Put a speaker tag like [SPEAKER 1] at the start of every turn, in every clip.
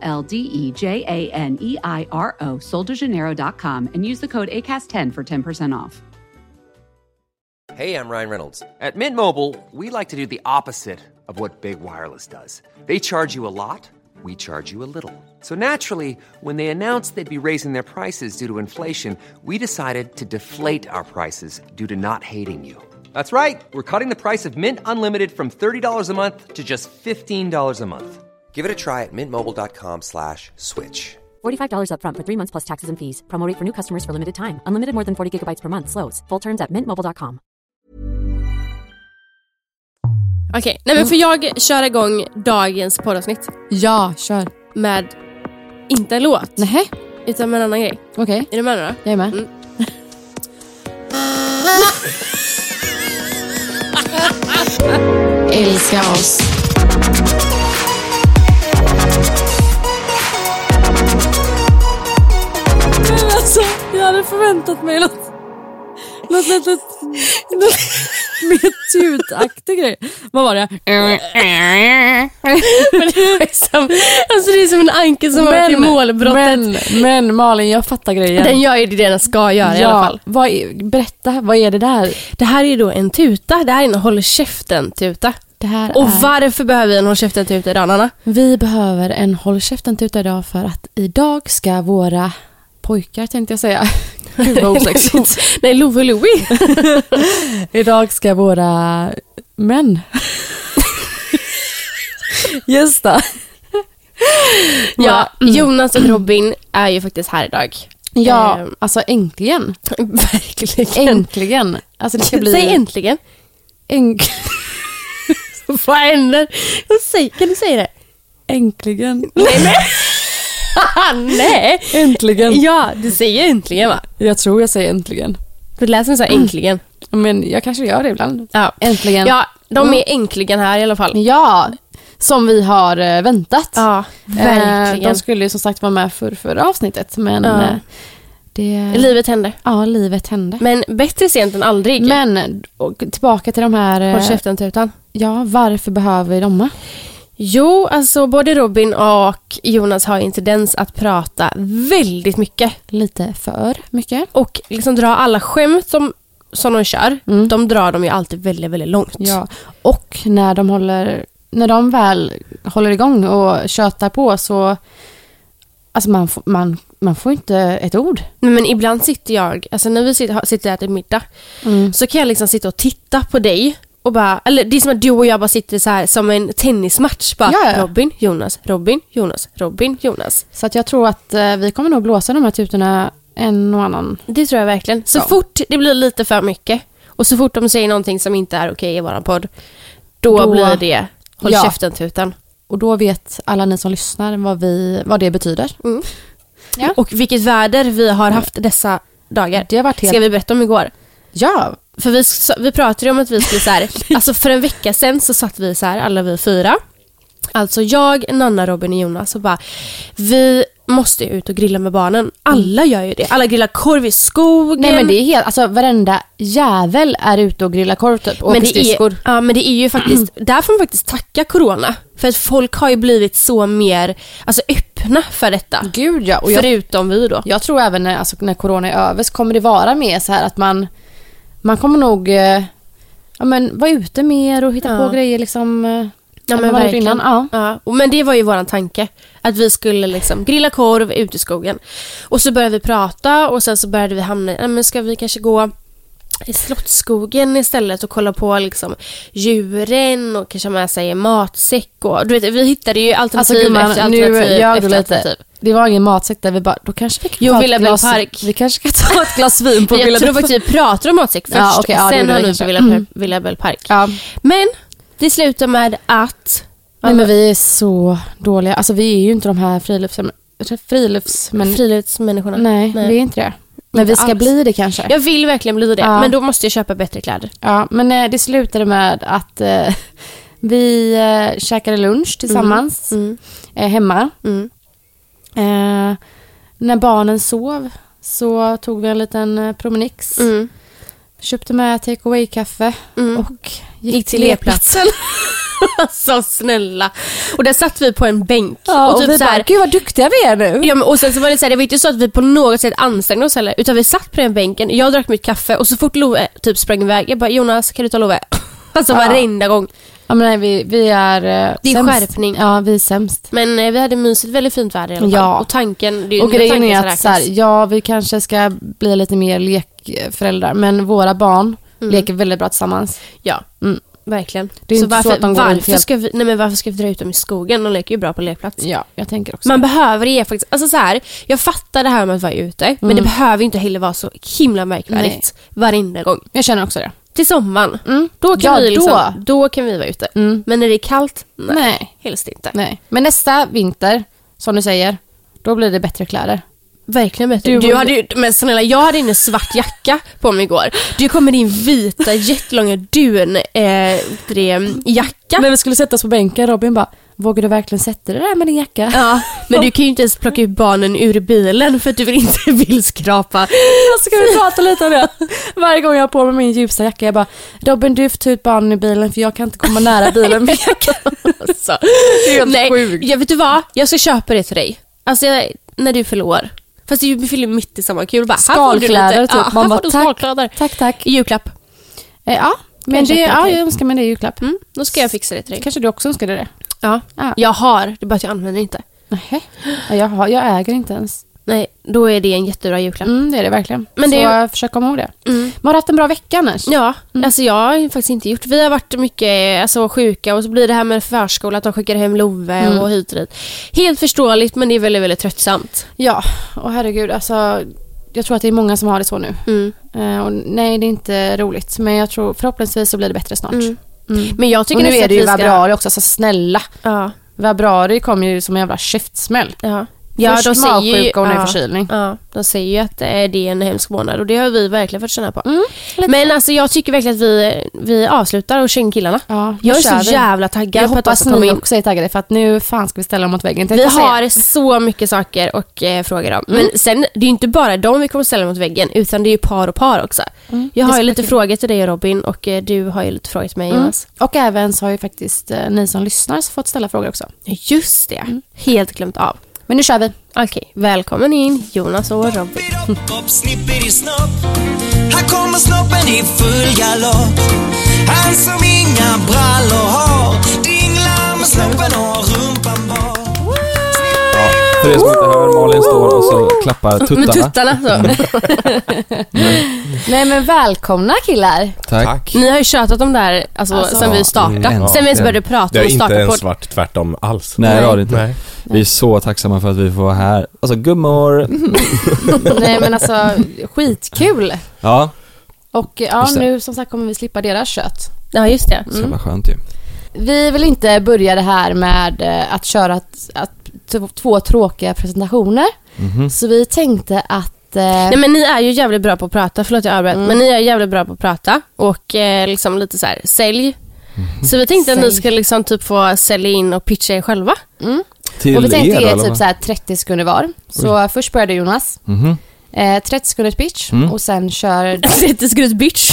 [SPEAKER 1] L D E J A N E I R O, soldejaneiro.com, and use the code ACAST10 for 10% off.
[SPEAKER 2] Hey, I'm Ryan Reynolds. At Mint Mobile, we like to do the opposite of what Big Wireless does. They charge you a lot, we charge you a little. So naturally, when they announced they'd be raising their prices due to inflation, we decided to deflate our prices due to not hating you. That's right. We're cutting the price of Mint Unlimited from $30 a month to just $15 a month. Give it a try at mintmobile.com slash switch.
[SPEAKER 3] $45 upfront for three months plus taxes and fees. Promo rate for new customers for limited time. Unlimited more than 40 gigabytes per month. Slows. Full terms at mintmobile.com.
[SPEAKER 4] Okej, nej men för jag kör igång dagens poddavsnitt
[SPEAKER 5] Ja, kör.
[SPEAKER 4] med inte en låt,
[SPEAKER 5] Nej,
[SPEAKER 4] utan med en annan grej.
[SPEAKER 5] okej.
[SPEAKER 4] Är du med nu då? Mm.
[SPEAKER 5] Jag är med. Älska oss.
[SPEAKER 4] Men alltså, jag hade förväntat mig något, något litet något mer tutaktig grej. Vad var det? Som, alltså det är som en anke som har varit i målbrottet.
[SPEAKER 5] men, men Malin, jag fattar grejen.
[SPEAKER 4] Den gör ju det den ska göra
[SPEAKER 5] ja,
[SPEAKER 4] i alla fall.
[SPEAKER 5] Vad är, berätta, vad är det där?
[SPEAKER 4] Det här är ju då en tuta. Det här är en håll käften-tuta.
[SPEAKER 5] Det här
[SPEAKER 4] Och
[SPEAKER 5] är,
[SPEAKER 4] varför behöver vi en håll käften-tuta idag, Nanna?
[SPEAKER 5] vi behöver en håll käften-tuta idag för att idag ska våra pojkar, tänkte jag säga. Gud vad osexigt.
[SPEAKER 4] Nej, Love Louie.
[SPEAKER 5] Idag ska våra män gästa.
[SPEAKER 4] Ja, Mm. Jonas och Robin är ju faktiskt här idag.
[SPEAKER 5] Ja,
[SPEAKER 4] Ehm.
[SPEAKER 5] alltså äntligen.
[SPEAKER 4] Verkligen.
[SPEAKER 5] Äntligen. Alltså det ska bli...
[SPEAKER 4] Säg äntligen.
[SPEAKER 5] Änk-
[SPEAKER 4] Vad händer? Säg, kan du säga det?
[SPEAKER 5] äntligen.
[SPEAKER 4] Ah, nej!
[SPEAKER 5] Äntligen.
[SPEAKER 4] Ja, du säger äntligen va?
[SPEAKER 5] Jag tror jag säger äntligen.
[SPEAKER 4] För det lät som så här äntligen.
[SPEAKER 5] Men jag kanske gör det ibland.
[SPEAKER 4] Ja.
[SPEAKER 5] Äntligen.
[SPEAKER 4] ja, Mm. de är äntligen här i alla fall.
[SPEAKER 5] Ja, som vi har eh, väntat.
[SPEAKER 4] Ja,
[SPEAKER 5] Eh,
[SPEAKER 4] verkligen.
[SPEAKER 5] De skulle ju som sagt vara med för förra avsnivet, men
[SPEAKER 4] Ja.
[SPEAKER 5] eh, det...
[SPEAKER 4] Livet händer.
[SPEAKER 5] ja, livet hände.
[SPEAKER 4] Men bättre sent än aldrig.
[SPEAKER 5] Men och tillbaka till de här... eh,
[SPEAKER 4] Håll käften-tutan.
[SPEAKER 5] Ja, varför behöver vi dem?
[SPEAKER 4] Jo, alltså både Robin och Jonas har ju en tendens att prata väldigt mycket.
[SPEAKER 5] Lite för mycket.
[SPEAKER 4] Och liksom dra alla skämt som, som de kör,
[SPEAKER 5] Mm.
[SPEAKER 4] de drar de ju alltid väldigt, väldigt långt.
[SPEAKER 5] Ja. Och när de, håller, när de väl håller igång och tjötar på så... Alltså man, får- man, man får inte ett ord.
[SPEAKER 4] Men, men ibland sitter jag, alltså när vi sitter, har- sitter och äter middag,
[SPEAKER 5] Mm.
[SPEAKER 4] så kan jag liksom sitta och titta på dig och bara, eller det är som att du och jag bara sitter så här som en tennismatch. Bara,
[SPEAKER 5] Ja, ja.
[SPEAKER 4] Robin, Jonas, Robin, Jonas, Robin, Jonas.
[SPEAKER 5] Så att jag tror att eh, vi kommer nog blåsa de här tutorna en och annan.
[SPEAKER 4] Det tror jag verkligen. Så
[SPEAKER 5] Ja.
[SPEAKER 4] fort det blir lite för mycket och så fort de säger någonting som inte är okej i våran podd, då,
[SPEAKER 5] Då-
[SPEAKER 4] blir det håll
[SPEAKER 5] Ja.
[SPEAKER 4] käften-tutan.
[SPEAKER 5] Och då vet alla ni som lyssnar vad, vi, vad det betyder. Ja.
[SPEAKER 4] Och vilket väder vi har haft dessa dagar.
[SPEAKER 5] Det har varit helt...
[SPEAKER 4] Ska vi berätta om igår?
[SPEAKER 5] Ja,
[SPEAKER 4] För vi, sa- vi pratade ju om att vi skulle så här, alltså för en vecka sedan så satt vi så här, alla vi fyra. Alltså jag, Nanna, Robin och Jonas och bara, vi måste ju ut och grilla med barnen. Alla gör ju det. Alla grillar korv i skogen.
[SPEAKER 5] nej men det är helt... Alltså varenda jävel är ute och grillar korv typ. Och
[SPEAKER 4] men
[SPEAKER 5] åker
[SPEAKER 4] det
[SPEAKER 5] skridskor.
[SPEAKER 4] är, ja, men det är ju faktiskt, där får man faktiskt tacka corona. För att folk har ju blivit så mer, alltså öppna för detta.
[SPEAKER 5] Gud ja. Och jag
[SPEAKER 4] Förutom vi då.
[SPEAKER 5] Jag tror även när, alltså, när corona är över så kommer det vara mer så här att man, man kommer nog eh, ja, men, vara ute mer och hitta
[SPEAKER 4] Ja.
[SPEAKER 5] på grejer liksom. eh, som man har gjort
[SPEAKER 4] verkligen.
[SPEAKER 5] innan. Ja.
[SPEAKER 4] Ja, och- men det var ju våran tanke. Att vi skulle liksom grilla korv ute i skogen. Och så började vi prata och sen så började vi hamna i, "Ja, men ska vi kanske gå i Slottsskogen istället och kolla på liksom djuren och kanske ha med sig en matsäck och du vet, vi hittade ju
[SPEAKER 5] Alltså
[SPEAKER 4] alternativ
[SPEAKER 5] gumman,
[SPEAKER 4] efter
[SPEAKER 5] nu
[SPEAKER 4] alternativ
[SPEAKER 5] gör du
[SPEAKER 4] efter
[SPEAKER 5] lite. Det var ingen matsäck där, vi bara, då kanske vi kan
[SPEAKER 4] Jo,
[SPEAKER 5] ta
[SPEAKER 4] Villa
[SPEAKER 5] ett glas,
[SPEAKER 4] Park.
[SPEAKER 5] Vi kanske kan ta ett glas vin på
[SPEAKER 4] Men
[SPEAKER 5] Villa
[SPEAKER 4] jag tror typ- faktiskt vi pratade om matsäck först,
[SPEAKER 5] Ja, okej, ja, det
[SPEAKER 4] sen
[SPEAKER 5] gjorde vi
[SPEAKER 4] hamnade
[SPEAKER 5] Mm.
[SPEAKER 4] vi
[SPEAKER 5] kanske.
[SPEAKER 4] på Villa,
[SPEAKER 5] Mm.
[SPEAKER 4] Villa Bell Park.
[SPEAKER 5] Ja.
[SPEAKER 4] Men det slutar med att
[SPEAKER 5] Nej men vi är så dåliga. Alltså vi är ju inte de här frilufts... frilufts men,
[SPEAKER 4] Friluftsmänniskorna.
[SPEAKER 5] nej, vi är inte det. Men vi ska
[SPEAKER 4] alls.
[SPEAKER 5] bli det kanske.
[SPEAKER 4] Jag vill verkligen bli det,
[SPEAKER 5] Ja.
[SPEAKER 4] men då måste jag köpa bättre kläder.
[SPEAKER 5] Ja, men eh, det slutade med att eh, vi eh, käkade lunch tillsammans
[SPEAKER 4] Mm.
[SPEAKER 5] eh, hemma.
[SPEAKER 4] Mm.
[SPEAKER 5] Eh, när barnen sov så tog vi en liten eh, promenix.
[SPEAKER 4] Mm.
[SPEAKER 5] Köpte med take away-kaffe
[SPEAKER 4] Mm.
[SPEAKER 5] och gick,
[SPEAKER 4] Gick till lekplatsen. alltså snälla. Och där satt vi på en bänk.
[SPEAKER 5] Ja, och, vi
[SPEAKER 4] typ så här-
[SPEAKER 5] bara, gud vad duktiga vi är nu.
[SPEAKER 4] Ja, men, och sen så var det så här, det var inte så att vi på något sätt ansträngde oss heller. Utan vi satt på den bänken, jag drack mitt kaffe och så fort Love typ sprang iväg, jag bara Jonas kan du ta Love? Alltså
[SPEAKER 5] Ja.
[SPEAKER 4] varenda gång.
[SPEAKER 5] Ja, men nej, vi, vi är eh,
[SPEAKER 4] Det är
[SPEAKER 5] sämst.
[SPEAKER 4] skärpning.
[SPEAKER 5] Ja, vi är sämst.
[SPEAKER 4] Men eh, vi hade mysigt, väldigt fint väder i alla fall.
[SPEAKER 5] Ja.
[SPEAKER 4] Och tanken, det är ju
[SPEAKER 5] Och
[SPEAKER 4] den
[SPEAKER 5] grejen
[SPEAKER 4] tanken
[SPEAKER 5] är
[SPEAKER 4] som
[SPEAKER 5] att så här,
[SPEAKER 4] räknas.
[SPEAKER 5] ja, vi kanske ska bli lite mer lekföräldrar, men våra barn
[SPEAKER 4] Mm.
[SPEAKER 5] leker väldigt bra tillsammans.
[SPEAKER 4] Ja, verkligen.
[SPEAKER 5] Mm. Det är
[SPEAKER 4] så
[SPEAKER 5] inte så
[SPEAKER 4] varför,
[SPEAKER 5] att de går
[SPEAKER 4] varför,
[SPEAKER 5] runt helt-
[SPEAKER 4] ska vi, nej, men varför ska vi dra ut dem i skogen? De leker ju bra på lekplats.
[SPEAKER 5] Ja, jag tänker också.
[SPEAKER 4] Man behöver ge faktiskt, alltså så här, jag fattar det här med att vara ute, men
[SPEAKER 5] Mm.
[SPEAKER 4] det behöver inte heller vara så himla märkvärdigt varenda gång.
[SPEAKER 5] jag känner också det.
[SPEAKER 4] Till sommaren,
[SPEAKER 5] Mm.
[SPEAKER 4] då kan,
[SPEAKER 5] Ja,
[SPEAKER 4] vi liksom,
[SPEAKER 5] då.
[SPEAKER 4] då. kan vi vara ute.
[SPEAKER 5] Mm.
[SPEAKER 4] Men när det är kallt, nej,
[SPEAKER 5] Nej.
[SPEAKER 4] helst inte.
[SPEAKER 5] Nej. Men nästa vinter, som du säger, då blir det bättre kläder.
[SPEAKER 4] Verkligen bättre.
[SPEAKER 5] Du
[SPEAKER 4] Du,
[SPEAKER 5] var-
[SPEAKER 4] hade ju, men snälla, jag hade en svart jacka på mig igår. Du kom med din vita, jättelånga dun eh, det- jacka.
[SPEAKER 5] När vi skulle sätta oss på bänken, Robin bara, vågar du verkligen sätta dig där med din jacka?
[SPEAKER 4] Ja, men du kan ju inte ens plocka ut barnen ur bilen för att du inte vill skrapa.
[SPEAKER 5] Så kan vi prata lite om det. Varje gång jag har på mig min ljusa jacka, jag bara, Robin du får ta ut barnen i bilen för jag kan inte komma nära bilen med jackan.
[SPEAKER 4] Alltså,
[SPEAKER 5] helt
[SPEAKER 4] nej,
[SPEAKER 5] sjukt.
[SPEAKER 4] Jag vet du vad? Jag ska köpa det till dig. Alltså jag, när du fyller år. Fast du fyller mitt i samma kul. Bara, här får du lite-
[SPEAKER 5] Skalkläder, typ.
[SPEAKER 4] Ja,
[SPEAKER 5] Man
[SPEAKER 4] här
[SPEAKER 5] bara,
[SPEAKER 4] får du
[SPEAKER 5] tack.
[SPEAKER 4] skalkläder.
[SPEAKER 5] Tack, tack.
[SPEAKER 4] I julklapp.
[SPEAKER 5] Eh, ja, men
[SPEAKER 4] Kanske
[SPEAKER 5] det,
[SPEAKER 4] ett
[SPEAKER 5] ja,
[SPEAKER 4] julklapp.
[SPEAKER 5] jag önskar mig det i julklapp.
[SPEAKER 4] Mm, då ska jag fixa det till dig.
[SPEAKER 5] Kanske du också önskade det?
[SPEAKER 4] Ja.
[SPEAKER 5] Ja.
[SPEAKER 4] Jag har, det är bara att jag använder inte.
[SPEAKER 5] Nähä. Nej, jag, har, jag äger inte ens.
[SPEAKER 4] Nej, då är det en jättebra julklapp.
[SPEAKER 5] Mm, det är det verkligen.
[SPEAKER 4] Men
[SPEAKER 5] Så
[SPEAKER 4] det-
[SPEAKER 5] jag försöker komma ihåg det.
[SPEAKER 4] Mm.
[SPEAKER 5] Men har du haft en bra vecka annars?
[SPEAKER 4] Ja,
[SPEAKER 5] Mm.
[SPEAKER 4] alltså jag har ju faktiskt inte gjort. Vi har varit mycket alltså, sjuka och så blir det här med förskola, att de skickar hem Love
[SPEAKER 5] Mm.
[SPEAKER 4] och hit och dit. Helt förståeligt men det är väldigt, väldigt tröttsamt.
[SPEAKER 5] Ja, och herregud alltså. Jag tror att det är många som har det så nu.
[SPEAKER 4] Mm.
[SPEAKER 5] Eh, och nej, det är inte roligt. Men jag tror förhoppningsvis så blir det bättre snart.
[SPEAKER 4] Mm.
[SPEAKER 5] Mm.
[SPEAKER 4] Men jag tycker
[SPEAKER 5] Och nu
[SPEAKER 4] nästan
[SPEAKER 5] är det ju
[SPEAKER 4] att vi ska-
[SPEAKER 5] februari också, så snälla.
[SPEAKER 4] Ja,
[SPEAKER 5] Februari kom ju som en jävla käftsmäll.
[SPEAKER 4] ja.
[SPEAKER 5] Först
[SPEAKER 4] de säger ju-
[SPEAKER 5] magsjuka och nu
[SPEAKER 4] ja.
[SPEAKER 5] förkylning.
[SPEAKER 4] Ja, de säger ju att eh, det är en hemsk månad och det har vi verkligen fått känna på.
[SPEAKER 5] Mm, lite.
[SPEAKER 4] Men alltså jag tycker verkligen att vi, vi avslutar och känner killarna.
[SPEAKER 5] Ja, nu
[SPEAKER 4] jag är
[SPEAKER 5] kör
[SPEAKER 4] så
[SPEAKER 5] vi.
[SPEAKER 4] jävla taggad
[SPEAKER 5] Jag
[SPEAKER 4] på att de
[SPEAKER 5] hoppas
[SPEAKER 4] ska komma
[SPEAKER 5] ni
[SPEAKER 4] in.
[SPEAKER 5] också är taggade för att nu fan ska vi Mm. ställa dem mot väggen. tänkte
[SPEAKER 4] Vi
[SPEAKER 5] jag säga.
[SPEAKER 4] har så mycket saker och eh, frågor om. Men sen, det är ju inte bara de vi kommer ställa mot väggen, utan det är ju par och par också.
[SPEAKER 5] Mm.
[SPEAKER 4] Jag har ju lite frågor till dig Robin och eh, du har ju lite frågor till mig
[SPEAKER 5] Mm.
[SPEAKER 4] Jonas.
[SPEAKER 5] Och även så har ju faktiskt eh, ni som lyssnar så fått ställa frågor också.
[SPEAKER 4] Just det,
[SPEAKER 5] Mm.
[SPEAKER 4] helt glömt av.
[SPEAKER 5] Men nu kör vi.
[SPEAKER 4] Okej, välkommen in Jonas och Robin.
[SPEAKER 6] Snipperidopp, snipperi-snopp Här kommer snoppen i full galopp Han som inga brallor har Dinglar med snoppen och rumpan bar
[SPEAKER 7] För er som inte hör, Malin står och så klappar tuttarna. Mm.
[SPEAKER 4] Med tuttarna så.
[SPEAKER 5] Nej men välkomna killar.
[SPEAKER 7] Tack.
[SPEAKER 4] Ni har ju tjatat om det här alltså, sen vi startade.
[SPEAKER 7] Mm.
[SPEAKER 4] sen vi ens
[SPEAKER 8] Ja.
[SPEAKER 4] började prata
[SPEAKER 8] Det har
[SPEAKER 4] och
[SPEAKER 8] inte
[SPEAKER 4] starta
[SPEAKER 8] ens
[SPEAKER 4] på.
[SPEAKER 8] varit tvärtom alls.
[SPEAKER 7] Nej, det har det inte.
[SPEAKER 8] Nej.
[SPEAKER 7] Vi är så tacksamma för att vi får vara här. Alltså gummor.
[SPEAKER 5] Mhm. Nej men alltså skitkul.
[SPEAKER 7] Ja,
[SPEAKER 5] Mm. Och eh, ja,
[SPEAKER 7] Just det.
[SPEAKER 5] nu Mm. som sagt kommer vi slippa deras kött.
[SPEAKER 4] Ja, just det.
[SPEAKER 7] så jävla skönt ju.
[SPEAKER 5] Vi vill inte börja det här med eh, att köra att, att, t- två tråkiga presentationer.
[SPEAKER 7] Mhm.
[SPEAKER 5] Så vi tänkte att... eh,
[SPEAKER 4] Nej men ni är ju jävligt bra på att prata, förlåt jag
[SPEAKER 5] Mm.
[SPEAKER 4] avbröt, men ni är jävligt bra på att prata och eh, liksom lite så här, sälj.
[SPEAKER 7] Mm.
[SPEAKER 4] Så vi tänkte att ni
[SPEAKER 5] Sälj.
[SPEAKER 4] skulle liksom typ få sälja in och pitcha er själva.
[SPEAKER 7] Till
[SPEAKER 5] och vi tänkte
[SPEAKER 7] er
[SPEAKER 5] ge
[SPEAKER 7] eller
[SPEAKER 5] typ
[SPEAKER 7] vad?
[SPEAKER 5] så här 30 sekunder var. Så först började Jonas.
[SPEAKER 7] Mhm.
[SPEAKER 5] Eh, 30 sekunders pitch
[SPEAKER 7] Mm.
[SPEAKER 5] och sen kör
[SPEAKER 4] Lite skrut bitch.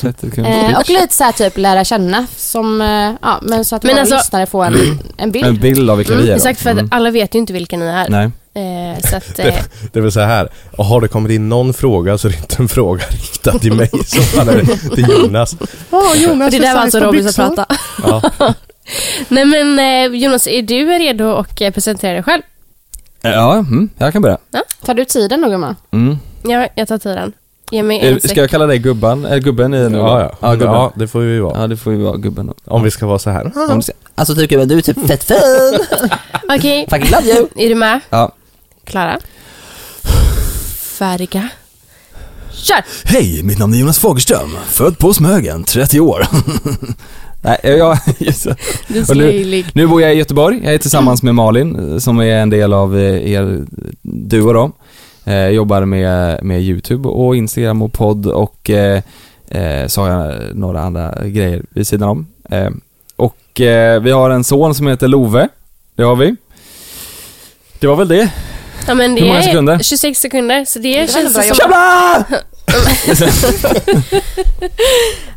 [SPEAKER 7] 30 kan vi få
[SPEAKER 5] Eh, och
[SPEAKER 7] pitch.
[SPEAKER 5] lite så här typ lära känna som, eh, ja men så att
[SPEAKER 4] Men
[SPEAKER 5] våra
[SPEAKER 4] alltså-
[SPEAKER 5] lyssnare får en, en bild.
[SPEAKER 7] En bild av vilka vi är då.
[SPEAKER 4] Exakt, för att
[SPEAKER 7] Mm.
[SPEAKER 4] alla vet ju inte vilka ni är.
[SPEAKER 7] Nej.
[SPEAKER 4] Eh, så att, eh,
[SPEAKER 8] Det vill säga här, och har det kommit in någon fråga så är det inte en fråga riktad till mig i så fall är det till Jonas.
[SPEAKER 5] Åh
[SPEAKER 4] och
[SPEAKER 5] Jonas,
[SPEAKER 4] det där var alltså Robin som pratade.
[SPEAKER 8] Ja.
[SPEAKER 4] Nej men eh, Jonas, är du redo och eh, presentera dig själv?
[SPEAKER 7] Ja, mm, jag kan börja.
[SPEAKER 5] Tar du tiden då gumman?
[SPEAKER 7] Mm.
[SPEAKER 4] Ja, jag tar tiden. Ge mig
[SPEAKER 7] Eh,
[SPEAKER 4] en
[SPEAKER 7] Ska
[SPEAKER 4] sek.
[SPEAKER 7] jag kalla dig gubban? Eller gubben i nu?
[SPEAKER 8] Ja, ja.
[SPEAKER 7] Ja,
[SPEAKER 8] ja,
[SPEAKER 7] gubben. Ja.
[SPEAKER 8] det får vi vara.
[SPEAKER 7] det får ju vara gubben då.
[SPEAKER 8] Om vi ska vara så här.
[SPEAKER 7] Om du ser- Alltså tycker jag du är typ fett fin.
[SPEAKER 4] Okej,
[SPEAKER 7] Fucking love you.
[SPEAKER 4] är du med?
[SPEAKER 7] Ja.
[SPEAKER 4] Klara? Färdiga? Kör!
[SPEAKER 7] Hej, mitt namn är Jonas Fagerström, född på Smögen, 30 år.
[SPEAKER 8] Nej, jag,
[SPEAKER 4] Det är så
[SPEAKER 8] Och nu-
[SPEAKER 4] löjligt.
[SPEAKER 8] nu bor jag i Göteborg. Jag är tillsammans med Malin eh, som är en del av eh, er duo då. Eh, jobbar med, med YouTube och Instagram och podd och eh, eh, så har jag några andra grejer vid sidan om. Eh, och eh, vi har en son som heter Love. Det har vi. Det var väl det.
[SPEAKER 4] Ja, men det
[SPEAKER 8] Hur många sekunder?
[SPEAKER 4] Är 26 sekunder, så det,
[SPEAKER 5] var
[SPEAKER 4] känns
[SPEAKER 5] ändå bra
[SPEAKER 4] som...
[SPEAKER 8] Tjabla!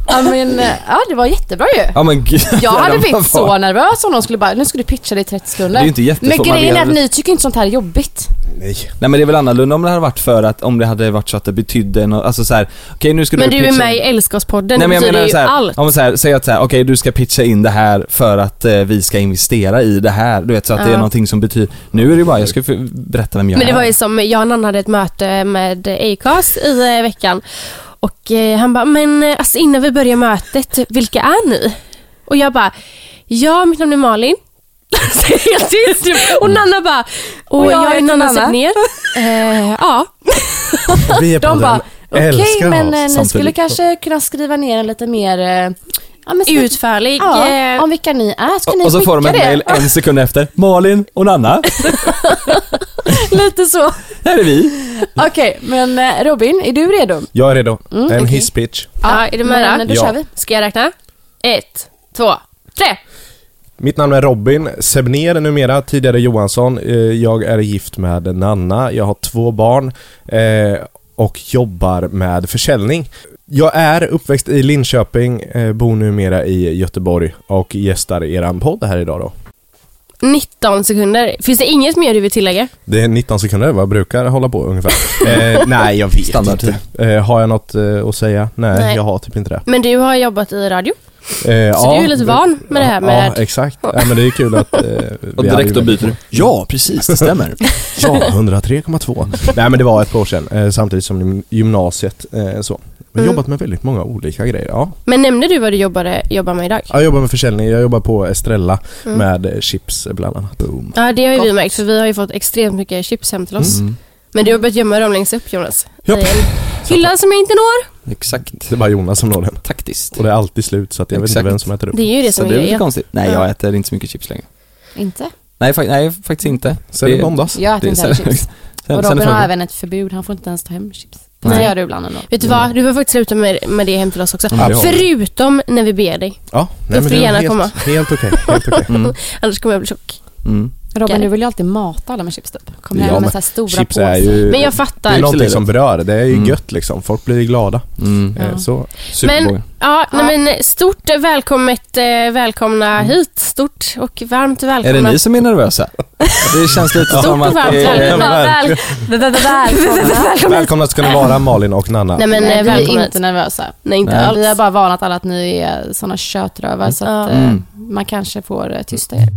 [SPEAKER 5] Ja, men, eh, ja, det var jättebra ju.
[SPEAKER 8] Ja men gud.
[SPEAKER 5] Jag hade
[SPEAKER 8] jävlar, vad
[SPEAKER 5] blivit så
[SPEAKER 8] fan.
[SPEAKER 5] nervös om de skulle bara, nu ska du pitcha dig i 30
[SPEAKER 8] Det är ju
[SPEAKER 5] sekunder.
[SPEAKER 8] inte jättesvårt.
[SPEAKER 5] Men
[SPEAKER 8] man
[SPEAKER 5] grejen är
[SPEAKER 8] vet-
[SPEAKER 5] att ni tycker inte sånt här är jobbigt.
[SPEAKER 7] Nej.
[SPEAKER 8] Nej men det är väl annorlunda om det hade varit för att, om det hade varit så att det betydde något, alltså så här, okej nu ska du
[SPEAKER 4] Men du är
[SPEAKER 8] pitcha-
[SPEAKER 4] med i Älska oss-podden,
[SPEAKER 8] Nej men jag
[SPEAKER 4] betyder
[SPEAKER 8] menar
[SPEAKER 4] ju
[SPEAKER 8] så här,
[SPEAKER 4] allt.
[SPEAKER 8] om man så här, säger att så här, okej du ska pitcha in det här för att eh, vi ska investera i det här, du vet så att det är
[SPEAKER 4] Ja.
[SPEAKER 8] någonting som betyder, nu är det ju bara, jag ska för, berätta vem jag
[SPEAKER 4] Men det
[SPEAKER 8] är.
[SPEAKER 4] var ju som, jag och Nanna hade ett möte med Acast i eh, veckan och eh, han bara, men eh, alltså innan vi börjar mötet, vilka är ni? Och jag bara, ja mitt namn är Malin. Så Helt tyst.
[SPEAKER 5] Typ.
[SPEAKER 4] Och Nanna bara, och,
[SPEAKER 5] Och jag
[SPEAKER 4] jag är
[SPEAKER 5] heter
[SPEAKER 4] Nanna
[SPEAKER 5] Nanna."
[SPEAKER 4] Sättner. Eh, ja.
[SPEAKER 7] Vi är på
[SPEAKER 5] De
[SPEAKER 7] den
[SPEAKER 5] bara, okej
[SPEAKER 7] älskar
[SPEAKER 5] men
[SPEAKER 7] oss
[SPEAKER 5] eh, ni
[SPEAKER 7] samtidigt.
[SPEAKER 5] skulle kanske kunna skriva ner en lite mer, eh, ja, men, skriv-
[SPEAKER 4] Utfärlig.
[SPEAKER 5] ja,
[SPEAKER 4] eh,
[SPEAKER 5] om vilka ni är. Ska
[SPEAKER 8] Och-
[SPEAKER 5] ni
[SPEAKER 8] och så får de
[SPEAKER 5] skicka
[SPEAKER 8] ett
[SPEAKER 5] det?
[SPEAKER 8] mail en sekund efter, Malin och Nanna,
[SPEAKER 5] Lite så.
[SPEAKER 8] här är vi.
[SPEAKER 5] Okej, men eh, Robin, är du redo?
[SPEAKER 7] Jag är redo. en hisspitch.
[SPEAKER 4] Ja, är du med
[SPEAKER 5] men då
[SPEAKER 7] Ja.
[SPEAKER 5] kör vi.
[SPEAKER 4] Ska jag räkna? Ett, två, tre.
[SPEAKER 7] Mitt namn är Robin Sebner numera, tidigare Johansson. Eh, Jag är gift med Nanna, jag har två barn eh, och jobbar med försäljning. Jag är uppväxt i Linköping, eh, bor numera i Göteborg och gästar eran podd här idag då.
[SPEAKER 4] 19 sekunder. Finns det inget mer du vill tillägga?
[SPEAKER 7] Det är 19 sekunder vad jag brukar hålla på ungefär. eh, nej, jag vet
[SPEAKER 8] Standardtid.
[SPEAKER 7] inte. Eh, har jag något eh, att säga? Nej,
[SPEAKER 4] Nej.
[SPEAKER 7] jag har typ inte det.
[SPEAKER 4] Men du har jobbat i radio.
[SPEAKER 7] Eh,
[SPEAKER 4] Så du är lite van med det här med-
[SPEAKER 7] Ja, exakt. Ja, men det är kul att... Eh,
[SPEAKER 8] Och
[SPEAKER 7] vi hade
[SPEAKER 8] direkt
[SPEAKER 7] ju-
[SPEAKER 8] då byter du. Ja precis, det stämmer.
[SPEAKER 7] Ja, 103,2. Nej men det var ett par år sedan, eh, samtidigt som gym- gymnasiet eh, så. Men
[SPEAKER 4] Mm.
[SPEAKER 7] jobbat med väldigt många olika grejer, ja.
[SPEAKER 4] Men nämnde du vad du jobbade, jobbar med idag? Mm.
[SPEAKER 7] Jag jobbar med försäljning, jag jobbar på Estrella med eh, chips eh, bland annat. Boom.
[SPEAKER 4] Ja, det har ju vi märkt för vi har ju fått extremt mycket chips hem till oss. Men du har börjat gömma dem längst upp Jonas.
[SPEAKER 7] Mm. Japp.
[SPEAKER 4] I en Hylla som jag inte når.
[SPEAKER 8] Exakt.
[SPEAKER 7] Det är bara Jonas som når den.
[SPEAKER 8] Taktiskt.
[SPEAKER 7] Och det är alltid slut så att jag vet
[SPEAKER 8] Exakt.
[SPEAKER 7] inte vem som äter upp.
[SPEAKER 4] Det är ju det
[SPEAKER 8] Så
[SPEAKER 4] som
[SPEAKER 8] det är
[SPEAKER 4] är
[SPEAKER 8] lite
[SPEAKER 4] grejen.
[SPEAKER 8] konstigt. Nej jag äter inte så mycket chips längre.
[SPEAKER 5] Inte.
[SPEAKER 8] Nej, fa- nej faktiskt inte.
[SPEAKER 7] Sen är det måndags.
[SPEAKER 5] Jag äter
[SPEAKER 8] Det är
[SPEAKER 5] inte heller
[SPEAKER 8] sällan-
[SPEAKER 5] chips.
[SPEAKER 8] Sen,
[SPEAKER 5] Och
[SPEAKER 8] sen är
[SPEAKER 5] Robin har
[SPEAKER 8] frågan,
[SPEAKER 5] även ett förbud, han får inte ens ta hem chips. Fast
[SPEAKER 8] Nej.
[SPEAKER 5] jag gör det ibland ändå.
[SPEAKER 4] Vet du vad? Du får faktiskt sluta med, med det hem till oss också.
[SPEAKER 7] Mm. Ja, det har vi.
[SPEAKER 4] Förutom när vi ber dig.
[SPEAKER 7] Ja,
[SPEAKER 4] Då får
[SPEAKER 7] det
[SPEAKER 4] du
[SPEAKER 7] är
[SPEAKER 4] gärna
[SPEAKER 7] helt,
[SPEAKER 4] komma.
[SPEAKER 7] Helt okej, helt okej.
[SPEAKER 4] Annars kommer jag bli tjock.
[SPEAKER 8] mm.
[SPEAKER 5] Robin,
[SPEAKER 4] Okej.
[SPEAKER 5] du vill ju alltid mata alla med chips typ. Kommer
[SPEAKER 7] Ja,
[SPEAKER 5] hem
[SPEAKER 7] men
[SPEAKER 5] med så här stora
[SPEAKER 7] Chips
[SPEAKER 5] påsar.
[SPEAKER 7] är ju...
[SPEAKER 4] Men jag
[SPEAKER 7] det är
[SPEAKER 4] fattar.
[SPEAKER 7] någonting som berör, det är ju
[SPEAKER 8] Mm.
[SPEAKER 7] gött liksom. Folk blir glada.
[SPEAKER 8] Mm.
[SPEAKER 7] Eh,
[SPEAKER 5] Ja.
[SPEAKER 7] Så,
[SPEAKER 4] Men, ja, nej, men stort välkommet, eh, välkomna
[SPEAKER 7] Mm.
[SPEAKER 4] hit. Stort och varmt
[SPEAKER 8] Är
[SPEAKER 4] välkomna.
[SPEAKER 8] det ni som är nervösa? Det känns lite som
[SPEAKER 4] Stort
[SPEAKER 8] att
[SPEAKER 4] och varmt
[SPEAKER 8] det är...
[SPEAKER 4] välkomna.
[SPEAKER 7] verkligen.
[SPEAKER 4] Väl-
[SPEAKER 7] välkomna ska ni vara Malin och Nanna.
[SPEAKER 4] Nej men eh,
[SPEAKER 5] Men vi är
[SPEAKER 4] välkomna hit.
[SPEAKER 5] inte nervösa.
[SPEAKER 4] Nej, inte
[SPEAKER 8] Nej.
[SPEAKER 4] alls.
[SPEAKER 5] Vi har bara varnat alla att ni är såna tjötrövar så att eh,
[SPEAKER 8] Mm.
[SPEAKER 5] man kanske får eh, tysta er.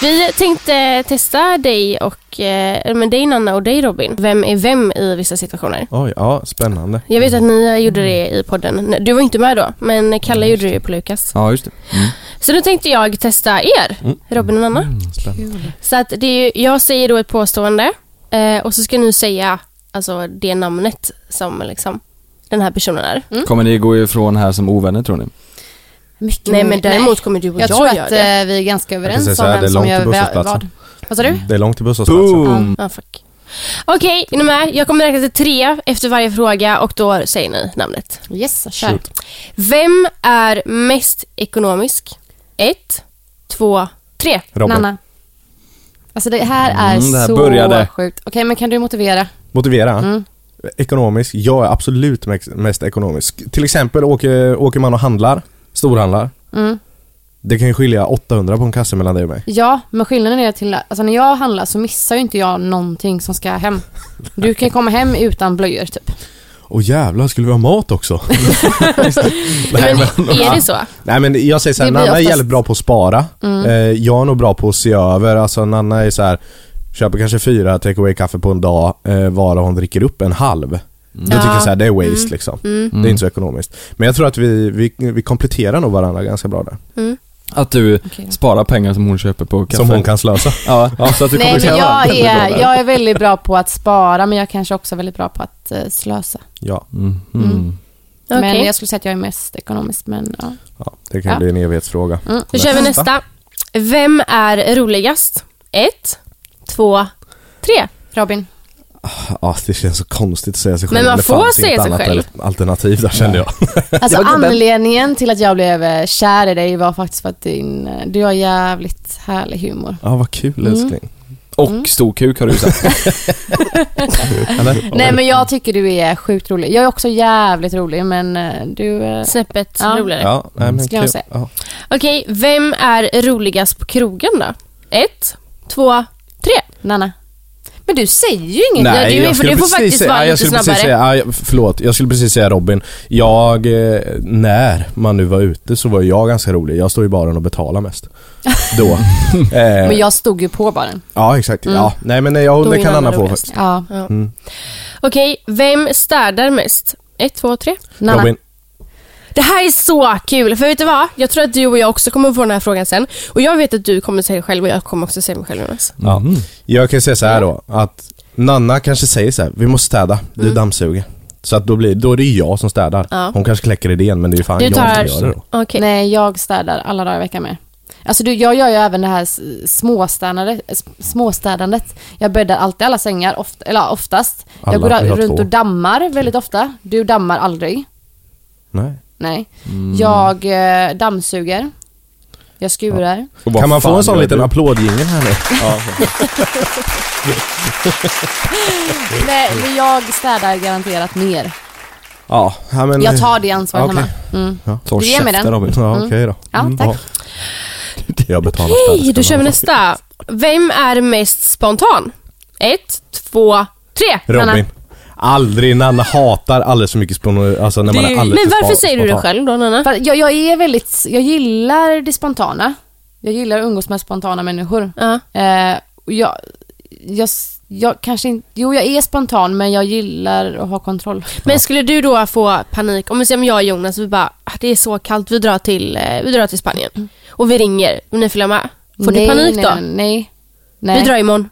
[SPEAKER 4] Vi tänkte testa dig och, eh, men dig Nanna och dig Robin. Vem är vem i vissa situationer?
[SPEAKER 7] Oj, ja, spännande.
[SPEAKER 4] Jag vet att ni gjorde det i podden. Du var inte med då, men Kalle gjorde det på Lukas.
[SPEAKER 8] Ja, just det.
[SPEAKER 4] Så nu tänkte jag testa er, Robin och Nanna. Så att det är, ju- jag säger då ett påstående eh, och så ska ni säga alltså, det namnet som liksom, den här personen är.
[SPEAKER 5] Mm.
[SPEAKER 8] Kommer ni gå ifrån här som ovänner tror ni?
[SPEAKER 5] Mycket
[SPEAKER 4] Nej,
[SPEAKER 5] mer-
[SPEAKER 4] men däremot kommer du och jag,
[SPEAKER 5] Mm. Jag tror
[SPEAKER 4] göra
[SPEAKER 5] att
[SPEAKER 4] det.
[SPEAKER 5] eh, vi är ganska
[SPEAKER 7] Jag kan säga
[SPEAKER 5] överens
[SPEAKER 7] så
[SPEAKER 5] om
[SPEAKER 7] här, det är
[SPEAKER 5] vem som
[SPEAKER 7] långt
[SPEAKER 5] gör
[SPEAKER 7] till
[SPEAKER 5] vad.
[SPEAKER 7] busshållplatsen.
[SPEAKER 5] Vad sa du?
[SPEAKER 7] Det är långt till busshållplatsen.
[SPEAKER 8] Boom!
[SPEAKER 4] Ah, fuck. Okej, är ni med? Jag kommer räkna till tre efter varje fråga och då säger ni namnet.
[SPEAKER 5] Yes, kör.
[SPEAKER 4] Vem är mest ekonomisk? Ett, två, tre.
[SPEAKER 7] Robin.
[SPEAKER 5] Nanna. Alltså det här är
[SPEAKER 8] Mm, det här
[SPEAKER 5] så
[SPEAKER 8] började.
[SPEAKER 5] sjukt. Okej, men kan du motivera?
[SPEAKER 7] Motivera.
[SPEAKER 4] Mm.
[SPEAKER 7] Ekonomisk. Jag är absolut mex- mest ekonomisk. Till exempel åker, åker man och handlar, storhandlar.
[SPEAKER 5] Mm.
[SPEAKER 7] Det kan ju skilja 800 på en kasse mellan dig och mig.
[SPEAKER 5] Ja, men skillnaden är till alltså när jag handlar så missar ju inte jag någonting som ska hem. Du kan ju komma hem utan blöjor typ.
[SPEAKER 7] Åh jävlar, skulle vi ha mat också?
[SPEAKER 4] Men är det så?
[SPEAKER 7] Nej men jag säger såhär,
[SPEAKER 5] Det blir
[SPEAKER 7] Nanna är
[SPEAKER 5] oftast-
[SPEAKER 7] jävligt bra på att spara.
[SPEAKER 4] Mm.
[SPEAKER 7] Eh, jag är nog bra på att se över, alltså Nanna är så här köper kanske fyra take away kaffe på en dag, eh, varav hon dricker upp en halv. Då tycker jag såhär, det är waste
[SPEAKER 4] Mm.
[SPEAKER 7] liksom. Det är
[SPEAKER 8] Mm.
[SPEAKER 7] inte så ekonomiskt. Men jag tror att vi, vi, vi kompletterar nog varandra ganska bra där.
[SPEAKER 8] Att du
[SPEAKER 5] Okej.
[SPEAKER 8] sparar pengar som hon köper på kaffe.
[SPEAKER 7] Som hon kan slösa.
[SPEAKER 8] Ja, ja så att du
[SPEAKER 5] Nej, men
[SPEAKER 8] kompletterar varandra.
[SPEAKER 5] jag är, jag är väldigt bra på att spara men jag kanske också är väldigt bra på att eh, slösa.
[SPEAKER 7] Ja.
[SPEAKER 8] Mm. Mm.
[SPEAKER 4] Okej.
[SPEAKER 5] Men jag skulle säga att jag är mest ekonomiskt, men ja.
[SPEAKER 8] Ja, det kan
[SPEAKER 5] Ja.
[SPEAKER 8] bli en evighetsfråga.
[SPEAKER 4] Mm. Då kör vi nästa. Vem är roligast? Ett, två, tre.
[SPEAKER 5] Robin.
[SPEAKER 8] Ja, det känns så konstigt att säga sig själv.
[SPEAKER 4] Men man
[SPEAKER 8] Det
[SPEAKER 4] får
[SPEAKER 8] fanns
[SPEAKER 4] säga
[SPEAKER 8] inget
[SPEAKER 4] sig
[SPEAKER 8] annat
[SPEAKER 4] själv.
[SPEAKER 8] al- Alternativ där kände jag.
[SPEAKER 5] Alltså anledningen till att jag blev eh, kär i dig var faktiskt för att din, eh, du har jävligt härlig humor.
[SPEAKER 8] Ja, vad
[SPEAKER 5] Mm.
[SPEAKER 8] kul älskling.
[SPEAKER 7] Och stor kuk har du ju sagt.
[SPEAKER 8] Eller?
[SPEAKER 5] Nej men jag tycker du är sjukt rolig. Jag är också jävligt rolig men eh, du... eh,
[SPEAKER 4] Snäppet
[SPEAKER 5] Ja.
[SPEAKER 4] roligare.
[SPEAKER 8] Ja, nej, men
[SPEAKER 5] Ska jag
[SPEAKER 8] kul.
[SPEAKER 5] säga.
[SPEAKER 8] Ja.
[SPEAKER 4] Okej, vem är roligast på krogen då? Ett, två, tre.
[SPEAKER 5] Nanna. Men du säger ju inget.
[SPEAKER 4] Nej, du- du
[SPEAKER 8] jag skulle
[SPEAKER 4] får
[SPEAKER 8] precis
[SPEAKER 4] faktiskt
[SPEAKER 8] säga,
[SPEAKER 4] vara
[SPEAKER 8] nej, jag
[SPEAKER 4] lite
[SPEAKER 8] skulle precis
[SPEAKER 4] snabbare.
[SPEAKER 8] säga, nej, förlåt, jag skulle precis säga Robin. Jag, eh, när man nu var ute så var ju jag ganska rolig. Jag står i baren och betalar mest. Då. eh,
[SPEAKER 5] Men jag Mm. stod ju på baren.
[SPEAKER 8] Ja, exakt. Ja. Nej men nej, jag,
[SPEAKER 4] Då
[SPEAKER 8] det
[SPEAKER 4] är
[SPEAKER 8] kan
[SPEAKER 4] Nanna
[SPEAKER 8] Anna få
[SPEAKER 4] roligast.
[SPEAKER 8] först.
[SPEAKER 5] Ja,
[SPEAKER 4] Okej, vem städar mest? Ett, två, tre.
[SPEAKER 5] Nanna.
[SPEAKER 8] Robin.
[SPEAKER 4] Det här är så kul, för vet du vad? Jag tror att du och jag också kommer få den här frågan sen. Och jag vet att du kommer säga det själv och jag kommer också säga mig själv Jonas.
[SPEAKER 8] Ja. Mm. Jag kan säga så här då, att Nanna kanske säger så här, vi måste städa, du dammsuger. Så att då, blir, då är det ju jag som städar.
[SPEAKER 4] Ja.
[SPEAKER 8] Hon kanske kläcker idén men det är ju fan
[SPEAKER 5] Du tar-
[SPEAKER 8] jag som gör det då.
[SPEAKER 4] Okej.
[SPEAKER 5] Nej, eh, jag städar alla dagar i veckan med. Alltså du, jag gör ju även det här s- småstädande- s- småstädandet. Jag bäddar alltid alla sängar, oft, eller ja, oftast.
[SPEAKER 8] Alla,
[SPEAKER 5] jag går
[SPEAKER 8] vi har
[SPEAKER 5] runt
[SPEAKER 8] två.
[SPEAKER 5] och dammar väldigt ofta. Du dammar aldrig.
[SPEAKER 8] Nej.
[SPEAKER 5] Nej.
[SPEAKER 8] Mm.
[SPEAKER 5] Jag eh, dammsuger. Jag skurar.
[SPEAKER 8] Kan man få en sån liten
[SPEAKER 7] app?
[SPEAKER 8] applådjingel här nu?
[SPEAKER 5] Nej, men jag städar garanterat mer.
[SPEAKER 8] Ja, ja men,
[SPEAKER 5] Jag tar det ansvaret
[SPEAKER 8] Okej.
[SPEAKER 5] hemma. Mm.
[SPEAKER 7] Ta
[SPEAKER 5] Ge mig
[SPEAKER 7] käften
[SPEAKER 5] den.
[SPEAKER 7] Robin.
[SPEAKER 8] Ja, okej då.
[SPEAKER 5] Ja, tack.
[SPEAKER 8] Jag betalar
[SPEAKER 4] Okej,
[SPEAKER 8] städerskan.
[SPEAKER 4] då kör vi nästa. Vem är mest spontan? Ett, två, tre.
[SPEAKER 8] Robin.
[SPEAKER 5] Nanna.
[SPEAKER 8] Aldrig, Nanna hatar alldeles för mycket spon... Alltså när man är alldeles
[SPEAKER 4] Men
[SPEAKER 8] för
[SPEAKER 4] varför
[SPEAKER 8] spa-
[SPEAKER 4] säger du det
[SPEAKER 8] spontan.
[SPEAKER 4] själv då Nanna?
[SPEAKER 5] För jag, jag är väldigt, jag gillar det spontana. Jag gillar att umgås med spontana människor.
[SPEAKER 4] Ja.
[SPEAKER 5] Eh, och jag, jag, jag kanske inte, jo jag är spontan men jag gillar att ha kontroll.
[SPEAKER 4] Men skulle du då få panik, om vi säger om jag och Jonas, vi bara, "Ah, det är så kallt, vi drar till, eh, vi drar till Spanien. Och vi ringer, om ni följer med. Får
[SPEAKER 5] nej,
[SPEAKER 4] du panik
[SPEAKER 5] nej,
[SPEAKER 4] då?
[SPEAKER 5] Nej, nej. nej.
[SPEAKER 4] Vi drar imorgon.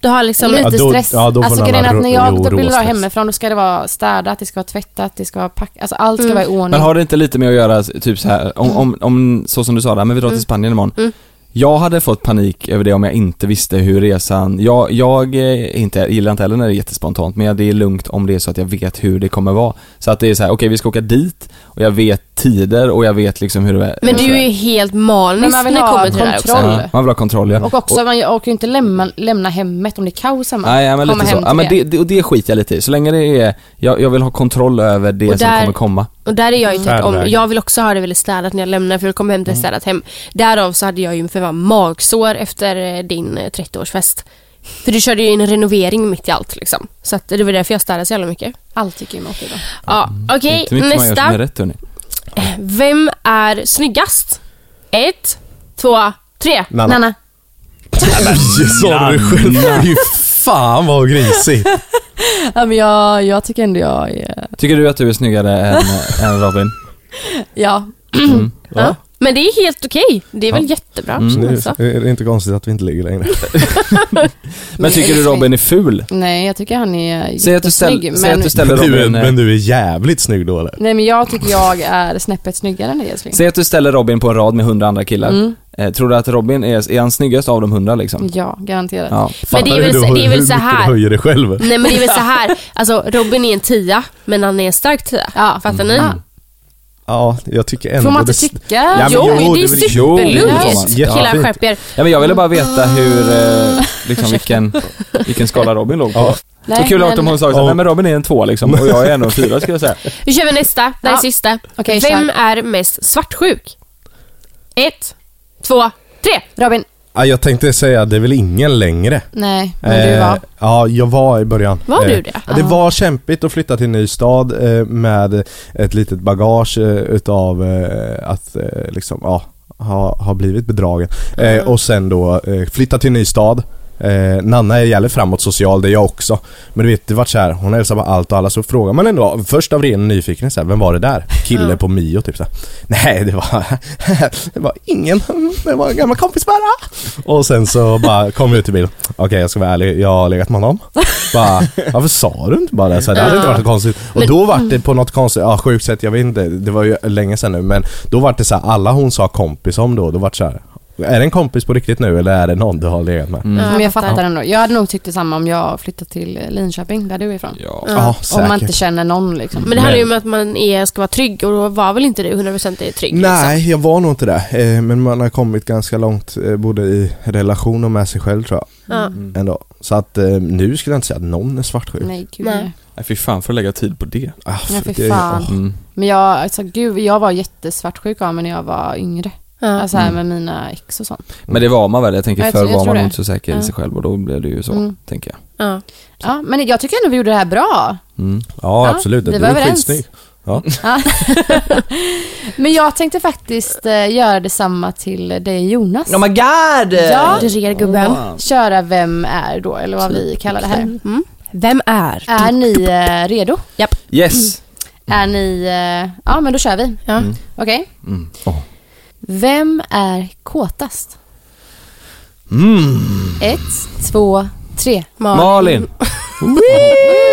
[SPEAKER 4] Du har liksom...
[SPEAKER 5] Lite
[SPEAKER 8] Ja, då-
[SPEAKER 5] stress.
[SPEAKER 8] ja, då får
[SPEAKER 5] alltså
[SPEAKER 8] man
[SPEAKER 5] grejen är
[SPEAKER 8] ha
[SPEAKER 5] att när
[SPEAKER 8] ro- ro-
[SPEAKER 5] jag då vill dra
[SPEAKER 8] råstress.
[SPEAKER 5] hemifrån då ska det vara städat, det ska vara tvättat, det ska vara packat, alltså allt
[SPEAKER 4] Mm.
[SPEAKER 5] ska vara i ordning.
[SPEAKER 7] Men har det inte lite med att göra typ så här, om, om, om så som du sa där, men vi drar
[SPEAKER 4] Mm.
[SPEAKER 7] till Spanien imorgon. Jag hade fått panik över det om jag inte visste hur resan, jag, jag eh, inte, gillar inte heller när det är jättespontant, men det är lugnt om det är så att jag vet hur det kommer vara. Så att det är så här, okej vi ska åka dit och jag vet tider och jag vet liksom hur det är.
[SPEAKER 4] Men du är ju helt
[SPEAKER 5] Men
[SPEAKER 4] manisk
[SPEAKER 5] man
[SPEAKER 4] när
[SPEAKER 5] vill
[SPEAKER 4] det
[SPEAKER 5] ha
[SPEAKER 4] kommer till det här också.
[SPEAKER 5] kontroll.
[SPEAKER 7] Ja, man vill ha kontroll ja.
[SPEAKER 5] Och också, man orkar ju inte lämna, lämna hemmet om det är kaos hemma.
[SPEAKER 7] Nej, ja, men
[SPEAKER 5] Komma
[SPEAKER 7] lite så.
[SPEAKER 5] hem
[SPEAKER 7] Ja,
[SPEAKER 5] till
[SPEAKER 7] men det, det, och det skiter jag lite i. Så länge det är, jag, jag vill ha kontroll över det
[SPEAKER 4] Och
[SPEAKER 7] som
[SPEAKER 4] där-
[SPEAKER 7] kommer komma.
[SPEAKER 4] Och där är jag ju tvärtom.
[SPEAKER 8] Färdvägen.
[SPEAKER 4] Jag vill också ha det väldigt städat när jag lämnar för jag kommer hem till ett
[SPEAKER 8] Mm.
[SPEAKER 4] städat hem. Därav så hade jag ju för fan magsår efter eh, din eh, 30-årsfest. För du körde ju in en renovering mitt i allt liksom. Så att det var därför jag städade så jävla mycket.
[SPEAKER 5] Allt gick ju emot idag.
[SPEAKER 4] Ja, okej.
[SPEAKER 7] Mm. Inte mycket man gör som
[SPEAKER 4] nästa.
[SPEAKER 7] är rätt hörni.
[SPEAKER 4] Vem är snyggast? Ett, två, tre.
[SPEAKER 8] Nanna.
[SPEAKER 5] Nanna.
[SPEAKER 8] Sa du det själv? Fy fan vad grisigt.
[SPEAKER 5] Ja, men jag, jag tycker ändå jag är...
[SPEAKER 7] Tycker du att du är snyggare än, än Robin?
[SPEAKER 5] Ja.
[SPEAKER 4] Ja. Men det är helt okej. Det är väl jättebra.
[SPEAKER 7] Mm.
[SPEAKER 8] Nu
[SPEAKER 4] Alltså.
[SPEAKER 8] är det inte konstigt att vi inte ligger längre.
[SPEAKER 7] Men tycker du Robin är ful?
[SPEAKER 5] Nej, jag tycker han är
[SPEAKER 7] Säg att du, ställ,
[SPEAKER 5] jättesnygg.
[SPEAKER 7] säg att
[SPEAKER 5] men,
[SPEAKER 7] du ställer
[SPEAKER 8] men, du är,
[SPEAKER 7] Robin... eh,
[SPEAKER 8] men du är jävligt snygg då eller?
[SPEAKER 5] Nej, men jag tycker jag är snäppet snyggare än dig älskling.
[SPEAKER 7] Säg att du ställer Robin på en rad med hundra andra killar. Eh, tror du att Robin är, är han snyggast av de hundra liksom?
[SPEAKER 5] Ja, garanterat.
[SPEAKER 7] Ja.
[SPEAKER 4] Men det är
[SPEAKER 8] Fattar
[SPEAKER 4] väl,
[SPEAKER 8] du
[SPEAKER 4] så-
[SPEAKER 8] hur-
[SPEAKER 4] det är väl
[SPEAKER 8] hur
[SPEAKER 4] så
[SPEAKER 8] mycket
[SPEAKER 4] här.
[SPEAKER 8] du höjer dig själv.
[SPEAKER 4] Nej men det är väl så här. Alltså Robin är en tia, men han är en stark tia.
[SPEAKER 5] Ja.
[SPEAKER 4] Fattar ni?
[SPEAKER 8] Mm. Ja, jag tycker ändå
[SPEAKER 5] Får man inte
[SPEAKER 8] det-
[SPEAKER 5] tycka?
[SPEAKER 8] Ja, men
[SPEAKER 4] jo,
[SPEAKER 8] jo,
[SPEAKER 4] det är
[SPEAKER 8] det är väl- jo,
[SPEAKER 7] det är väl
[SPEAKER 4] superlugnt.
[SPEAKER 7] sant.
[SPEAKER 4] Killar
[SPEAKER 8] Jättefint.
[SPEAKER 4] skärp er.
[SPEAKER 7] Ja, men jag ville bara veta hur, eh, liksom vilken, vilken skala Robin låg på.
[SPEAKER 8] Ja.
[SPEAKER 5] Nej,
[SPEAKER 7] Så kul
[SPEAKER 5] men-
[SPEAKER 7] att om hon sa så,
[SPEAKER 8] Ja.
[SPEAKER 7] nej men Robin är en två liksom och jag är en och en fyra skulle jag säga.
[SPEAKER 4] Nu kör vi nästa. Det här är
[SPEAKER 5] Ja.
[SPEAKER 4] sista.
[SPEAKER 5] Okej,
[SPEAKER 4] Vem
[SPEAKER 5] kör.
[SPEAKER 4] är mest svartsjuk? Ett, två, tre.
[SPEAKER 5] Robin.
[SPEAKER 8] Ja, jag tänkte säga, det är väl ingen längre.
[SPEAKER 5] Nej, men du
[SPEAKER 8] Eh,
[SPEAKER 5] var.
[SPEAKER 8] Ja, jag var i början.
[SPEAKER 4] Var du
[SPEAKER 8] Eh,
[SPEAKER 4] det?
[SPEAKER 8] ja, Det var kämpigt att flytta till en ny stad eh, med ett litet bagage eh, utav eh, att eh,
[SPEAKER 4] Mm.
[SPEAKER 8] liksom, ja, ha, ha blivit bedragen. Eh, Och sen då eh, flytta till en ny stad, Eh, Nanna är jävligt framåt social, det är jag också. Men du vet, det vart så här, hon hälsar på allt och alla så frågar man ändå först av ren nyfikenhet så här, vem var det där? Kille på Mio typ så här. Nej det var, det var ingen, det var en gammal kompis bara. Och sen så bara kom jag ut i bilen. Okej jag ska vara ärlig, jag har legat med honom. Bara, varför sa du inte bara det? Så här, det hade inte varit så konstigt. Och då var det på något konstigt, ja sjukt sätt, jag vet inte, det var ju länge sedan nu men då var det så här, alla hon sa kompis om då, då var det så här, är det en kompis på riktigt nu eller är det någon du har legat med?
[SPEAKER 5] Men jag fattar ändå. Jag hade nog tyckt detsamma om jag flyttat till eh, Linköping, där du är ifrån.
[SPEAKER 7] Ja.
[SPEAKER 8] Ja,
[SPEAKER 5] Om man
[SPEAKER 8] säkert.
[SPEAKER 5] inte känner någon liksom.
[SPEAKER 4] Men det handlar ju om att man är, ska vara trygg och då var väl inte du 100% trygg? Liksom.
[SPEAKER 8] Nej, jag var nog inte det. Eh, Men man har kommit ganska långt eh, både i relation och med sig själv tror jag.
[SPEAKER 4] Ja.
[SPEAKER 7] Mm.
[SPEAKER 8] Ändå. Så att eh, nu skulle jag inte säga att någon är svartsjuk.
[SPEAKER 5] Nej, gud.
[SPEAKER 4] Nej.
[SPEAKER 5] Nej.
[SPEAKER 7] Nej, fy fan för att lägga tid på det.
[SPEAKER 8] Ah,
[SPEAKER 5] Ja,
[SPEAKER 8] för
[SPEAKER 5] fy fan.
[SPEAKER 8] åh.
[SPEAKER 7] Mm.
[SPEAKER 5] Men jag, alltså, gud, jag var jättesvartsjuk av mig när jag var yngre.
[SPEAKER 4] Ja.
[SPEAKER 5] Alltså
[SPEAKER 7] Mm.
[SPEAKER 5] här med mina ex och sånt.
[SPEAKER 7] Men det var man väl, jag tänker
[SPEAKER 5] Jag
[SPEAKER 7] förr
[SPEAKER 5] tror- jag
[SPEAKER 7] var
[SPEAKER 5] tror
[SPEAKER 7] man nog
[SPEAKER 5] det.
[SPEAKER 7] inte så säker
[SPEAKER 5] Ja.
[SPEAKER 7] i sig själv och då blev det ju så,
[SPEAKER 5] Mm.
[SPEAKER 7] tänker jag.
[SPEAKER 4] Ja.
[SPEAKER 5] Ja, men jag tycker ändå vi gjorde det här bra.
[SPEAKER 7] Mm.
[SPEAKER 8] Ja,
[SPEAKER 5] Ja,
[SPEAKER 8] absolut.
[SPEAKER 5] vi
[SPEAKER 8] Du
[SPEAKER 5] var
[SPEAKER 8] är
[SPEAKER 5] överens.
[SPEAKER 8] skitsnygg. Ja.
[SPEAKER 5] Ja. men jag tänkte faktiskt eh, göra detsamma till eh, dig Jonas.
[SPEAKER 7] Oh
[SPEAKER 9] my god!
[SPEAKER 5] Ja.
[SPEAKER 4] Du rer gubben.
[SPEAKER 5] Köra Vem är då? Eller vad vi kallar det här.
[SPEAKER 4] Mm. Vem är?
[SPEAKER 5] Är ni eh, redo? Mm.
[SPEAKER 7] Yes!
[SPEAKER 5] Är ni... eh, ja, men då kör vi.
[SPEAKER 4] Ja.
[SPEAKER 5] Okej?
[SPEAKER 7] Mm. Åh.
[SPEAKER 5] Vem är kåtast?
[SPEAKER 7] Mm.
[SPEAKER 5] Ett, två, tre.
[SPEAKER 4] Malin.
[SPEAKER 7] Malin!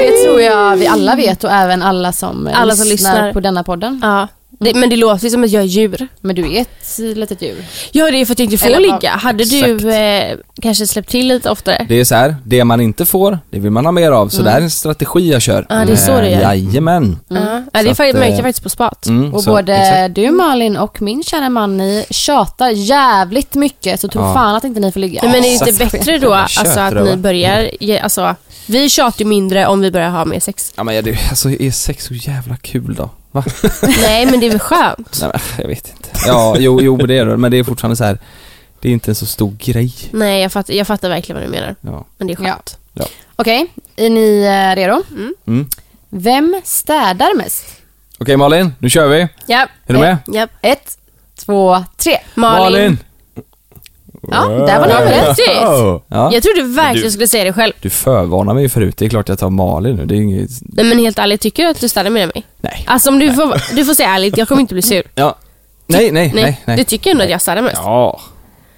[SPEAKER 5] Det tror jag vi alla vet och även alla som, eh,
[SPEAKER 4] Alla som lyssnar.
[SPEAKER 5] på denna podden.
[SPEAKER 4] Ja. Det, men det låter ju som att jag är djur.
[SPEAKER 5] Men du är ett litet djur.
[SPEAKER 4] Ja, det är för att jag inte får
[SPEAKER 5] Eller vad-
[SPEAKER 4] ligga. Hade du eh, kanske släppt till lite oftare?
[SPEAKER 7] Det är så här, det man inte får, det vill man ha mer av. Så det här är en strategi jag kör.
[SPEAKER 4] Ja, det är så det
[SPEAKER 7] Eh,
[SPEAKER 4] är.
[SPEAKER 7] Jajamän.
[SPEAKER 4] Ja. Ja, det
[SPEAKER 7] Så
[SPEAKER 4] är
[SPEAKER 7] att,
[SPEAKER 4] faktiskt,
[SPEAKER 7] eh,
[SPEAKER 4] märkte jag faktiskt på spat.
[SPEAKER 7] Mm,
[SPEAKER 5] Och
[SPEAKER 7] så-
[SPEAKER 5] både
[SPEAKER 7] exakt.
[SPEAKER 5] du Malin och min kära man, ni tjatar jävligt mycket så tro
[SPEAKER 7] Ja.
[SPEAKER 5] fan att inte ni får ligga.
[SPEAKER 4] Men är det inte bättre då
[SPEAKER 7] Kött,
[SPEAKER 4] alltså, att
[SPEAKER 7] röva.
[SPEAKER 4] ni börjar, ge, alltså, vi tjatar ju mindre om vi börjar ha mer sex.
[SPEAKER 7] Ja men jag- det, alltså är sex så jävla kul då? Va?
[SPEAKER 4] Nej men det är väl skönt?
[SPEAKER 7] Nej men jag vet inte. Ja, jo, jo det är det, men det är fortfarande så här. det är inte en så stor grej.
[SPEAKER 4] Nej jag fattar, jag fattar verkligen vad du menar.
[SPEAKER 7] Ja.
[SPEAKER 4] Men det är skönt.
[SPEAKER 5] Okej, är ni eh, redo?
[SPEAKER 7] Mm.
[SPEAKER 5] Vem städar mest?
[SPEAKER 7] Okej Malin, nu kör vi.
[SPEAKER 4] Ja.
[SPEAKER 7] Är du
[SPEAKER 5] Eh,
[SPEAKER 7] med?
[SPEAKER 4] Japp.
[SPEAKER 5] Ett, två, tre.
[SPEAKER 4] Malin.
[SPEAKER 5] Ja, där var ni överens.
[SPEAKER 8] Oh.
[SPEAKER 7] Ja.
[SPEAKER 4] Jag trodde verkligen du skulle säga det själv.
[SPEAKER 7] Du förvarnar mig ju förut, det är klart jag tar Malin nu. Det är inget...
[SPEAKER 4] Nej men helt ärligt, tycker du att du ställer med mig?
[SPEAKER 7] Nej.
[SPEAKER 4] Alltså om du får, du får säga ärligt, jag kommer inte bli sur.
[SPEAKER 7] Ja. Nej, nej, nej. nej,
[SPEAKER 4] Du tycker ändå att jag ställer mest?
[SPEAKER 7] Ja.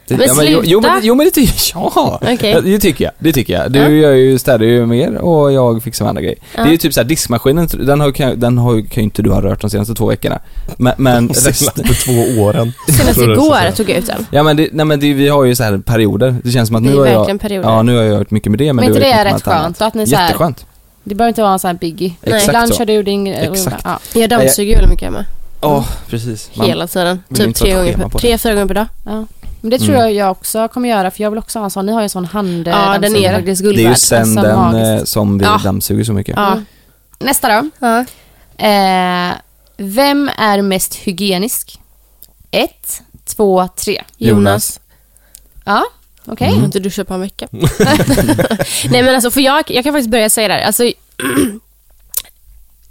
[SPEAKER 7] Det,
[SPEAKER 4] Men
[SPEAKER 7] ja, men, jo, jo, men,
[SPEAKER 4] sluta.
[SPEAKER 7] jo men det tycker jag. Ja.
[SPEAKER 4] Okej.
[SPEAKER 7] Ja, Det tycker jag. Det tycker jag. Du
[SPEAKER 4] Ja.
[SPEAKER 7] gör ju, städar ju mer och jag fixar med andra grejer. Det är ju typ såhär diskmaskinen, den, har, kan- den har, ju- kan ju inte du ha rört de senaste två veckorna. Men, men
[SPEAKER 8] Senaste
[SPEAKER 7] resten...
[SPEAKER 8] två åren.
[SPEAKER 4] Senast
[SPEAKER 8] Tror du det är så
[SPEAKER 4] igår
[SPEAKER 8] fel?
[SPEAKER 4] tog jag ut den.
[SPEAKER 7] Ja men, det, nej, men det, vi har ju så här perioder. Det känns som att
[SPEAKER 4] Det
[SPEAKER 7] nu
[SPEAKER 4] är
[SPEAKER 7] har
[SPEAKER 4] verkligen
[SPEAKER 7] jag...
[SPEAKER 4] perioder.
[SPEAKER 7] Ja, nu har jag gjort mycket med det men,
[SPEAKER 5] Men
[SPEAKER 7] du
[SPEAKER 5] inte
[SPEAKER 7] har
[SPEAKER 5] det
[SPEAKER 7] gjort
[SPEAKER 5] är
[SPEAKER 7] mycket
[SPEAKER 5] rätt
[SPEAKER 7] med allt
[SPEAKER 5] skönt? Att ni
[SPEAKER 7] annat.
[SPEAKER 5] så här,
[SPEAKER 7] Jätteskönt.
[SPEAKER 5] det behöver inte vara en sån här biggie.
[SPEAKER 7] Exakt
[SPEAKER 5] Ibland
[SPEAKER 7] så.
[SPEAKER 5] kör du din grej. och-
[SPEAKER 7] Exakt.
[SPEAKER 5] Ja.
[SPEAKER 4] Jag dammsuger väldigt mycket hemma.
[SPEAKER 7] Ja, precis. Man-
[SPEAKER 4] Hela tiden.
[SPEAKER 7] vill
[SPEAKER 4] Typ
[SPEAKER 7] inte ha
[SPEAKER 4] tre,
[SPEAKER 7] ett
[SPEAKER 4] gånger
[SPEAKER 7] schema
[SPEAKER 4] per,
[SPEAKER 7] på det.
[SPEAKER 4] tre, fyra gånger per dag.
[SPEAKER 5] Ja. Men det tror jag jag också kommer göra för jag vill också ha en sån. Ni har ju en sån hand
[SPEAKER 4] Ja, den är faktiskt guld
[SPEAKER 7] Det är ju
[SPEAKER 4] värd.
[SPEAKER 7] sen
[SPEAKER 5] alltså,
[SPEAKER 7] den
[SPEAKER 5] magiskt.
[SPEAKER 7] eh, som vi
[SPEAKER 4] Ja.
[SPEAKER 7] dammsuger så mycket.
[SPEAKER 4] Ja.
[SPEAKER 5] Nästa då.
[SPEAKER 4] Ja.
[SPEAKER 5] Eh, vem är mest hygienisk? Ett, två, tre.
[SPEAKER 4] Jonas.
[SPEAKER 5] Ja, okej.
[SPEAKER 4] Jag har inte duschat på en vecka. Nej men alltså, för jag, jag kan faktiskt börja säga det här. Alltså,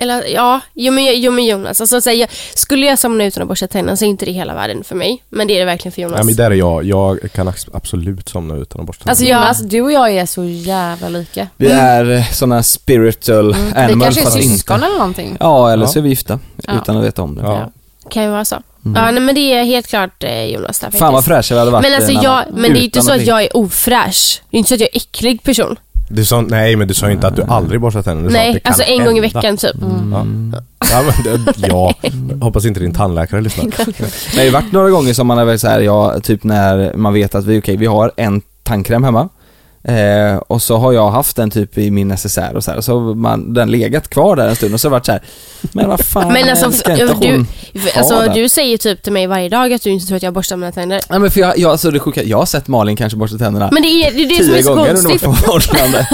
[SPEAKER 4] eller ja, jo men, jo, men Jonas. Alltså, så här, jag, skulle jag somna utan att borsta tänderna så är inte det hela världen för mig. Men det är det verkligen för Jonas.
[SPEAKER 8] Ja, men där är jag. Jag kan ax- absolut somna utan att borsta
[SPEAKER 5] Alltså
[SPEAKER 8] tänderna.
[SPEAKER 5] Jonas, du och jag är så jävla lika.
[SPEAKER 7] Vi är sådana spiritual
[SPEAKER 5] Vi
[SPEAKER 7] animals
[SPEAKER 5] kanske är
[SPEAKER 7] fast
[SPEAKER 5] syskon
[SPEAKER 7] inte.
[SPEAKER 5] eller någonting.
[SPEAKER 7] Ja, eller
[SPEAKER 8] Ja.
[SPEAKER 7] så är vi gifta
[SPEAKER 5] Ja.
[SPEAKER 7] utan att veta om det.
[SPEAKER 8] Ja.
[SPEAKER 4] Kan ju vara så. Ja, nej, men det är helt klart eh, Jonas där faktiskt.
[SPEAKER 7] Fan vad fräscha vi hade varit
[SPEAKER 4] Men, alltså,
[SPEAKER 7] i en
[SPEAKER 4] jag,
[SPEAKER 7] annan-
[SPEAKER 4] men det är ju inte
[SPEAKER 7] utan
[SPEAKER 4] så att
[SPEAKER 7] ligga.
[SPEAKER 4] jag är ofräsch. Det är inte så att jag är äcklig person.
[SPEAKER 8] Du sa, nej men du sa ju inte att du aldrig borstar tänderna. Du sa att
[SPEAKER 4] Nej,
[SPEAKER 8] det kan
[SPEAKER 4] alltså en gång i
[SPEAKER 8] hända.
[SPEAKER 4] veckan typ.
[SPEAKER 8] Ja.
[SPEAKER 7] Mm.
[SPEAKER 8] Ja, men, det- ja, hoppas inte din tandläkare lyssnar.
[SPEAKER 7] Men Det har ju varit några gånger som man har varit så här, ja, typ när man vet att vi, okej, vi har en tandkräm hemma. Eh, och så har jag haft den typ i min necessär och så här, och så har man, den legat kvar där en stund och så har det varit så här, men vad fan,
[SPEAKER 4] Men alltså,
[SPEAKER 7] ska inte
[SPEAKER 4] f- du,
[SPEAKER 7] hon
[SPEAKER 4] f-
[SPEAKER 7] ha
[SPEAKER 4] alltså
[SPEAKER 7] den?
[SPEAKER 4] du säger typ till mig varje dag att du inte tror att jag borstar mina tänder.
[SPEAKER 7] Nej men för jag, jag, alltså det sjuka, jag har sett Malin kanske borsta tänderna
[SPEAKER 4] Men det är det, är det som är
[SPEAKER 7] tio
[SPEAKER 4] så
[SPEAKER 7] gånger under
[SPEAKER 4] konstigt.
[SPEAKER 7] vårt förhållande.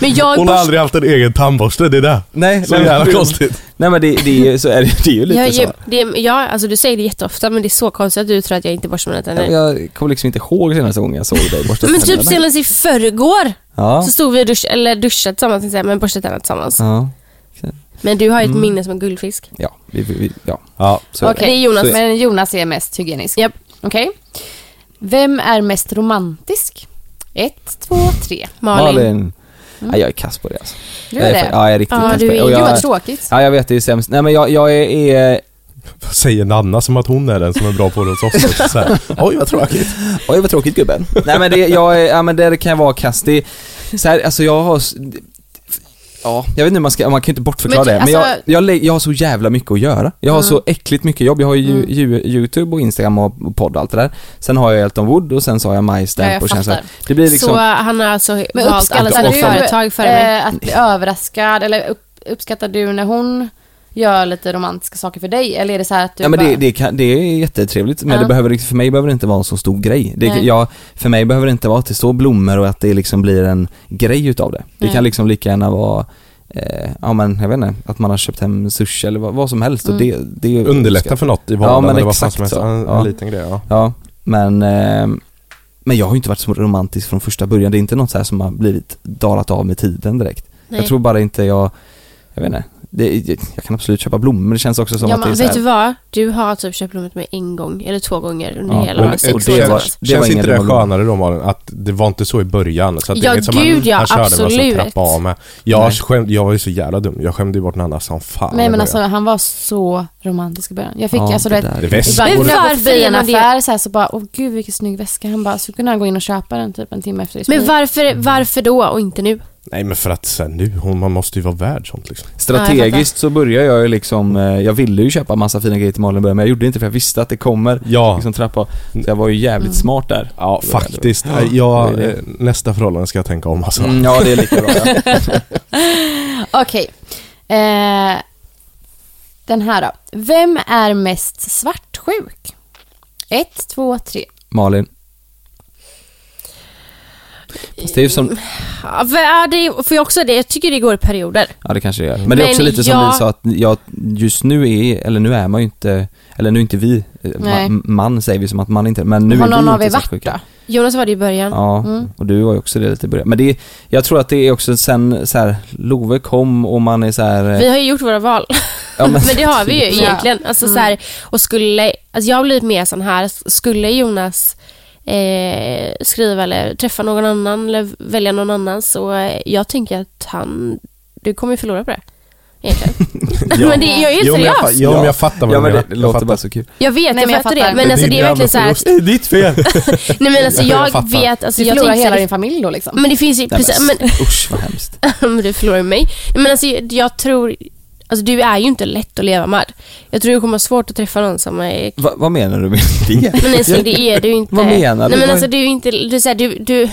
[SPEAKER 4] Men jag,
[SPEAKER 8] Hon har
[SPEAKER 4] borst,
[SPEAKER 8] aldrig haft en egen tandborste, det är det.
[SPEAKER 7] Nej,
[SPEAKER 8] Så
[SPEAKER 7] nej,
[SPEAKER 8] jävla
[SPEAKER 7] men-
[SPEAKER 8] konstigt.
[SPEAKER 7] Nej men det, det, är ju- så är det, det är ju lite
[SPEAKER 4] jag,
[SPEAKER 7] så.
[SPEAKER 4] jag, det, ja, alltså du säger det jätteofta men det är så konstigt att du tror att jag inte borstar mina tänder.
[SPEAKER 7] Jag kommer liksom inte ihåg senaste gången jag såg dig borsta
[SPEAKER 4] Men
[SPEAKER 7] tänderna.
[SPEAKER 4] typ senast i förrgår
[SPEAKER 7] Ja.
[SPEAKER 4] så stod vi och dusch, eller duschade tillsammans, tänkte jag säga, men borstade tänderna tillsammans.
[SPEAKER 7] Ja.
[SPEAKER 4] Men du har ju ett minne som en guldfisk.
[SPEAKER 7] Ja, vi, vi, vi, ja.
[SPEAKER 8] Ja.
[SPEAKER 7] Så är det.
[SPEAKER 4] Okej. Det är Jonas.
[SPEAKER 7] Så är det.
[SPEAKER 5] Men Jonas är mest hygienisk.
[SPEAKER 4] Japp.
[SPEAKER 5] Okej. Vem är mest romantisk?
[SPEAKER 9] Ett, två, tre.
[SPEAKER 4] Malin.
[SPEAKER 7] Nej, jag är kass på det alltså.
[SPEAKER 9] Du
[SPEAKER 7] Jag
[SPEAKER 9] är
[SPEAKER 7] fa-
[SPEAKER 9] det?
[SPEAKER 7] Ja, jag är riktigt
[SPEAKER 4] Ja,
[SPEAKER 7] kass
[SPEAKER 4] du
[SPEAKER 7] på det.
[SPEAKER 4] är-
[SPEAKER 7] Och
[SPEAKER 9] Gud
[SPEAKER 7] jag,
[SPEAKER 9] vad tråkigt.
[SPEAKER 7] ja, jag vet, det är sämst. Nej men jag, jag är, är...
[SPEAKER 8] Vad säger Nanna som att hon är den som är bra på det hos oss också? Så här, Oj vad tråkigt.
[SPEAKER 7] Oj vad tråkigt gubben. Nej men det, jag är, ja men det kan jag vara kass. Det, så här, alltså jag har... s- Ja, jag vet inte hur man ska, man kan ju inte bortförklara
[SPEAKER 9] Men,
[SPEAKER 7] det. Men jag,
[SPEAKER 9] alltså-
[SPEAKER 7] jag, lä- jag har så jävla mycket att göra. Jag har så äckligt mycket jobb. Jag har ju ju- YouTube och Instagram och och podd och allt det där. Sen har jag Elton Wood och sen så har jag MyStamp
[SPEAKER 9] Ja, jag
[SPEAKER 7] och känns så här.
[SPEAKER 9] fattar.
[SPEAKER 7] Det blir liksom...
[SPEAKER 4] Så eh, han har alltså
[SPEAKER 9] Men
[SPEAKER 4] valt alla
[SPEAKER 9] uppskattar
[SPEAKER 4] sina
[SPEAKER 9] du
[SPEAKER 4] företag före mig.
[SPEAKER 5] eh, att bli överraskad eller upp, uppskattar du när hon gör lite romantiska saker för dig? Eller är det så här att du
[SPEAKER 7] ja men
[SPEAKER 5] bara,
[SPEAKER 7] det, det, kan, det är jättetrevligt, men
[SPEAKER 5] Ja.
[SPEAKER 7] det behöver, inte- för mig behöver det inte vara en så stor grej. Det,
[SPEAKER 5] Nej.
[SPEAKER 7] jag, för mig behöver det inte vara att det står blommor och att det liksom blir en grej utav det. Det
[SPEAKER 5] Nej.
[SPEAKER 7] kan liksom lika gärna vara, eh, ja men jag vet inte, att man har köpt hem sushi eller vad, vad som helst och
[SPEAKER 5] Mm.
[SPEAKER 7] det, det är
[SPEAKER 8] Underlätta för något i
[SPEAKER 7] Ja,
[SPEAKER 8] vardagen
[SPEAKER 7] men
[SPEAKER 8] eller vad fan
[SPEAKER 7] exakt
[SPEAKER 8] som helst.
[SPEAKER 7] så.
[SPEAKER 8] En,
[SPEAKER 7] Ja.
[SPEAKER 8] en liten grej ja.
[SPEAKER 7] Ja, men, eh, men jag har ju inte varit så romantisk från första början. Det är inte något så här som har blivit dalat av med tiden direkt.
[SPEAKER 4] Nej.
[SPEAKER 7] Jag tror bara inte jag, jag vet inte, det, jag kan absolut köpa blommor, det känns också som
[SPEAKER 4] Ja,
[SPEAKER 7] att det är
[SPEAKER 4] men,
[SPEAKER 7] så här,
[SPEAKER 4] vet du vad? Du har typ köpt blommor till mig en gång, eller två gånger under
[SPEAKER 7] Ja,
[SPEAKER 4] hela
[SPEAKER 7] men-
[SPEAKER 4] våra
[SPEAKER 7] och
[SPEAKER 4] sex
[SPEAKER 7] det
[SPEAKER 4] år.
[SPEAKER 7] var-
[SPEAKER 4] tillsammans.
[SPEAKER 7] var
[SPEAKER 8] Känns
[SPEAKER 7] ingen
[SPEAKER 8] inte det
[SPEAKER 7] revolution.
[SPEAKER 8] skönare då Malin, att det var inte så i början? Så att
[SPEAKER 4] Ja,
[SPEAKER 8] det är inget som
[SPEAKER 4] gud,
[SPEAKER 8] han,
[SPEAKER 4] ja,
[SPEAKER 8] han körde med
[SPEAKER 4] absolut.
[SPEAKER 8] en trappa av med. Jag,
[SPEAKER 7] Nej.
[SPEAKER 8] skäm, jag var ju så jävla dum, jag skämde ju bort Nanna som fan
[SPEAKER 5] Nej
[SPEAKER 8] i
[SPEAKER 5] men
[SPEAKER 8] början.
[SPEAKER 5] alltså han var så romantisk i början. Jag fick
[SPEAKER 7] Ja,
[SPEAKER 5] alltså du vet,
[SPEAKER 7] där
[SPEAKER 8] Det är
[SPEAKER 7] är-
[SPEAKER 8] väst.
[SPEAKER 5] ibland
[SPEAKER 4] Men
[SPEAKER 5] kunde jag gå
[SPEAKER 4] varför
[SPEAKER 5] förbi en
[SPEAKER 4] genom det?
[SPEAKER 5] affär så, här, så bara, åh gud vilken snygg väska. Han bara, så kunde han gå in och köpa den typ en timme efter det.
[SPEAKER 4] Men varför,
[SPEAKER 7] Mm.
[SPEAKER 4] varför då och inte nu?
[SPEAKER 8] Nej men för att så här, nu, hon, man måste ju vara värd sånt liksom.
[SPEAKER 4] Ja, jag fattar.
[SPEAKER 7] Strategiskt så började jag ju liksom, eh, jag ville ju köpa massa fina grejer till Malin i början, men jag gjorde det inte för jag visste att det kommer
[SPEAKER 8] Ja.
[SPEAKER 7] liksom trappa Så jag var ju jävligt
[SPEAKER 5] Mm.
[SPEAKER 7] smart där.
[SPEAKER 8] Ja,
[SPEAKER 7] Det var-
[SPEAKER 8] faktiskt.
[SPEAKER 7] det var-
[SPEAKER 8] jag,
[SPEAKER 7] det var det.
[SPEAKER 8] eh, nästa förhållande ska jag tänka om alltså.
[SPEAKER 7] Mm, ja, det är lika bra. ja.
[SPEAKER 5] Okej. Eh, den här då. Vem är mest svartsjuk? Ett, två, tre.
[SPEAKER 7] Malin. Fast det är ju som,
[SPEAKER 4] Ja, för, ja, det, för jag, också, det, jag tycker det går i perioder.
[SPEAKER 7] ja det kanske det är. Men det är också
[SPEAKER 4] Men
[SPEAKER 7] lite som
[SPEAKER 4] jag-
[SPEAKER 7] vi sa att jag, just nu är, eller nu är man ju inte, eller nu är inte vi, eh,
[SPEAKER 5] Nej.
[SPEAKER 7] ma- man säger vi som att man inte, men nu
[SPEAKER 5] Har
[SPEAKER 7] är vi
[SPEAKER 5] någon
[SPEAKER 7] inte
[SPEAKER 5] av er varit
[SPEAKER 7] svartsjuka.
[SPEAKER 5] då?
[SPEAKER 4] Jonas var det i början.
[SPEAKER 7] Ja,
[SPEAKER 4] Mm.
[SPEAKER 7] och du var ju också det lite i början. Men det, är- jag tror att det är också sen så här, Love kom och man är så här, eh,
[SPEAKER 4] Vi har ju gjort våra val.
[SPEAKER 7] ja,
[SPEAKER 4] men, det har vi ju
[SPEAKER 7] Ja.
[SPEAKER 4] egentligen. Alltså, så
[SPEAKER 8] Mm.
[SPEAKER 4] här, och skulle, alltså, jag har blivit mer sån här, skulle Jonas eh, skriva eller träffa någon annan eller välja någon annan så eh, jag tänker att han, du kommer ju förlora på det. Egentligen. Men det, jag är ju
[SPEAKER 8] Jo, men jag,
[SPEAKER 4] seriös.
[SPEAKER 8] fa- jo, men jag fattar vad
[SPEAKER 7] ja,
[SPEAKER 8] du
[SPEAKER 7] men det
[SPEAKER 8] menar.
[SPEAKER 7] låter
[SPEAKER 8] Jag
[SPEAKER 7] bara
[SPEAKER 8] fattar.
[SPEAKER 7] så kul.
[SPEAKER 4] Jag vet,
[SPEAKER 5] Nej,
[SPEAKER 4] jag,
[SPEAKER 5] men jag
[SPEAKER 4] fattar det.
[SPEAKER 5] fattar.
[SPEAKER 4] Men
[SPEAKER 8] är
[SPEAKER 4] alltså,
[SPEAKER 8] din
[SPEAKER 4] det är verkligen
[SPEAKER 8] jävla
[SPEAKER 4] så här att,
[SPEAKER 8] förlust. Det är ditt fel!
[SPEAKER 4] nej men alltså
[SPEAKER 8] Jag
[SPEAKER 4] jag,
[SPEAKER 8] fattar.
[SPEAKER 4] vet, alltså,
[SPEAKER 5] Du
[SPEAKER 4] jag
[SPEAKER 5] förlorar
[SPEAKER 4] tänkte-
[SPEAKER 5] hela din familj då liksom.
[SPEAKER 4] Men det finns ju,
[SPEAKER 7] Nej,
[SPEAKER 4] precis, men,
[SPEAKER 7] men,
[SPEAKER 8] alltså.
[SPEAKER 7] usch vad hemskt.
[SPEAKER 4] Om du förlorar mig. Nej, Men alltså, jag tror... Alltså, du är ju inte lätt att leva med. Jag tror du kommer ha svårt att träffa någon som är...
[SPEAKER 7] Va, vad menar du med det?
[SPEAKER 4] Men alltså, det är du ju inte.
[SPEAKER 7] Vad menar du?
[SPEAKER 4] Nej, men
[SPEAKER 7] Vad-
[SPEAKER 4] alltså, du är ju inte... Du, är så här, du, du, Nej,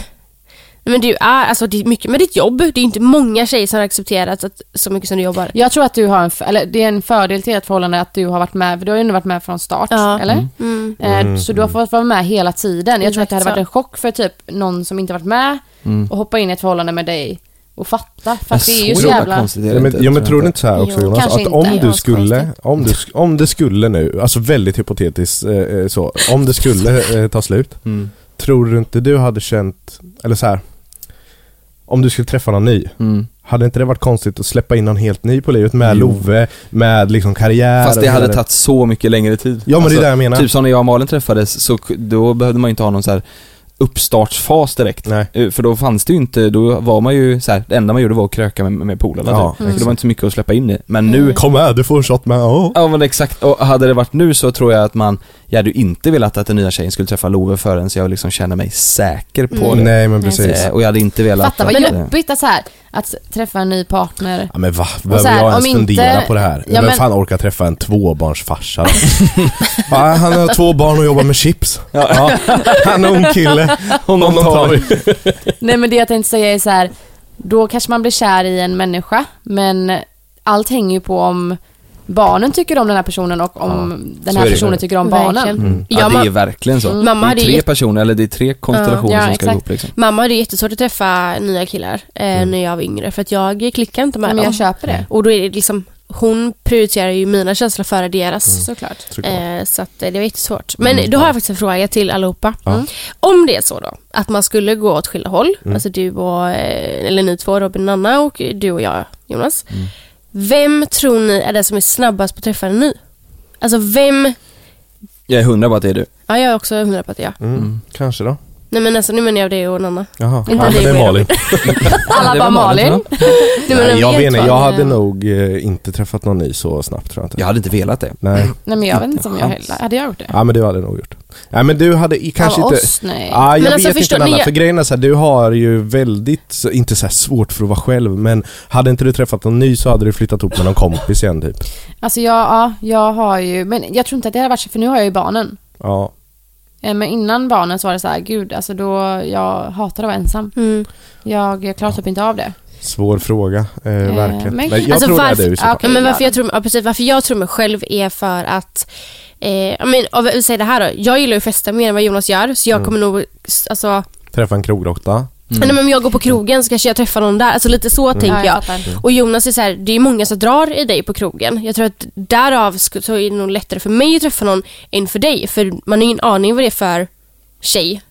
[SPEAKER 4] men du är... Alltså, det är mycket med ditt jobb. Det är inte många tjejer som har accepterat att, så mycket som du jobbar.
[SPEAKER 5] Jag tror att du har en, f- eller det är en fördel till ert förhållande att du har varit med, för du har ju ändå varit med från start,
[SPEAKER 4] Ja.
[SPEAKER 5] eller?
[SPEAKER 4] Mm.
[SPEAKER 5] Eh, Så du har fått vara med hela tiden. Jag tror att det hade
[SPEAKER 4] Exakt
[SPEAKER 5] varit en chock för typ någon som inte varit med
[SPEAKER 7] Mm.
[SPEAKER 5] och hoppa in i ett förhållande med dig och fatta. För att det är ju så
[SPEAKER 7] jävla
[SPEAKER 5] jävla...
[SPEAKER 7] konstigt är det
[SPEAKER 8] Ja, men,
[SPEAKER 7] inte,
[SPEAKER 8] ja, men tror
[SPEAKER 7] jag
[SPEAKER 8] du inte så här också
[SPEAKER 5] Jo,
[SPEAKER 8] Jonas?
[SPEAKER 5] kanske
[SPEAKER 8] Att om
[SPEAKER 5] inte.
[SPEAKER 8] du
[SPEAKER 5] Ja,
[SPEAKER 8] skulle,
[SPEAKER 5] konstigt.
[SPEAKER 8] om du, sk- om det skulle nu, alltså väldigt hypotetiskt eh, eh, så, om det skulle eh, ta slut,
[SPEAKER 7] Mm.
[SPEAKER 8] tror du inte du hade känt, eller så här, om du skulle träffa någon ny,
[SPEAKER 7] Mm.
[SPEAKER 8] hade inte det varit konstigt att släppa in någon helt ny på livet med
[SPEAKER 7] Jo.
[SPEAKER 8] Love, med liksom karriär
[SPEAKER 7] Fast det
[SPEAKER 8] och
[SPEAKER 7] hade
[SPEAKER 8] så
[SPEAKER 7] tagit så mycket längre tid.
[SPEAKER 8] Ja, men det är det jag menar.
[SPEAKER 7] Typ som när jag och Malin träffades, så k- då behövde man ju inte ha någon så här uppstartsfas direkt.
[SPEAKER 8] Nej.
[SPEAKER 7] Eh, För då fanns det ju inte, då var man ju så här, det enda man gjorde var att kröka med, med polarna
[SPEAKER 8] Ja,
[SPEAKER 7] typ. För det var inte så mycket att släppa in i. Men nu,
[SPEAKER 8] Kom med, du får en shot med, oh.
[SPEAKER 7] Ja men exakt, och hade det varit nu så tror jag att man, jag hade ju inte velat att den nya tjejen skulle träffa Love förrän så jag liksom känner mig säker på det.
[SPEAKER 8] Mm. Nej men precis.
[SPEAKER 7] Eh, Och jag hade inte velat
[SPEAKER 5] Fatta vad
[SPEAKER 7] att,
[SPEAKER 5] jobbigt att, så här, att träffa en ny partner.
[SPEAKER 8] Ja men va?
[SPEAKER 5] så
[SPEAKER 8] Behöver
[SPEAKER 5] här,
[SPEAKER 8] jag
[SPEAKER 5] om
[SPEAKER 8] ens
[SPEAKER 5] inte-
[SPEAKER 8] fundera på det här?
[SPEAKER 5] Ja,
[SPEAKER 8] Vem
[SPEAKER 5] men-
[SPEAKER 8] fan orkar träffa en tvåbarnsfarsa? ja, han har två barn och jobbar med chips. Ja. Han är ung kille.
[SPEAKER 7] Honom
[SPEAKER 8] Honom
[SPEAKER 7] tar
[SPEAKER 8] tar vi.
[SPEAKER 5] Nej men det jag tänkte säga är så här, då kanske man blir kär i en människa, men allt hänger ju på om barnen tycker om den här personen och om den
[SPEAKER 7] så
[SPEAKER 5] här
[SPEAKER 7] är det. Mm.
[SPEAKER 5] personen tycker om barnen.
[SPEAKER 4] Verkligen.
[SPEAKER 7] Ja,
[SPEAKER 4] Ja,
[SPEAKER 7] det är
[SPEAKER 4] ma-
[SPEAKER 7] verkligen så.
[SPEAKER 4] Mamma
[SPEAKER 7] det
[SPEAKER 4] hade
[SPEAKER 7] är
[SPEAKER 4] ju
[SPEAKER 7] tre
[SPEAKER 4] gett-
[SPEAKER 7] personer, eller det är tre konstellationer
[SPEAKER 5] Ja,
[SPEAKER 7] som ska
[SPEAKER 5] exakt.
[SPEAKER 7] ihop liksom. Mm.
[SPEAKER 4] Mamma hade jättesvårt att träffa nya killar eh, när jag var yngre för att jag klickar inte med
[SPEAKER 5] Men
[SPEAKER 4] dem.
[SPEAKER 5] jag köper det.
[SPEAKER 4] Och då är det liksom, hon prioriterar ju mina känslor före deras.
[SPEAKER 7] Mm.
[SPEAKER 5] Såklart.
[SPEAKER 4] Eh, så att eh, det var jättesvårt. Men då har jag faktiskt en fråga till allihopa. Mm. Om det är så då, att man skulle gå åt skilda håll,
[SPEAKER 7] Mm.
[SPEAKER 4] alltså du och, eh, eller ni två, Robin och Anna och du och jag, Jonas.
[SPEAKER 7] Mm.
[SPEAKER 4] Vem tror ni är den som är snabbast på att träffa en ny? Alltså vem,
[SPEAKER 7] Jag är hundra på att det är du. Mm.
[SPEAKER 4] ja jag är också hundra på att det är jag.
[SPEAKER 8] Mm. Kanske då.
[SPEAKER 4] Nej men alltså nu menar jag det och Nanna.
[SPEAKER 8] Jaha,
[SPEAKER 4] Inte
[SPEAKER 8] ja, men
[SPEAKER 4] det
[SPEAKER 8] det är
[SPEAKER 4] med
[SPEAKER 8] Malin.
[SPEAKER 5] Alla
[SPEAKER 7] det
[SPEAKER 5] bara
[SPEAKER 7] var Malin,
[SPEAKER 5] Malin.
[SPEAKER 4] Nej,
[SPEAKER 8] Nej, jag
[SPEAKER 4] vet
[SPEAKER 8] vet inte,
[SPEAKER 4] vad
[SPEAKER 8] jag
[SPEAKER 4] ni-
[SPEAKER 8] hade nog eh, inte träffat någon ny så snabbt tror jag inte.
[SPEAKER 7] Jag hade inte velat det.
[SPEAKER 8] Nej,
[SPEAKER 5] Nej men jag vet inte om jag heller, hade jag gjort det?
[SPEAKER 8] ja, men du hade nog gjort det. Nej men du hade i- kanske
[SPEAKER 5] Av
[SPEAKER 8] inte...
[SPEAKER 5] oss? Nej.
[SPEAKER 8] Ja, jag
[SPEAKER 4] Men
[SPEAKER 8] vet
[SPEAKER 4] alltså, förstår
[SPEAKER 8] inte
[SPEAKER 4] ni-
[SPEAKER 8] Nanna, för grejen är så här, du har ju väldigt, så- inte så här svårt för att vara själv, men hade inte du träffat någon ny så hade du flyttat ihop med någon kompis igen typ.
[SPEAKER 5] Alltså jag, ja, jag har ju, men jag tror inte att det hade varit så, för nu har jag ju barnen.
[SPEAKER 8] Ja.
[SPEAKER 5] Eh, Men innan barnen så var det så här, gud, alltså då, jag hatar att vara ensam.
[SPEAKER 4] Mm.
[SPEAKER 5] Jag, jag klarar typ inte av det.
[SPEAKER 8] Svår fråga, eh, verkligen.
[SPEAKER 5] men-
[SPEAKER 8] Men jag
[SPEAKER 4] Alltså,
[SPEAKER 8] tror
[SPEAKER 4] varför-
[SPEAKER 8] det är du i så fall.
[SPEAKER 5] ja, okej.
[SPEAKER 4] Ja, men
[SPEAKER 5] jag
[SPEAKER 4] varför, jag tror, ja, precis, varför jag tror mig själv är för att eh, ja, men, om vi säger det här då. Jag gillar ju att festa mer än vad Jonas gör så
[SPEAKER 8] Mm.
[SPEAKER 4] jag kommer nog alltså,
[SPEAKER 8] Träffa en krogråtta.
[SPEAKER 4] nej, men om jag går på krogen så kanske jag träffar någon där. Alltså lite
[SPEAKER 8] Mm.
[SPEAKER 4] så tänker
[SPEAKER 5] Ja,
[SPEAKER 4] jag.
[SPEAKER 5] jag fattar. Mm.
[SPEAKER 4] Och Jonas är så här, det är många som drar i dig på krogen. Jag tror att därav sk- så är det nog lättare för mig att träffa någon än för dig. För man har ingen aning vad det är för tjej.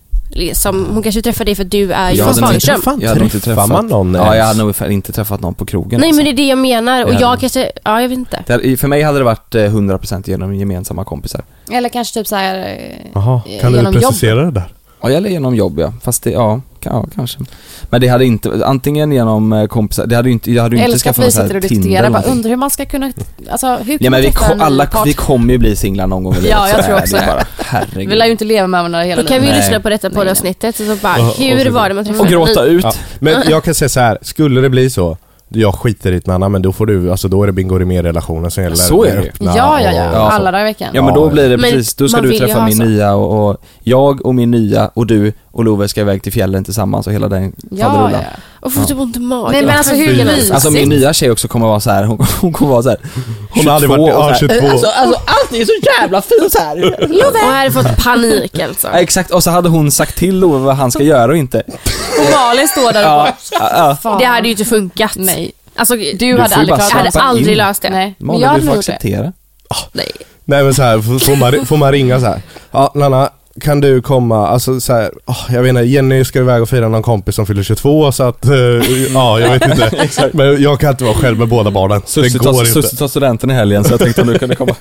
[SPEAKER 4] Som, hon kanske träffar dig för att du är
[SPEAKER 7] Jag
[SPEAKER 4] från
[SPEAKER 7] hade nog inte
[SPEAKER 4] Fagerström.
[SPEAKER 8] Fan,
[SPEAKER 7] jag hade nog inte
[SPEAKER 8] träffar
[SPEAKER 7] träffat
[SPEAKER 8] man någon
[SPEAKER 7] Ja, jag
[SPEAKER 8] ens?
[SPEAKER 7] hade nog ungefär inte träffat någon på krogen.
[SPEAKER 4] Nej
[SPEAKER 7] alltså.
[SPEAKER 4] men det är det jag menar och
[SPEAKER 7] Ja.
[SPEAKER 4] jag kanske, ja jag vet inte.
[SPEAKER 7] Det hade- För mig hade det varit eh, 100% genom gemensamma kompisar.
[SPEAKER 5] Eller kanske typ så här, eh,
[SPEAKER 8] Jaha,
[SPEAKER 5] eh,
[SPEAKER 8] kan du
[SPEAKER 5] genom jobb.
[SPEAKER 8] precisera det där?
[SPEAKER 7] Ja, eller genom jobb ja. Fast det, ja, ka- ja kanske. Men det hade inte, antingen genom eh, kompisar, det hade ju inte, jag hade ju
[SPEAKER 5] Eller
[SPEAKER 7] inte
[SPEAKER 5] ska att
[SPEAKER 7] skaffat någon
[SPEAKER 5] vi sitter och
[SPEAKER 7] sån här Tinder
[SPEAKER 5] diskuterar,
[SPEAKER 7] eller
[SPEAKER 5] bara
[SPEAKER 7] någonting.
[SPEAKER 5] undrar hur man ska kunna, alltså hur kan
[SPEAKER 7] Ja men
[SPEAKER 5] man
[SPEAKER 7] vi,
[SPEAKER 5] träffa
[SPEAKER 7] ko-
[SPEAKER 5] en
[SPEAKER 7] alla,
[SPEAKER 5] part?
[SPEAKER 7] vi kommer ju bli singlar någon gång i livet,
[SPEAKER 5] Ja, jag
[SPEAKER 7] så
[SPEAKER 5] tror
[SPEAKER 7] är
[SPEAKER 5] också
[SPEAKER 7] det
[SPEAKER 5] det.
[SPEAKER 7] bara.
[SPEAKER 5] Vi lär ju
[SPEAKER 7] Herregud.
[SPEAKER 5] inte leva med varandra hela
[SPEAKER 4] Då kan vi
[SPEAKER 5] livet.
[SPEAKER 4] ju
[SPEAKER 7] Nej.
[SPEAKER 4] lyssna på detta poddavsnittet och så bara,
[SPEAKER 8] Och- och så
[SPEAKER 4] hur
[SPEAKER 8] vidare.
[SPEAKER 4] var det man träffade Mm.
[SPEAKER 7] Och gråta ut.
[SPEAKER 8] Ja, men jag kan säga så här, skulle det bli så, jag skiter i ditt Nanna, men då får du, alltså då är det bingo relationen som gäller.
[SPEAKER 7] Så är det ju.
[SPEAKER 8] Öppna
[SPEAKER 5] Ja, ja,
[SPEAKER 8] och-
[SPEAKER 5] ja.
[SPEAKER 7] Ja.
[SPEAKER 5] Alla dagar i veckan.
[SPEAKER 7] Ja men då
[SPEAKER 8] Ja,
[SPEAKER 7] blir det
[SPEAKER 4] Men
[SPEAKER 7] precis, då ska
[SPEAKER 4] man vill
[SPEAKER 7] du
[SPEAKER 4] ju
[SPEAKER 7] träffa
[SPEAKER 4] ha
[SPEAKER 7] min
[SPEAKER 4] så.
[SPEAKER 7] nya och, och jag och min nya och du och Love ska iväg till fjällen tillsammans och hela den
[SPEAKER 5] Ja, ja.
[SPEAKER 7] faderullan.
[SPEAKER 4] Mm. Och får typ ont i magen.
[SPEAKER 5] Nej men alltså hur
[SPEAKER 8] Fyra.
[SPEAKER 5] mysigt?
[SPEAKER 7] Alltså min nya tjej också kommer vara så här, hon, hon kommer vara så här,
[SPEAKER 8] Hon har aldrig varit-
[SPEAKER 7] 22
[SPEAKER 8] ja,
[SPEAKER 7] och så här,
[SPEAKER 8] 22.
[SPEAKER 7] Alltså, alltså allting är så jävla fint så här.
[SPEAKER 4] Och jag hade fått panik alltså.
[SPEAKER 7] Ja, exakt, och så hade hon sagt till Love vad han ska göra och inte.
[SPEAKER 5] Och Malin står där och bara,
[SPEAKER 7] Ja,
[SPEAKER 5] fan.
[SPEAKER 4] Det hade ju inte funkat.
[SPEAKER 5] Nej.
[SPEAKER 4] Alltså,
[SPEAKER 5] Du hade
[SPEAKER 7] får
[SPEAKER 5] aldrig
[SPEAKER 7] ju bara
[SPEAKER 5] klarat
[SPEAKER 4] jag hade
[SPEAKER 7] släppa
[SPEAKER 4] aldrig
[SPEAKER 7] in.
[SPEAKER 4] löst det.
[SPEAKER 5] Nej, men jag
[SPEAKER 7] Malin
[SPEAKER 5] hade
[SPEAKER 7] du får
[SPEAKER 5] nog gjort det.
[SPEAKER 7] acceptera.
[SPEAKER 4] Nej.
[SPEAKER 8] Nej men så här, f- får man, får man ringa så här. Ja Nanna, kan du komma, alltså så här, åh, jag vet inte, Jenny ska iväg och fira någon kompis som fyller 22 så att, eh, ja jag vet inte. men jag kan inte vara själv med båda barnen.
[SPEAKER 7] Sussie
[SPEAKER 8] det går
[SPEAKER 7] tar,
[SPEAKER 8] inte.
[SPEAKER 7] Sussie tar studenten i helgen så jag tänkte om du kunde komma.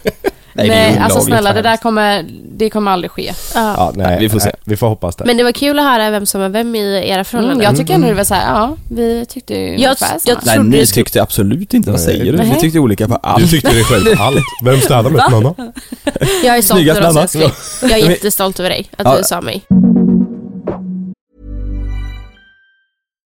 [SPEAKER 7] Nej, det är
[SPEAKER 5] Nej,
[SPEAKER 7] olagligt,
[SPEAKER 5] alltså snälla det
[SPEAKER 7] vad
[SPEAKER 5] där
[SPEAKER 7] hemskt.
[SPEAKER 5] kommer, det kommer aldrig ske.
[SPEAKER 8] Ja, nej,
[SPEAKER 7] Nej, vi får se.
[SPEAKER 8] Nej, vi får hoppas det.
[SPEAKER 4] Men det var kul att höra vem som var vem i era förhållanden.
[SPEAKER 5] Mm, jag tycker ändå det var såhär, ja, vi tyckte ju
[SPEAKER 4] Jag-
[SPEAKER 5] ungefär
[SPEAKER 4] jag-
[SPEAKER 5] samma.
[SPEAKER 7] Nej
[SPEAKER 4] trodde
[SPEAKER 7] ni
[SPEAKER 4] det skulle-
[SPEAKER 7] tyckte absolut inte, vad
[SPEAKER 8] Nej.
[SPEAKER 7] säger du? Ni
[SPEAKER 5] Nej.
[SPEAKER 7] tyckte olika på
[SPEAKER 8] Du
[SPEAKER 7] allt.
[SPEAKER 8] tyckte det själv, allt. Vem städar mest Nanna?
[SPEAKER 4] Jag är stolt
[SPEAKER 7] Snyggast
[SPEAKER 4] över oss
[SPEAKER 7] mamma.
[SPEAKER 4] älskling. Jag är jättestolt över dig, att
[SPEAKER 7] Ja.
[SPEAKER 4] du sa mig.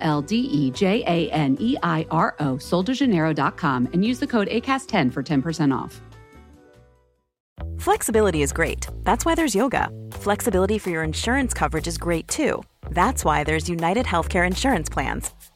[SPEAKER 1] L D E J A N E I R O, soldejaneiro.com, and use the code ACAST10 for 10% off.
[SPEAKER 9] Flexibility is great. That's why there's yoga. Flexibility for your insurance coverage is great too. That's why there's United Healthcare Insurance Plans.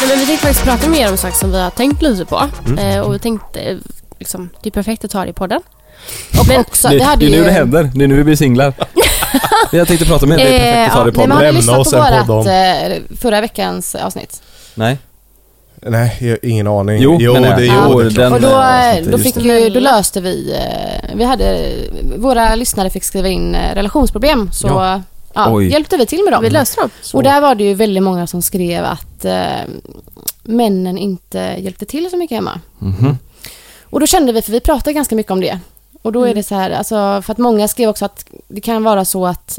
[SPEAKER 4] Nej, men vi tänkte faktiskt prata mer om saker som vi har tänkt lite på.
[SPEAKER 5] Mm.
[SPEAKER 7] Mm.
[SPEAKER 4] Eh, och vi tänkte, eh, liksom, det är perfekt att ta det i podden.
[SPEAKER 5] Och också,
[SPEAKER 7] Det,
[SPEAKER 5] Alltså, vi hade
[SPEAKER 7] det är nu
[SPEAKER 5] ju...
[SPEAKER 7] det händer, det är nu vi blir singlar. jag tänkte prata med dig,
[SPEAKER 5] Eh,
[SPEAKER 7] det är perfekt att ta det på
[SPEAKER 5] nej, men
[SPEAKER 7] podden.
[SPEAKER 5] har ni
[SPEAKER 8] Lämna
[SPEAKER 5] lyssnat
[SPEAKER 8] oss
[SPEAKER 5] på
[SPEAKER 8] en podd
[SPEAKER 5] vårat
[SPEAKER 8] om-
[SPEAKER 5] eh, förra veckans avsnitt?
[SPEAKER 7] Nej.
[SPEAKER 8] Nej, jag, ingen aning.
[SPEAKER 7] Jo, men nej.
[SPEAKER 8] det,
[SPEAKER 7] Jo,
[SPEAKER 8] jo, det,
[SPEAKER 7] den-
[SPEAKER 8] klart.
[SPEAKER 5] och då,
[SPEAKER 7] eh,
[SPEAKER 5] då,
[SPEAKER 7] just
[SPEAKER 5] fick ju, då löste vi, eh, vi hade, våra lyssnare fick skriva in eh, relationsproblem så
[SPEAKER 7] Ja.
[SPEAKER 5] ja.
[SPEAKER 7] Oj.
[SPEAKER 5] hjälpte vi till med dem.
[SPEAKER 4] Vi löste dem.
[SPEAKER 5] Och där var det ju väldigt många som skrev att eh, männen inte hjälpte till så mycket hemma. Och då kände vi, för vi pratade ganska mycket om det. Och då är det så här, alltså, för att många skrev också att det kan vara så att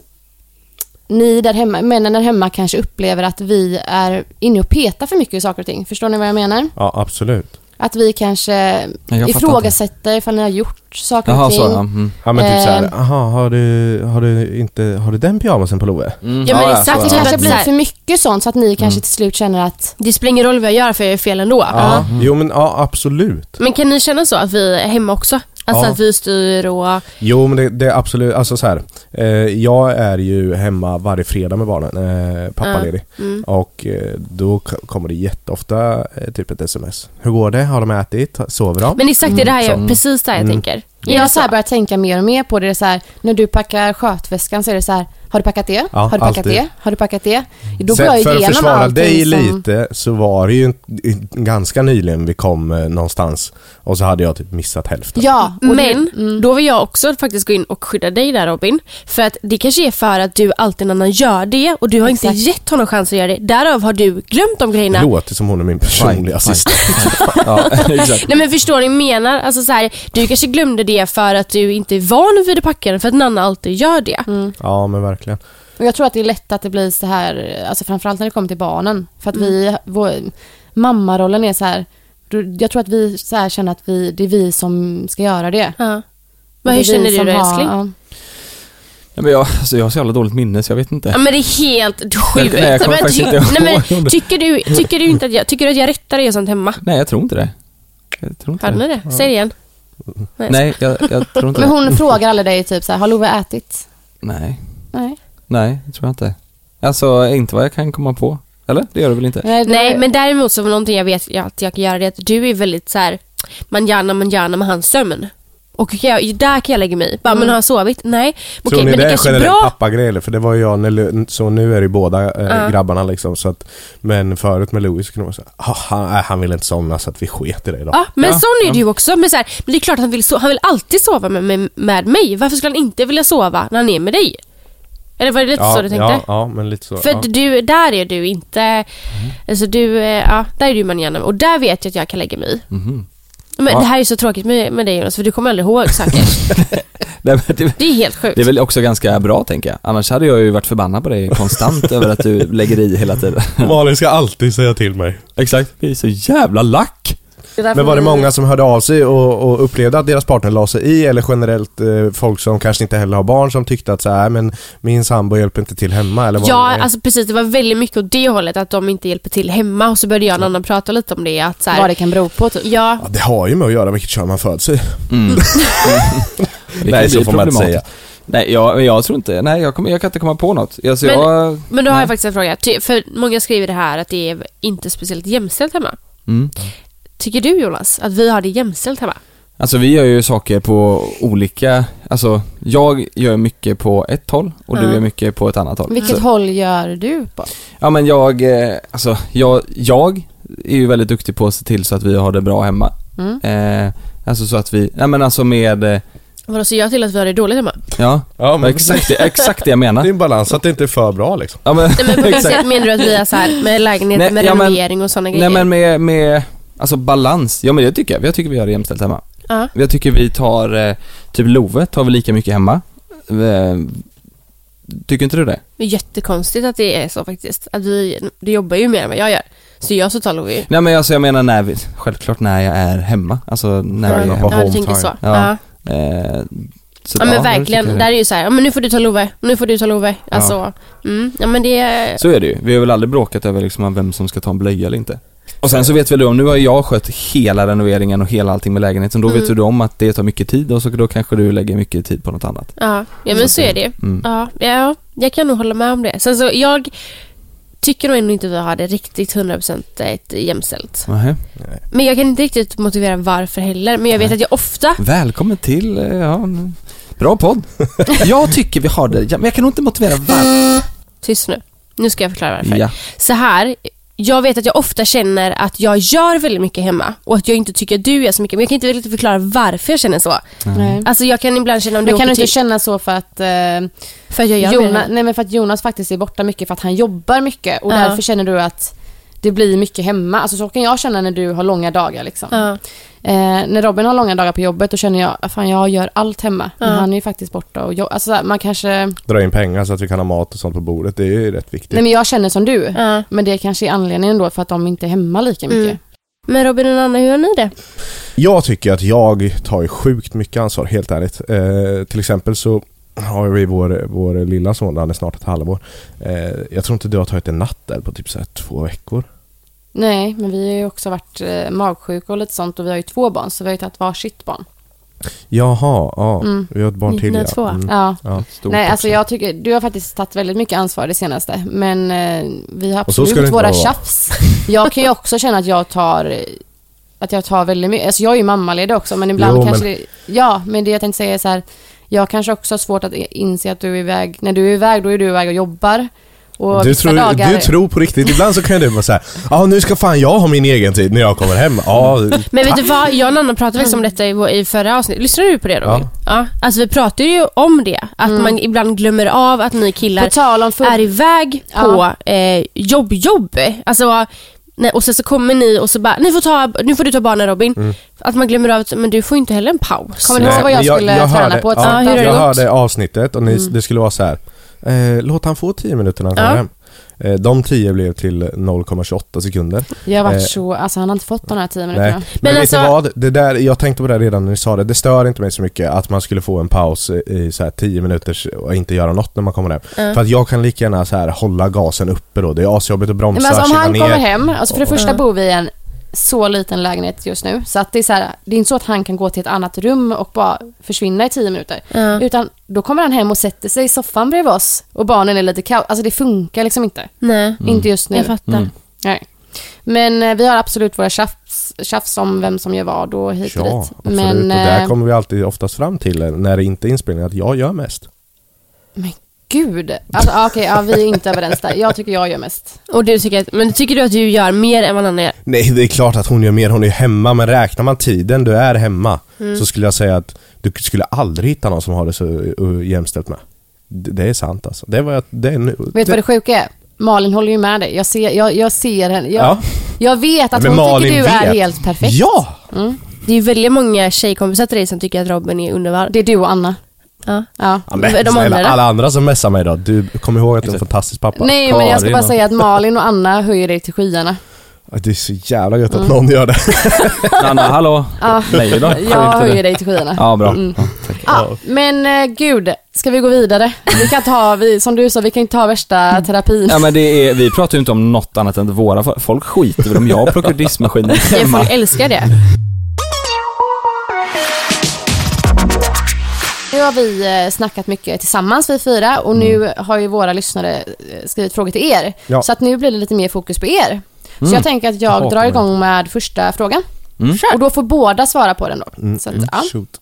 [SPEAKER 5] ni där hemma, männen där hemma kanske upplever att vi är inne och petar för mycket i saker och ting. Förstår ni vad jag menar?
[SPEAKER 8] Ja, absolut.
[SPEAKER 5] Att vi kanske
[SPEAKER 7] jag fattar
[SPEAKER 5] ifrågasätter ifall ni har gjort saker och
[SPEAKER 7] Jaha,
[SPEAKER 5] ting.
[SPEAKER 7] så ja. Mm.
[SPEAKER 8] Ja men typ
[SPEAKER 5] Eh.
[SPEAKER 8] såhär, aha, har du, har du inte, har du den pyjamasen på Love?
[SPEAKER 7] Mm.
[SPEAKER 4] Ja, men
[SPEAKER 7] så
[SPEAKER 4] exakt.
[SPEAKER 5] Att det
[SPEAKER 4] Typ
[SPEAKER 5] kanske
[SPEAKER 4] att
[SPEAKER 5] blir
[SPEAKER 4] så här-
[SPEAKER 5] för mycket sånt så att
[SPEAKER 7] Mm.
[SPEAKER 5] ni kanske till slut känner att
[SPEAKER 4] Det spelar ingen roll vad jag gör för jag gör fel ändå.
[SPEAKER 8] Ja. Jo men ja, absolut.
[SPEAKER 4] Men kan ni känna så att vi är hemma också? Alltså
[SPEAKER 8] Ja.
[SPEAKER 4] att vi styr och...
[SPEAKER 8] Jo men det, det är absolut, alltså så här. Eh, jag är ju hemma varje fredag med barnen, eh, pappaledig.
[SPEAKER 5] mm.
[SPEAKER 8] Och eh, då k- kommer det jätteofta eh, typ ett sms. Hur går det? Har de ätit? Sover de?
[SPEAKER 4] Men exakt det
[SPEAKER 7] Mm,
[SPEAKER 4] är det här jag, precis det här jag tänker.
[SPEAKER 5] jag har så här börjat tänka mer och mer på det. det är så här, när du packar skötväskan så är det så här, har du packat det?
[SPEAKER 8] Ja,
[SPEAKER 5] har du packat
[SPEAKER 8] alltid.
[SPEAKER 5] det? Har du packat det?
[SPEAKER 7] Mm.
[SPEAKER 5] Då
[SPEAKER 8] Sen,
[SPEAKER 5] går jag
[SPEAKER 8] för att
[SPEAKER 5] igenom
[SPEAKER 8] försvara
[SPEAKER 5] allting
[SPEAKER 8] dig
[SPEAKER 5] som...
[SPEAKER 8] lite så var det ju en- en- ganska nyligen vi kom eh, någonstans och så hade jag typ missat hälften.
[SPEAKER 5] Ja, och mm.
[SPEAKER 4] Men då vill jag också faktiskt gå in och skydda dig där Robin. För att det kanske är för att du alltid när någon annan gör det och du har inte
[SPEAKER 5] Exakt.
[SPEAKER 4] gett honom chans att göra det. Därav har du glömt de grejerna.
[SPEAKER 8] Det låter som hon är min personliga assistent.
[SPEAKER 7] ja, exakt.
[SPEAKER 4] Nej men förstår ni vad jag menar? Alltså så här, du kanske glömde det för att du inte är van vid att packa den för att Nanna alltid gör det.
[SPEAKER 5] Mm.
[SPEAKER 8] Ja men verkligen.
[SPEAKER 5] Och jag tror att det är lätt att det blir så här, alltså framförallt när det kommer till barnen. För
[SPEAKER 4] Mm.
[SPEAKER 5] att vi, vår, mammarollen är så här, du- jag tror att vi så här känner att vi, det är vi som ska göra det.
[SPEAKER 4] Ja. Men
[SPEAKER 5] Det
[SPEAKER 4] hur
[SPEAKER 5] är
[SPEAKER 4] känner
[SPEAKER 5] vi
[SPEAKER 4] du
[SPEAKER 5] som
[SPEAKER 4] dig
[SPEAKER 5] har-
[SPEAKER 4] älskling?
[SPEAKER 5] ja.
[SPEAKER 7] Ja, men jag, alltså, jag har så jävla dåligt minne så jag vet inte.
[SPEAKER 4] Ja men det är helt sjukt.
[SPEAKER 7] Nej, jag kommer
[SPEAKER 4] Men
[SPEAKER 7] faktiskt
[SPEAKER 4] ty-
[SPEAKER 7] inte ihåg
[SPEAKER 4] nej, men,
[SPEAKER 7] det.
[SPEAKER 4] tycker, du, tycker, du inte att jag, tycker du att jag rättar er sånt hemma?
[SPEAKER 7] Nej, jag tror inte det. Jag tror inte
[SPEAKER 4] Hörde ni det? Säg det igen.
[SPEAKER 7] Nej, jag, jag tror inte
[SPEAKER 5] Men
[SPEAKER 7] det.
[SPEAKER 5] hon frågar aldrig dig typ så här, har Love ätit?
[SPEAKER 7] Nej,
[SPEAKER 5] Nej.
[SPEAKER 7] nej, det tror jag inte. Alltså, inte vad jag kan komma på. Eller? Det gör du väl inte?
[SPEAKER 5] Nej, det-
[SPEAKER 4] Nej, men däremot så var någonting jag vet jag- att jag kan göra det är att du är väldigt så här man gärna, man gärna med hans sömn. Och kan jag, där kan jag lägga mig i. Bara, men har han sovit? Nej. Okej,
[SPEAKER 8] Tror
[SPEAKER 4] men
[SPEAKER 8] ni det,
[SPEAKER 4] det,
[SPEAKER 8] är en
[SPEAKER 4] kanske är
[SPEAKER 8] generell
[SPEAKER 4] bra.
[SPEAKER 8] pappagrej eller? För det var ju jag, när, Lu- så nu är det ju båda eh, grabbarna liksom. Så att, men förut med Louis så kunde man säga, "Ah, han, nej, han vill inte somna så att vi sket i det idag.
[SPEAKER 4] Ja, men sån är du ju också. Men, så här, men det är klart att han vill, so- han vill alltid sova med, med, med mig. Varför skulle han inte vilja sova när han är med dig? Eller var det lite så du tänkte?
[SPEAKER 8] ja, ja, men lite så.
[SPEAKER 4] För
[SPEAKER 8] ja. Mm.
[SPEAKER 4] att du, där är du inte... Alltså du, eh, ja, där är du man gärna Och där vet jag att jag kan lägga mig i.
[SPEAKER 8] Mhm.
[SPEAKER 4] Men
[SPEAKER 7] Ja.
[SPEAKER 4] det här är så tråkigt med, med dig Jonas, för du kommer aldrig ihåg saker.
[SPEAKER 7] Nej, men det,
[SPEAKER 4] Det är helt sjukt.
[SPEAKER 7] det är väl också ganska bra, tänker jag. Annars hade jag ju varit förbannad på dig konstant över att du lägger i hela tiden.
[SPEAKER 8] Malin ska alltid säga till mig.
[SPEAKER 7] Exakt. Det är så jävla lack.
[SPEAKER 8] Men var det många som hörde av sig och, och upplevde att deras partner la sig i eller generellt eh, folk som kanske inte heller har barn som tyckte att så här, men min sambo hjälper inte till hemma eller vad
[SPEAKER 4] Ja,
[SPEAKER 8] det är?
[SPEAKER 4] alltså precis. Det var väldigt mycket åt det hållet, att de inte hjälper till hemma. Och så började jag och en annan prata lite om det. Att så här,
[SPEAKER 5] Vad det kan bero på typ.
[SPEAKER 4] Ja,
[SPEAKER 8] Ja, det har ju med att göra vilket kön man föds i.
[SPEAKER 7] Det
[SPEAKER 8] Nej,
[SPEAKER 7] kan
[SPEAKER 8] så
[SPEAKER 7] bli
[SPEAKER 8] får man inte
[SPEAKER 7] problematiskt. Nej, jag, men jag tror inte, nej jag, kommer, jag kan inte komma på något. Alltså,
[SPEAKER 4] Men-
[SPEAKER 7] jag,
[SPEAKER 4] men då har
[SPEAKER 7] nej.
[SPEAKER 4] jag faktiskt en fråga. Ty- För många skriver det här att det är inte speciellt jämställt hemma.
[SPEAKER 7] Mm.
[SPEAKER 4] Tycker du Jonas, att vi har det jämställt hemma?
[SPEAKER 7] Alltså vi gör ju saker på olika, alltså jag gör mycket på ett håll och
[SPEAKER 4] Ja.
[SPEAKER 7] du gör mycket på ett annat håll.
[SPEAKER 5] Vilket
[SPEAKER 7] Så-
[SPEAKER 5] håll gör du på?
[SPEAKER 7] Ja men jag, eh, alltså jag, jag är ju väldigt duktig på att se till så att vi har det bra hemma.
[SPEAKER 5] Mm.
[SPEAKER 7] Eh, alltså så att vi, nej men alltså med, eh,
[SPEAKER 4] Vadå, så jag till att vi har det dåligt hemma?
[SPEAKER 7] ja,
[SPEAKER 8] Ja, men-
[SPEAKER 7] exakt, det- exakt det jag
[SPEAKER 8] Det är
[SPEAKER 7] menar.
[SPEAKER 8] en balans att det inte är för bra liksom.
[SPEAKER 7] Ja, men,
[SPEAKER 4] Nej, men på vilket sätt menar du att vi är så här med lägenhet,
[SPEAKER 7] Nej,
[SPEAKER 4] med
[SPEAKER 7] ja, men-
[SPEAKER 4] renovering och sådana grejer?
[SPEAKER 7] Nej men med, med, alltså balans, ja men det tycker jag, jag tycker vi har det jämställt hemma.
[SPEAKER 4] Ja.
[SPEAKER 7] Jag tycker vi tar, eh, typ Love tar vi lika mycket hemma. Eh, Tycker inte du det?
[SPEAKER 4] Det är jättekonstigt att det är så faktiskt. Att vi, du jobbar ju mer än vad jag gör. Så jag så talar vi ju.
[SPEAKER 7] Nej men alltså jag menar när vi, självklart när jag är hemma, alltså när jag är
[SPEAKER 4] ja,
[SPEAKER 7] hemma.
[SPEAKER 4] du tänker så.
[SPEAKER 7] Ja.
[SPEAKER 4] Ja.
[SPEAKER 7] Eh, så,
[SPEAKER 4] Ja men
[SPEAKER 7] det
[SPEAKER 4] verkligen,
[SPEAKER 7] tycker jag.
[SPEAKER 4] där är ju så här, ja, men nu får du ta Love, nu får du ta Love. Alltså, ja. Mm, ja men det är...
[SPEAKER 7] Så är det ju. Vi har väl aldrig bråkat över liksom vem som ska ta en blöja eller inte. Och sen så vet väl du om, nu har jag skött hela renoveringen och hela allting med lägenheten,
[SPEAKER 4] Mm.
[SPEAKER 7] då vet ju du om att det tar mycket tid och så då kanske du lägger mycket tid på något annat.
[SPEAKER 4] Ja, ja men så är det ju.
[SPEAKER 7] Mm.
[SPEAKER 4] Ja, ja, jag kan nog hålla med om det. Sen så jag tycker nog ändå inte vi har det riktigt 100% jämställt.
[SPEAKER 7] Nähä.
[SPEAKER 4] Men jag kan inte riktigt motivera varför heller. Men jag vet att jag ofta...
[SPEAKER 7] Välkommen till, eh, ja, en bra podd. jag tycker vi har det, ja, men jag kan nog inte motivera varför.
[SPEAKER 4] Tyst nu. Nu ska jag förklara varför.
[SPEAKER 7] Ja.
[SPEAKER 4] Så här, jag vet att jag ofta känner att jag gör väldigt mycket hemma och att jag inte tycker att du gör så mycket. Men jag kan inte riktigt förklara varför jag känner så.
[SPEAKER 5] Nej.
[SPEAKER 4] Alltså jag kan ibland känna om du
[SPEAKER 5] Men kan
[SPEAKER 4] åker
[SPEAKER 5] du inte
[SPEAKER 4] till...
[SPEAKER 5] känna så för att eh,
[SPEAKER 4] För att jag gör mer
[SPEAKER 5] Jonas,
[SPEAKER 4] hemma.
[SPEAKER 5] nej men för att Jonas faktiskt är borta mycket för att han jobbar mycket och
[SPEAKER 4] Ja.
[SPEAKER 5] därför känner du att det blir mycket hemma. Alltså så kan jag känna när du har långa dagar liksom.
[SPEAKER 4] Ja.
[SPEAKER 5] Eh, när Robin har långa dagar på jobbet då känner jag, "Ah, fan jag gör allt hemma. Men han är ju faktiskt borta och jobb- alltså, så här, man kanske,
[SPEAKER 8] Dra in pengar så att vi kan ha mat och sånt på bordet, det är ju rätt viktigt.
[SPEAKER 7] typ.
[SPEAKER 5] nej men jag känner som du.
[SPEAKER 4] Ja. Mm.
[SPEAKER 5] Men det kanske är anledningen då för att de inte är hemma lika mycket.
[SPEAKER 4] Men Robin och Anna, hur gör ni det?
[SPEAKER 8] Jag tycker att jag tar ju sjukt mycket ansvar, helt ärligt. Eh, till exempel så har vi vår, vår lilla son, han är snart ett halvår. Eh, jag tror inte du har tagit en natt där på typ så här två veckor.
[SPEAKER 5] Nej, men vi har ju också varit eh, magsjuka och lite sånt och vi har ju två barn så vi har ju tagit varsitt barn.
[SPEAKER 8] Jaha, ja.
[SPEAKER 5] Mm.
[SPEAKER 8] Vi har ett barn till
[SPEAKER 4] Ni har två.
[SPEAKER 8] Mm.
[SPEAKER 5] Ja.
[SPEAKER 8] Ja.
[SPEAKER 7] Stort
[SPEAKER 5] Nej,
[SPEAKER 7] också.
[SPEAKER 5] alltså jag tycker, du har faktiskt tagit väldigt mycket ansvar det senaste, men eh, vi har
[SPEAKER 8] Och så ska det
[SPEAKER 5] absolut
[SPEAKER 8] inte
[SPEAKER 5] våra
[SPEAKER 8] vara.
[SPEAKER 5] tjafs. Jag kan ju också känna att jag tar, eh, att jag tar väldigt mycket, alltså jag är ju mammaledig också, men ibland
[SPEAKER 8] Jo, men-
[SPEAKER 5] kanske det, ja, men det jag tänkte säga är så här, jag kanske också har svårt att i- inse att du är iväg, när du är iväg, då är du iväg och jobbar. Och
[SPEAKER 8] Du
[SPEAKER 5] vissa
[SPEAKER 8] tror,
[SPEAKER 5] dagar,
[SPEAKER 8] du tror på riktigt, ibland så kan du vara såhär, ja nu ska fan jag ha min egen tid när jag kommer hem. Ja,
[SPEAKER 4] Men vet du vad, jag och Anna pratade faktiskt
[SPEAKER 7] Mm.
[SPEAKER 4] om detta i, vår- i förra avsnittet. Lyssnade du på det Robin? Ja. Alltså vi pratade ju om det, att man ibland glömmer av att ni killar
[SPEAKER 5] Mm. På tal om full-
[SPEAKER 4] är iväg på eh, jobb, jobb. Alltså, nej, och sen så kommer ni och så bara, ni får ta, nu får du ta barnen Robin.
[SPEAKER 7] Mm.
[SPEAKER 4] Att man glömmer av att, men du får inte heller en paus.
[SPEAKER 5] Kommer ni ihåg vad jag
[SPEAKER 8] men
[SPEAKER 5] skulle träna på ett
[SPEAKER 8] ja,
[SPEAKER 4] sånt
[SPEAKER 8] Jag
[SPEAKER 4] avsnitt?
[SPEAKER 8] hörde avsnittet och ni, det skulle vara så här. Eh, låt han få 10 minuter när han kommer
[SPEAKER 4] Ja.
[SPEAKER 8] hem. Eh, de 10 blev till 0,28 sekunder.
[SPEAKER 5] jag har
[SPEAKER 8] eh,
[SPEAKER 5] varit så, alltså han har inte fått de här tio
[SPEAKER 8] Nej.
[SPEAKER 5] minuterna.
[SPEAKER 8] Men, vet
[SPEAKER 4] alltså-
[SPEAKER 8] ni vad? Det där, jag tänkte på det här redan när ni sa det. Det stör inte mig så mycket att man skulle få en paus i så här 10 minuters och inte göra något när man kommer hem. För att jag kan lika gärna så här hålla gasen uppe då. Det är asjobbigt att bromsa,
[SPEAKER 5] Nej, men alltså, om
[SPEAKER 8] kila
[SPEAKER 5] han
[SPEAKER 8] ner.
[SPEAKER 5] kommer hem, alltså för det första bor vi i en så liten lägenhet just nu. Så att det är så här, det är inte så att han kan gå till ett annat rum och bara försvinna i tio minuter. Utan då kommer han hem och sätter sig i soffan bredvid oss och barnen är lite kaos. Alltså det funkar liksom inte.
[SPEAKER 8] Mm.
[SPEAKER 4] Nej,
[SPEAKER 5] Inte just nu.
[SPEAKER 4] jag fattar.
[SPEAKER 7] Mm.
[SPEAKER 5] Nej. Men eh, vi har absolut våra tjafs, tjafs om vem som gör vad och hit och
[SPEAKER 8] Ja,
[SPEAKER 5] dit.
[SPEAKER 8] absolut. och där
[SPEAKER 5] eh,
[SPEAKER 8] kommer vi alltid oftast fram till eh, när det inte är inspelning att jag gör mest.
[SPEAKER 5] men gud. Alltså, ah, Okej, ja, vi är inte överens där. Jag tycker jag gör mest.
[SPEAKER 4] Och du tycker att, men tycker du att du gör mer än vad Anna gör?
[SPEAKER 8] Nej, det är klart att hon gör mer. Hon är ju hemma, men räknar man tiden du är hemma
[SPEAKER 5] Mm.
[SPEAKER 8] så skulle jag säga att du skulle aldrig hitta någon som har det så uh, jämställt med. D- Det är sant alltså. Det var jag, det är nu.
[SPEAKER 5] Vet du vad det sjuka är? Malin håller ju med dig. Jag ser, jag, jag ser henne. Jag,
[SPEAKER 8] Ja.
[SPEAKER 5] jag vet att
[SPEAKER 8] Men
[SPEAKER 5] hon
[SPEAKER 8] Malin
[SPEAKER 5] tycker du är
[SPEAKER 8] vet.
[SPEAKER 5] helt perfekt.
[SPEAKER 8] Ja!
[SPEAKER 4] Det är ju väldigt många tjejkompisar till dig som tycker att Robin är underbar.
[SPEAKER 5] Det är du och Anna.
[SPEAKER 4] Ja.
[SPEAKER 5] Ja.
[SPEAKER 8] ja men,
[SPEAKER 4] De andra
[SPEAKER 8] snälla,
[SPEAKER 4] då?
[SPEAKER 8] alla andra som messar mig då. Du, kom ihåg att du är en fantastisk pappa.
[SPEAKER 5] Nej, men jag ska
[SPEAKER 8] Karin
[SPEAKER 5] bara
[SPEAKER 8] och-
[SPEAKER 5] säga att Malin och Anna höjer dig till skyarna.
[SPEAKER 8] Ja, Det är så jävla gött
[SPEAKER 5] Mm.
[SPEAKER 8] att någon gör det.
[SPEAKER 7] Nanna, hallå? Nej då?
[SPEAKER 5] Jag
[SPEAKER 7] Skit i
[SPEAKER 5] höjer
[SPEAKER 7] det.
[SPEAKER 5] dig till skyarna.
[SPEAKER 7] Ja, bra.
[SPEAKER 5] Mm.
[SPEAKER 7] Ja, tack.
[SPEAKER 5] Ja, men eh, gud, ska vi gå vidare? Vi kan ta, vi, som du sa, vi kan ju ta värsta terapin.
[SPEAKER 7] Ja men det är, vi pratar ju inte om något annat än att våra, fo- folk skiter väl om jag plockar ur diskmaskinen
[SPEAKER 4] Ja,
[SPEAKER 7] hemma.
[SPEAKER 4] Folk älskar det.
[SPEAKER 5] Nu har vi eh, snackat mycket tillsammans vi fyra och nu har ju våra lyssnare eh, skrivit frågor till er.
[SPEAKER 8] Mm. Ja. Mm.
[SPEAKER 5] Så att nu blir det lite mer fokus på er. Så jag tänker att jag
[SPEAKER 7] hatar
[SPEAKER 5] drar
[SPEAKER 7] mig.
[SPEAKER 5] igång med första frågan. Och då får båda svara på den då.
[SPEAKER 8] Mm,
[SPEAKER 5] Så att, ja.
[SPEAKER 8] Shoot.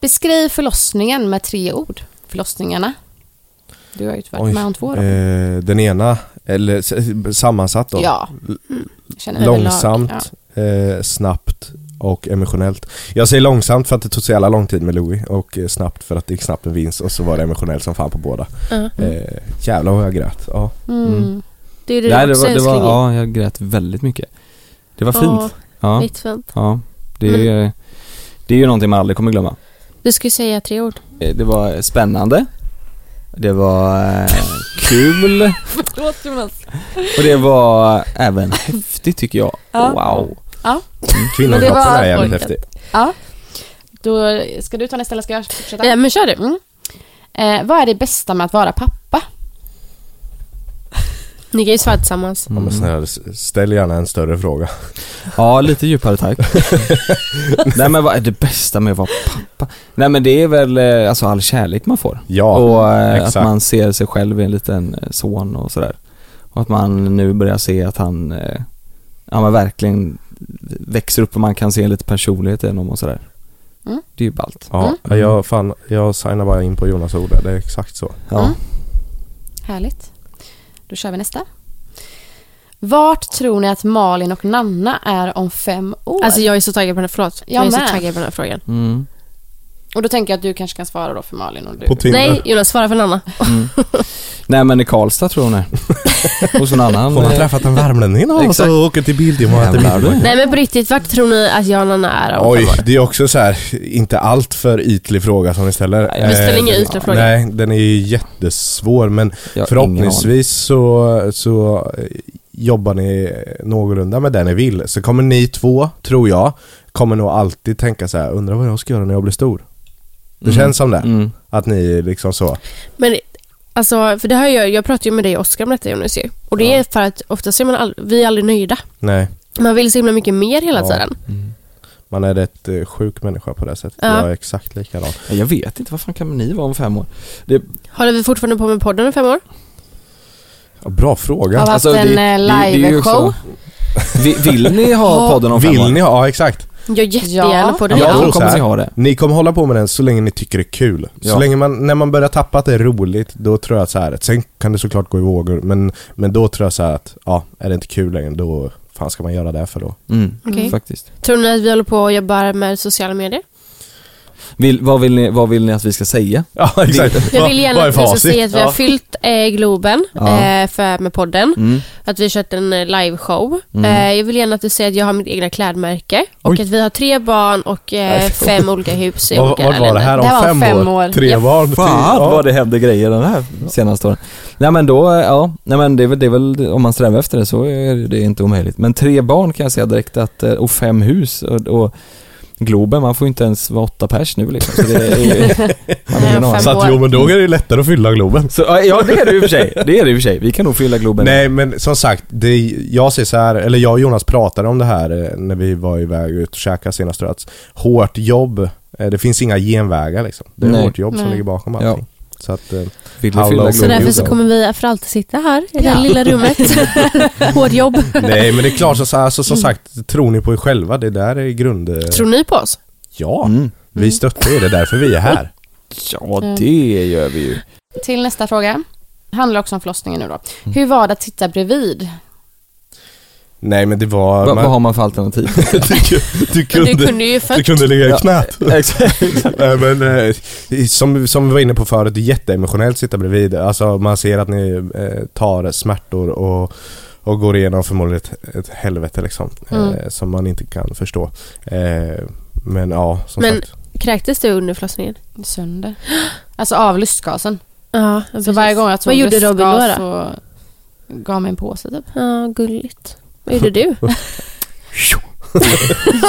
[SPEAKER 5] Beskriv förlossningen med tre ord. Förlossningarna. Du har ju varit
[SPEAKER 8] Oj.
[SPEAKER 5] med om två då.
[SPEAKER 8] Eh, den ena, eller s- sammansatt då.
[SPEAKER 5] Ja. Mm. Jag känner överlag,
[SPEAKER 8] Långsamt, eh, snabbt och emotionellt. Jag säger långsamt för att det tog så jävla lång tid med Louis och eh, snabbt för att det gick snabbt en vinst och så var det emotionellt som fan på båda. Eh, jävlar vad jag grät. Ja.
[SPEAKER 5] Ja. Mm.
[SPEAKER 4] Det är det
[SPEAKER 7] Nej,
[SPEAKER 4] du
[SPEAKER 7] det
[SPEAKER 4] också
[SPEAKER 7] var, det var,
[SPEAKER 4] älskar.
[SPEAKER 7] ja, jag grät väldigt mycket. Det var
[SPEAKER 4] Ja,
[SPEAKER 7] fint. Ja,
[SPEAKER 4] Mitt Mm. fint.
[SPEAKER 7] ja. Det är ju, det är ju någonting man aldrig kommer glömma.
[SPEAKER 4] Du ska ju säga tre ord.
[SPEAKER 7] Eh, Det var spännande. Det var eh, kul.
[SPEAKER 5] Förlåt Jonas.
[SPEAKER 7] Och det var även häftigt tycker jag. Wow.
[SPEAKER 5] Mm. Men det
[SPEAKER 8] Kvinnokroppen
[SPEAKER 5] var
[SPEAKER 8] är jävligt
[SPEAKER 5] folket.
[SPEAKER 8] häftig.
[SPEAKER 5] Ja. Då ska du ta nästa eller ska jag fortsätta?
[SPEAKER 4] Ja, men kör du.
[SPEAKER 5] Mm. Eh, vad är det bästa med att vara pappa?
[SPEAKER 4] Ni kan ju svara tillsammans.
[SPEAKER 8] Ja, men snälla, s- ställ gärna en större fråga.
[SPEAKER 7] Ja, lite djupare tack. Nej men vad är det bästa med att vara pappa? Nej men det är väl eh, alltså all kärlek man får.
[SPEAKER 8] Ja,
[SPEAKER 7] och eh,
[SPEAKER 8] exakt.
[SPEAKER 7] att man ser sig själv i en liten eh, son och sådär. Och att man nu börjar se att han, eh, ja men verkligen växer upp och man kan se lite personlighet i honom och sådär.
[SPEAKER 5] Mm.
[SPEAKER 7] Det är ju ballt.
[SPEAKER 8] Ja, jag, fan, jag signar bara in på Jonas ord, där. det är exakt så.
[SPEAKER 7] Ja.
[SPEAKER 5] Mm. Härligt. Då kör vi nästa. Vart tror ni att Malin och Nanna är om fem år?
[SPEAKER 4] Alltså jag är så taggad på den här, förlåt. Jag,
[SPEAKER 5] Jag
[SPEAKER 4] är så
[SPEAKER 5] med.
[SPEAKER 4] taggad på den här frågan.
[SPEAKER 7] Mm.
[SPEAKER 5] Och då tänker jag att du kanske kan svara då för Malin och du.
[SPEAKER 8] På Tinder.
[SPEAKER 4] Nej, Jonas, svara för Nanna.
[SPEAKER 7] Nej men i Karlstad tror hon är. Hos någon annan.
[SPEAKER 8] Hon har
[SPEAKER 7] eh,
[SPEAKER 8] träffat en värmlänning och
[SPEAKER 7] Exakt.
[SPEAKER 8] så åker till Bildum och äter
[SPEAKER 7] Jävlar,
[SPEAKER 8] middag.
[SPEAKER 7] du.
[SPEAKER 4] Nej men på riktigt, vart tror ni att jag och Nanna är Alltså, om
[SPEAKER 8] Oj,
[SPEAKER 4] fem år?
[SPEAKER 8] det är också så här inte allt för ytlig fråga som ni ställer.
[SPEAKER 7] Nej, vi
[SPEAKER 4] ställer
[SPEAKER 8] Eh,
[SPEAKER 4] inga ytliga frågor.
[SPEAKER 8] Nej, den är ju jättesvår men
[SPEAKER 7] Jag har ingen aning.
[SPEAKER 8] förhoppningsvis så, så eh, jobbar ni någorlunda med det ni vill. Så kommer ni två, tror jag, kommer nog alltid tänka så här, undrar vad jag ska göra när jag blir stor. Det känns som det.
[SPEAKER 7] Mm.
[SPEAKER 8] Att ni är liksom så.
[SPEAKER 4] Men alltså, för det här jag, jag pratar ju med dig Oskar om detta Jonas ju. Och det är för att oftast är man all, vi är aldrig nöjda.
[SPEAKER 8] Nej,
[SPEAKER 4] Man vill så himla mycket mer hela
[SPEAKER 8] Ja.
[SPEAKER 4] tiden.
[SPEAKER 8] man är rätt eh, sjuk människa på det sättet.
[SPEAKER 4] Ja.
[SPEAKER 8] Jag är exakt likadan.
[SPEAKER 7] Jag vet inte, vad fan kan ni vara om fem år? Det,
[SPEAKER 4] Håller vi fortfarande på med podden i fem år?
[SPEAKER 8] Ja, bra fråga.
[SPEAKER 5] Ja, vad-
[SPEAKER 7] Alltså,
[SPEAKER 5] haft en, eh,
[SPEAKER 7] ju
[SPEAKER 5] live-show.
[SPEAKER 7] också- Vi- Vill ni ha podden om fem år?
[SPEAKER 8] Vill ni ha, ja exakt.
[SPEAKER 4] Jag jättegärna
[SPEAKER 5] Ja.
[SPEAKER 4] på den.
[SPEAKER 7] Ja,
[SPEAKER 8] Jag
[SPEAKER 7] då
[SPEAKER 8] tror så
[SPEAKER 7] kommer
[SPEAKER 8] här.
[SPEAKER 7] ni ha det.
[SPEAKER 8] Ni kommer hålla på med den så länge ni tycker det är kul.
[SPEAKER 7] Ja.
[SPEAKER 8] Så länge man, när man börjar tappa att det är roligt, då tror jag att så här, sen kan det såklart gå i vågor, men, men då tror jag så här att, ja, är det inte kul längre, då fan ska man göra det för då?
[SPEAKER 7] Mm,
[SPEAKER 4] Okej.
[SPEAKER 7] faktiskt.
[SPEAKER 4] Tror ni att vi håller på och jobbar med sociala medier?
[SPEAKER 7] Vill, vad, vill ni, vad vill ni att vi ska säga?
[SPEAKER 8] Ja, exakt.
[SPEAKER 4] Jag
[SPEAKER 8] Vad-
[SPEAKER 4] vill
[SPEAKER 8] vad
[SPEAKER 4] gärna att
[SPEAKER 8] är
[SPEAKER 4] vi ska
[SPEAKER 8] facit?
[SPEAKER 4] säga att vi har fyllt eh, Globen
[SPEAKER 7] Ja.
[SPEAKER 4] eh, för, med podden.
[SPEAKER 7] Mm.
[SPEAKER 4] Att vi har kört en eh, liveshow. Eh, jag vill gärna att du säger att jag har mitt egna klädmärke. Och
[SPEAKER 7] Oj.
[SPEAKER 4] att vi har tre barn och eh, fem olika hus i
[SPEAKER 8] Vad
[SPEAKER 4] olika
[SPEAKER 8] vad var det
[SPEAKER 4] länder.
[SPEAKER 8] här om
[SPEAKER 5] Det var
[SPEAKER 8] fem,
[SPEAKER 5] fem
[SPEAKER 8] år?
[SPEAKER 5] år.
[SPEAKER 8] Tre
[SPEAKER 4] Ja.
[SPEAKER 8] barn? till-
[SPEAKER 7] Fan
[SPEAKER 8] ja.
[SPEAKER 7] vad det händer grejer den här senaste åren. Nej men då, eh, ja, nej men det är väl, det är väl om man strävar efter det så är det inte omöjligt. Men tre barn kan jag säga direkt att, eh, och fem hus och, och Globen, man får ju inte ens vara åtta pers nu liksom. Så det är, man har ingen
[SPEAKER 4] Nej,
[SPEAKER 7] aning.
[SPEAKER 4] fem
[SPEAKER 8] Så att, jo men då är det lättare att fylla Globen.
[SPEAKER 7] Så, ja det är det i och för sig, det är det i och för sig. Vi kan nog fylla Globen.
[SPEAKER 8] Nej men som sagt, det, jag säger så här, eller jag och Jonas pratade om det här eh, när vi var iväg ut och käkade senast tror jag, att hårt jobb, eh, det finns inga genvägar liksom. Det är
[SPEAKER 7] Nej.
[SPEAKER 8] hårt jobb som
[SPEAKER 5] Nej.
[SPEAKER 8] ligger bakom
[SPEAKER 7] Ja.
[SPEAKER 8] allting. Så att, eh,
[SPEAKER 7] Vill vi
[SPEAKER 8] How
[SPEAKER 7] fylla
[SPEAKER 8] long-
[SPEAKER 4] Så
[SPEAKER 7] Globen?
[SPEAKER 4] därför så kommer vi för alltid sitta här i det här lilla rummet. Hårt jobb.
[SPEAKER 8] nej men det är klart, så, alltså, som sagt, tror ni på er själva? Det där är grund... eh,
[SPEAKER 4] Tror ni på oss?
[SPEAKER 8] Ja,
[SPEAKER 7] Mm.
[SPEAKER 8] vi stöttar er, det är därför vi är här.
[SPEAKER 7] Ja det gör vi ju.
[SPEAKER 5] Till nästa fråga. Handlar också om förlossningen nu då. Hur var det att sitta bredvid?
[SPEAKER 8] Nej men det var...
[SPEAKER 7] Vad-
[SPEAKER 8] man-
[SPEAKER 7] vad har man för alternativ?
[SPEAKER 8] du, ku- du kunde,
[SPEAKER 4] Du kunde ju fött.
[SPEAKER 8] du kunde ligga i
[SPEAKER 7] Ja.
[SPEAKER 8] knät.
[SPEAKER 7] Exakt.
[SPEAKER 8] Nej, men, eh, som, som vi var inne på förut, det är jätteemotionellt att sitta bredvid. Alltså man ser att ni eh, tar smärtor och, och går igenom förmodligen ett, ett helvete liksom.
[SPEAKER 4] Mm.
[SPEAKER 8] Eh, som man inte kan förstå. Eh, men ja, som
[SPEAKER 4] Men-
[SPEAKER 8] sagt.
[SPEAKER 4] Kräktes du under förlossningen?
[SPEAKER 5] Sönder. Alltså av lustgasen.
[SPEAKER 4] Ja,
[SPEAKER 5] Så varje gång jag tog
[SPEAKER 4] Vad gjorde Robin då?
[SPEAKER 5] lustgas
[SPEAKER 4] då?
[SPEAKER 5] så gav mig en påse typ.
[SPEAKER 4] Ja, gulligt. Vad gjorde du?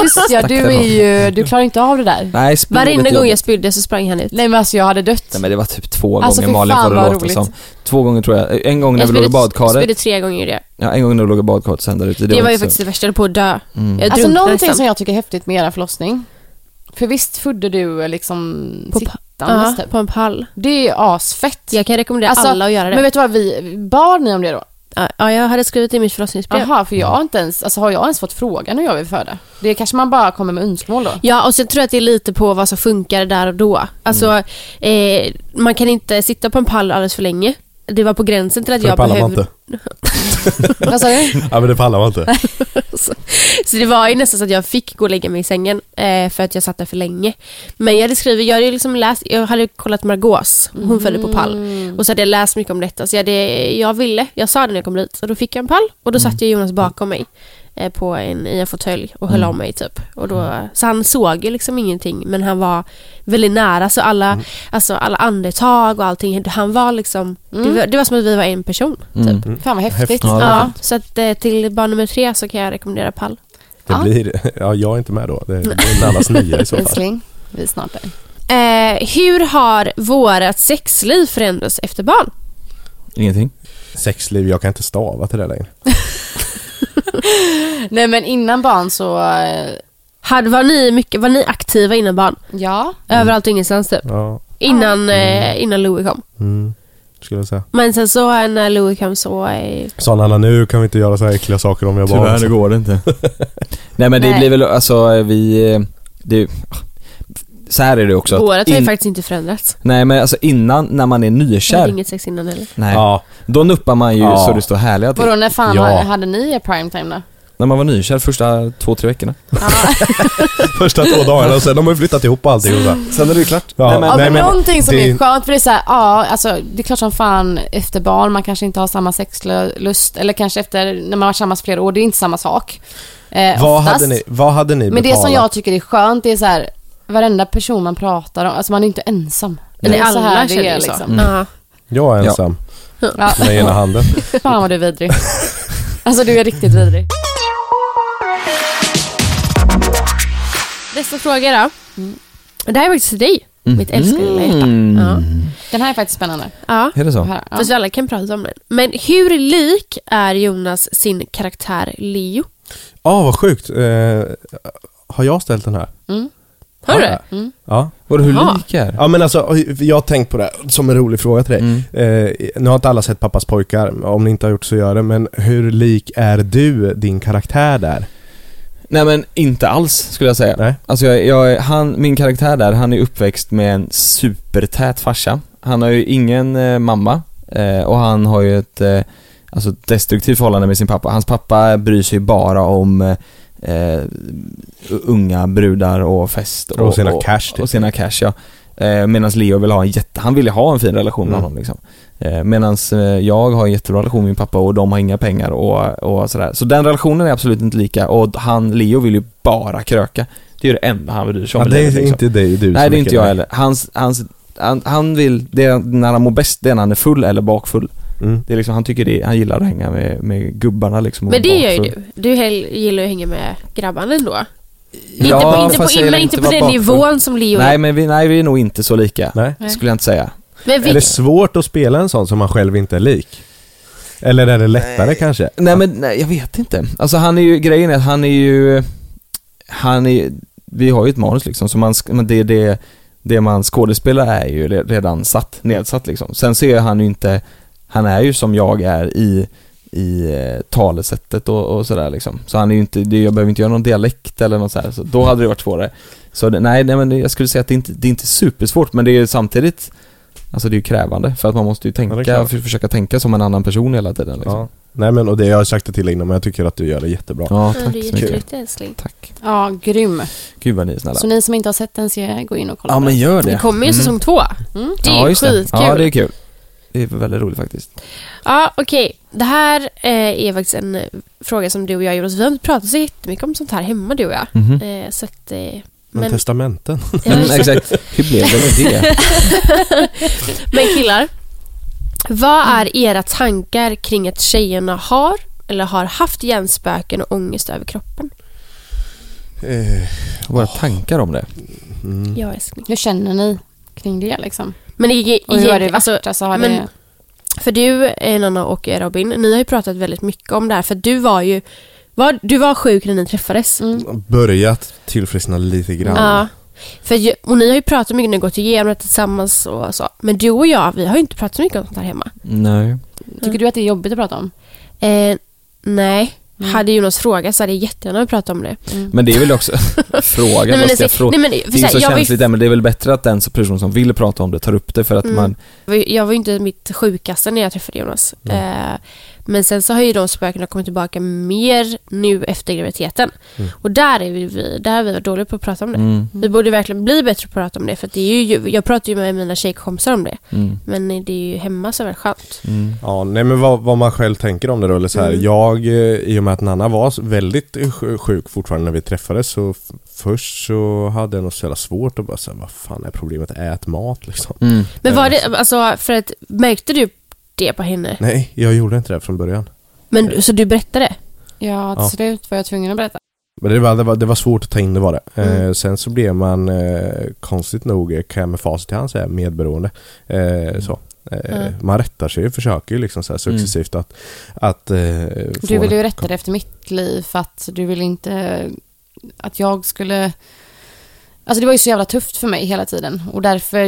[SPEAKER 5] Just ja, du är ju, du klarar inte av det där.
[SPEAKER 7] Nej, spy är
[SPEAKER 4] Varenda
[SPEAKER 7] lite
[SPEAKER 4] gång
[SPEAKER 7] jobbigt.
[SPEAKER 4] jag spydde så sprang han ut.
[SPEAKER 5] Nej men alltså jag hade dött.
[SPEAKER 7] Nej men det var typ två
[SPEAKER 5] Alltså, fy
[SPEAKER 7] gånger Malin
[SPEAKER 5] fan,
[SPEAKER 7] får det
[SPEAKER 5] vad
[SPEAKER 7] låta
[SPEAKER 5] roligt.
[SPEAKER 7] som. Två gånger tror jag. En gång när
[SPEAKER 4] jag
[SPEAKER 7] vi låg i
[SPEAKER 4] jag
[SPEAKER 7] badkaret.
[SPEAKER 4] spydde tre gånger gjorde jag.
[SPEAKER 7] Ja, en gång när du låg i badkaret sen där ute.
[SPEAKER 4] Det, var ju
[SPEAKER 7] inte
[SPEAKER 4] faktiskt
[SPEAKER 7] så-
[SPEAKER 4] det värsta, jag höll på att dö.
[SPEAKER 7] Mm.
[SPEAKER 4] Jag liksom.
[SPEAKER 5] Alltså
[SPEAKER 4] drunknade
[SPEAKER 5] någonting
[SPEAKER 4] nästan.
[SPEAKER 5] som jag tycker är häftigt med er förlossning. För visst födde du liksom
[SPEAKER 4] På pa-
[SPEAKER 5] sittandes
[SPEAKER 4] Ja,
[SPEAKER 5] typ.
[SPEAKER 4] på en pall.
[SPEAKER 5] Det är ju asfett.
[SPEAKER 4] Jag kan rekommendera
[SPEAKER 5] Alltså,
[SPEAKER 4] alla att göra det.
[SPEAKER 5] Men vet du vad, vi bad ni om det då?
[SPEAKER 4] Ja, ja, jag hade skrivit i mitt förlossningsbrev.
[SPEAKER 5] Jaha, för jag har inte ens, alltså har jag ens fått frågan hur jag vill föda? Det kanske man bara kommer med önskemål då?
[SPEAKER 4] Ja, och sen tror jag att det är lite på vad som funkar där och då. Alltså, eh, man kan inte sitta på en pall alldeles för länge. Det var på gränsen till att
[SPEAKER 8] För det
[SPEAKER 4] jag
[SPEAKER 8] pallar man
[SPEAKER 4] behövde...
[SPEAKER 8] inte.
[SPEAKER 5] Vad sa du?
[SPEAKER 8] Ja men det pallar man inte.
[SPEAKER 4] Så det var ju nästan så att jag fick gå och lägga mig i sängen eh, för att jag satt där för länge. Men jag hade skrivit, jag hade ju liksom läst, jag hade ju kollat Margaux, hon födde på pall.
[SPEAKER 5] Mm.
[SPEAKER 4] Och så hade jag läst mycket om detta, så jag, hade, jag ville, jag sa det när jag kom dit. Och då fick jag en pall och då
[SPEAKER 7] Mm.
[SPEAKER 4] satt jag Jonas bakom mig eh, på en, i en fåtölj och
[SPEAKER 7] Mm.
[SPEAKER 4] höll om mig typ. Och då, så han såg ju liksom ingenting men han var väldigt nära så alla,
[SPEAKER 7] Mm.
[SPEAKER 4] alltså, alla andetag och allting, han var liksom, det, var, det var som att vi var en person typ.
[SPEAKER 5] Mm. Fan vad häftigt.
[SPEAKER 7] Mm. Ja, det var
[SPEAKER 4] Ja, så att eh, till barn nummer tre så kan jag rekommendera pall.
[SPEAKER 8] Det blir, ja jag är inte med då. Det, det är allas nya i så fall.
[SPEAKER 5] Älskling, vi är snart där.
[SPEAKER 4] Eh, hur har vårat sexliv förändrats efter barn?
[SPEAKER 7] Ingenting.
[SPEAKER 8] Sexliv, jag kan inte stava till det längre.
[SPEAKER 5] Nej men innan barn så, eh,
[SPEAKER 4] Hade, var, ni mycket, var ni aktiva innan barn?
[SPEAKER 5] ja.
[SPEAKER 4] Överallt och ingenstans typ?
[SPEAKER 8] Ja,
[SPEAKER 4] Innan, eh, innan Louie kom.
[SPEAKER 8] mm, skulle jag säga.
[SPEAKER 4] Men sen så eh, när Louie kom så... Eh,
[SPEAKER 8] Sa Anna, nu kan vi inte göra så här äckliga saker om jag bara...
[SPEAKER 7] går det inte. Nej men det
[SPEAKER 5] Nej.
[SPEAKER 7] blir väl, alltså vi, eh, det, så här är det också. att
[SPEAKER 4] året har ju
[SPEAKER 7] in-
[SPEAKER 4] faktiskt inte förändrats.
[SPEAKER 7] Nej men alltså innan, när man är
[SPEAKER 4] Jag hade
[SPEAKER 7] nykär,
[SPEAKER 4] inget sex innan heller.
[SPEAKER 7] nej,
[SPEAKER 8] Ja,
[SPEAKER 7] då nuppar man ju
[SPEAKER 8] Ja.
[SPEAKER 7] så det står härliga till.
[SPEAKER 5] Vadå när fan
[SPEAKER 8] Ja.
[SPEAKER 5] hade ni er primetime då?
[SPEAKER 7] När man var nykär första två, tre veckorna.
[SPEAKER 8] första två dagarna och sen har man ju flyttat ihop allting och så här.
[SPEAKER 7] Sen är det klart.
[SPEAKER 8] Ja.
[SPEAKER 7] Nej, men,
[SPEAKER 5] Ja,
[SPEAKER 8] Nej,
[SPEAKER 5] men
[SPEAKER 8] men
[SPEAKER 5] någonting som
[SPEAKER 8] det-
[SPEAKER 5] är skönt för det är såhär, ja alltså det är klart som fan efter barn, man kanske inte har samma sexlust eller kanske efter när man har varit tillsammans flera år, det är inte samma sak. Eh,
[SPEAKER 8] Vad
[SPEAKER 5] oftast.
[SPEAKER 8] hade ni, vad hade ni
[SPEAKER 5] Men det
[SPEAKER 8] betalat?
[SPEAKER 5] som jag tycker är skönt det är såhär, varenda person man pratar om, alltså man är inte ensam.
[SPEAKER 4] Nej,
[SPEAKER 5] det är så
[SPEAKER 4] alla
[SPEAKER 5] här
[SPEAKER 4] känner
[SPEAKER 5] det är
[SPEAKER 4] ju så. Mm.
[SPEAKER 5] liksom.
[SPEAKER 4] Ja.
[SPEAKER 8] Jag är ensam,
[SPEAKER 5] Ja.
[SPEAKER 8] med ena handen.
[SPEAKER 5] Fan vad du är vidrig. Alltså du är riktigt vidrig.
[SPEAKER 4] Nästa fråga då. Det här är faktiskt till dig,
[SPEAKER 7] Mm.
[SPEAKER 4] mitt älskade lilla hjärta. Ja.
[SPEAKER 5] Den här är faktiskt spännande.
[SPEAKER 4] Ja.
[SPEAKER 7] Är det så?
[SPEAKER 5] Här, ja.
[SPEAKER 4] Fast vi alla kan prata om den. Men hur lik är Jonas sin karaktär Leo?
[SPEAKER 8] Ja, vad sjukt. Eh, har jag ställt den här?
[SPEAKER 5] Mm.
[SPEAKER 4] Hör du?
[SPEAKER 8] Ja. Ja.
[SPEAKER 7] Vadå, hur
[SPEAKER 4] Jaha.
[SPEAKER 7] lik är det?
[SPEAKER 8] ja, men alltså jag har tänkt på det här som en rolig fråga till dig. Eh, nu har inte alla sett Pappas pojkar, om ni inte har gjort så gör det, men hur lik är du din karaktär där?
[SPEAKER 7] Nej men inte alls skulle jag säga.
[SPEAKER 8] Nej.
[SPEAKER 7] Alltså jag, jag, han, min karaktär där, han är uppväxt med en supertät farsa. Han har ju ingen eh, mamma eh, och han har ju ett eh, alltså ett destruktivt förhållande med sin pappa. Hans pappa bryr sig bara om eh, eh, unga brudar och fest
[SPEAKER 8] Och sina cash, typ.
[SPEAKER 7] Och sina cash ja. Eh, Medan Leo vill ha en jätte, han ville ha en fin relation med
[SPEAKER 8] Mm.
[SPEAKER 7] honom liksom. Eh, Medan eh, jag har en jättebra relation med min pappa och de har inga pengar och, och sådär. Så den relationen är absolut inte lika och han, Leo vill ju bara kröka. Det är ju det enda han bryr sig om
[SPEAKER 8] Ja,
[SPEAKER 7] i
[SPEAKER 8] det
[SPEAKER 7] livet,
[SPEAKER 8] är
[SPEAKER 7] liksom.
[SPEAKER 8] inte dig du
[SPEAKER 7] Nej
[SPEAKER 8] så
[SPEAKER 7] det är
[SPEAKER 8] mycket.
[SPEAKER 7] inte jag heller. Hans, hans, han, han vill, det är när han mår bäst, det är när han är full eller bakfull.
[SPEAKER 8] Mm.
[SPEAKER 7] Det är liksom, han tycker det, han gillar att hänga med, med gubbarna liksom. och
[SPEAKER 4] Men det gör ju
[SPEAKER 7] bakfull.
[SPEAKER 4] du. Du hell- gillar ju att hänga med grabbarna ändå.
[SPEAKER 7] Ja,
[SPEAKER 4] inte på, inte
[SPEAKER 7] fast jag
[SPEAKER 4] på,
[SPEAKER 7] gillar
[SPEAKER 4] men inte på
[SPEAKER 7] att
[SPEAKER 4] den
[SPEAKER 7] vara bakfull.
[SPEAKER 4] nivån som Leo
[SPEAKER 7] Nej men vi, nej, vi är nog inte så lika.
[SPEAKER 8] Nej.
[SPEAKER 7] Skulle jag inte säga.
[SPEAKER 4] Men
[SPEAKER 8] Är
[SPEAKER 4] vi,
[SPEAKER 8] det svårt att spela en sån som man själv inte är lik? Eller är det lättare kanske?
[SPEAKER 7] Nej men nej, jag vet inte. Alltså han är ju, grejen är att han är ju, han är vi har ju ett manus liksom, så man, sk- men det, det, det man skådespelar är ju re- redan satt, nedsatt liksom. Sen ser han ju inte, han är ju som jag är i, i eh, talesättet och, och sådär liksom. Så han är ju inte, det, jag behöver inte göra någon dialekt eller något sådär, så då hade det varit svårare. Så det, nej, nej men det- jag skulle säga att det inte, det är inte supersvårt, men det är ju samtidigt, alltså det är ju krävande, för att man måste ju
[SPEAKER 8] det är
[SPEAKER 7] tänka,
[SPEAKER 8] klart.
[SPEAKER 7] för, försöka tänka som en annan person hela tiden liksom.
[SPEAKER 8] Ja. Nej men och det, jag har sagt det till innan men jag tycker att du gör det jättebra.
[SPEAKER 7] Ja,
[SPEAKER 4] Ja,
[SPEAKER 7] tack
[SPEAKER 4] du är
[SPEAKER 7] så mycket.
[SPEAKER 4] jätteduktig älskling.
[SPEAKER 7] Tack.
[SPEAKER 5] ja, grym.
[SPEAKER 7] Gud vad ni är snälla.
[SPEAKER 5] Så ni som inte har sett den ska gå in och kolla.
[SPEAKER 7] Ja men gör det. Mm.
[SPEAKER 4] Det kommer ju säsong två.
[SPEAKER 5] Mm.
[SPEAKER 4] Det är
[SPEAKER 7] ja,
[SPEAKER 4] ju
[SPEAKER 7] just det.
[SPEAKER 4] skitkul.
[SPEAKER 7] Ja, det är kul. Det är väldigt roligt faktiskt.
[SPEAKER 4] Ja, okej. Det här eh, är faktiskt en eh, fråga som du och jag Jonas, vi har inte pratat så jättemycket om sånt här hemma du och jag.
[SPEAKER 7] Mhm.
[SPEAKER 4] Eh, så att, eh,
[SPEAKER 8] men,
[SPEAKER 4] men,
[SPEAKER 8] testamenten?
[SPEAKER 7] Mm, exakt. Hur blev det med det?
[SPEAKER 4] men killar, vad
[SPEAKER 7] Mm.
[SPEAKER 4] är era tankar kring att tjejerna har eller har haft hjärnspöken och ångest över kroppen?
[SPEAKER 7] Våra tankar om det. Mm.
[SPEAKER 4] Ja, älskling.
[SPEAKER 5] Hur känner ni kring det liksom?
[SPEAKER 4] Men e-
[SPEAKER 5] Och hur har det
[SPEAKER 4] egentligen-
[SPEAKER 5] varit? Alltså, har
[SPEAKER 4] men-
[SPEAKER 5] det...
[SPEAKER 4] För du, eh, Nanna och Robin, ni har ju pratat väldigt mycket om det här, för du var ju var, du var sjuk när ni
[SPEAKER 5] Mm.
[SPEAKER 4] träffades.
[SPEAKER 8] Börjat tillfriskna lite grann.
[SPEAKER 4] Ja. För, ju- och ni har ju pratat mycket, ni har gått igenom det tillsammans och så. Men du och jag, vi har ju inte pratat så mycket om sånt här hemma.
[SPEAKER 7] Nej.
[SPEAKER 5] Tycker du att det är jobbigt att prata om? Mm.
[SPEAKER 4] Eh, nej. Hade Jonas frågat så hade jag jättegärna pratat om det.
[SPEAKER 7] Men det är väl också frågan.
[SPEAKER 4] Nej, men
[SPEAKER 7] vad ska
[SPEAKER 4] alltså,
[SPEAKER 7] jag fråga?
[SPEAKER 4] nej, men, för
[SPEAKER 7] Det är
[SPEAKER 4] så
[SPEAKER 7] ju så
[SPEAKER 4] här, jag, var
[SPEAKER 7] känsligt
[SPEAKER 4] ju,
[SPEAKER 7] där, men det är väl bättre att den så- person som vill prata om det tar upp det för att
[SPEAKER 4] Mm.
[SPEAKER 7] man...
[SPEAKER 4] var- jag var ju inte mitt sjukaste när jag träffade Jonas.
[SPEAKER 7] Mm.
[SPEAKER 4] Eh, men sen så har ju de spökena kommit tillbaka mer nu efter graviditeten. Och där, är vi- vi, där har vi varit dåliga på att prata om det.
[SPEAKER 7] Mm.
[SPEAKER 4] Vi borde verkligen bli bättre på att prata om det. För att det är ju, jag pratar ju med mina tjejkompisar om det.
[SPEAKER 7] Mm.
[SPEAKER 4] Men det är ju hemma så är det skönt.
[SPEAKER 7] Mm.
[SPEAKER 8] Ja, nej men vad, vad man själv tänker om det då, eller så här.
[SPEAKER 5] Mm.
[SPEAKER 8] Jag, eh, i och med att Nanna var s- väldigt eh, sj- sjuk fortfarande när vi träffades så f- först så hade jag nog så jävla svårt att bara säga vad fan är problemet, ät mat liksom.
[SPEAKER 7] Mm.
[SPEAKER 4] Men var det, alltså, för att, märkte du det på henne?
[SPEAKER 8] Nej, jag gjorde inte det från början.
[SPEAKER 4] Men, så du berättade?
[SPEAKER 5] Ja, till
[SPEAKER 8] Ja.
[SPEAKER 5] slut var jag tvungen att berätta.
[SPEAKER 8] Men det var, det var, det var svårt att ta in det var det.
[SPEAKER 5] Mm.
[SPEAKER 8] Eh, sen så blev man eh, konstigt nog, eh, kan jag med facit i hand säga, medberoende. Eh, så. Eh,
[SPEAKER 5] Mm.
[SPEAKER 8] Man rättar sig och försöker ju liksom så här successivt att, att eh,
[SPEAKER 5] Du ville ju rätta dig efter mitt liv för att du ville inte att jag skulle... Alltså det var ju så jävla tufft för mig hela tiden och därför...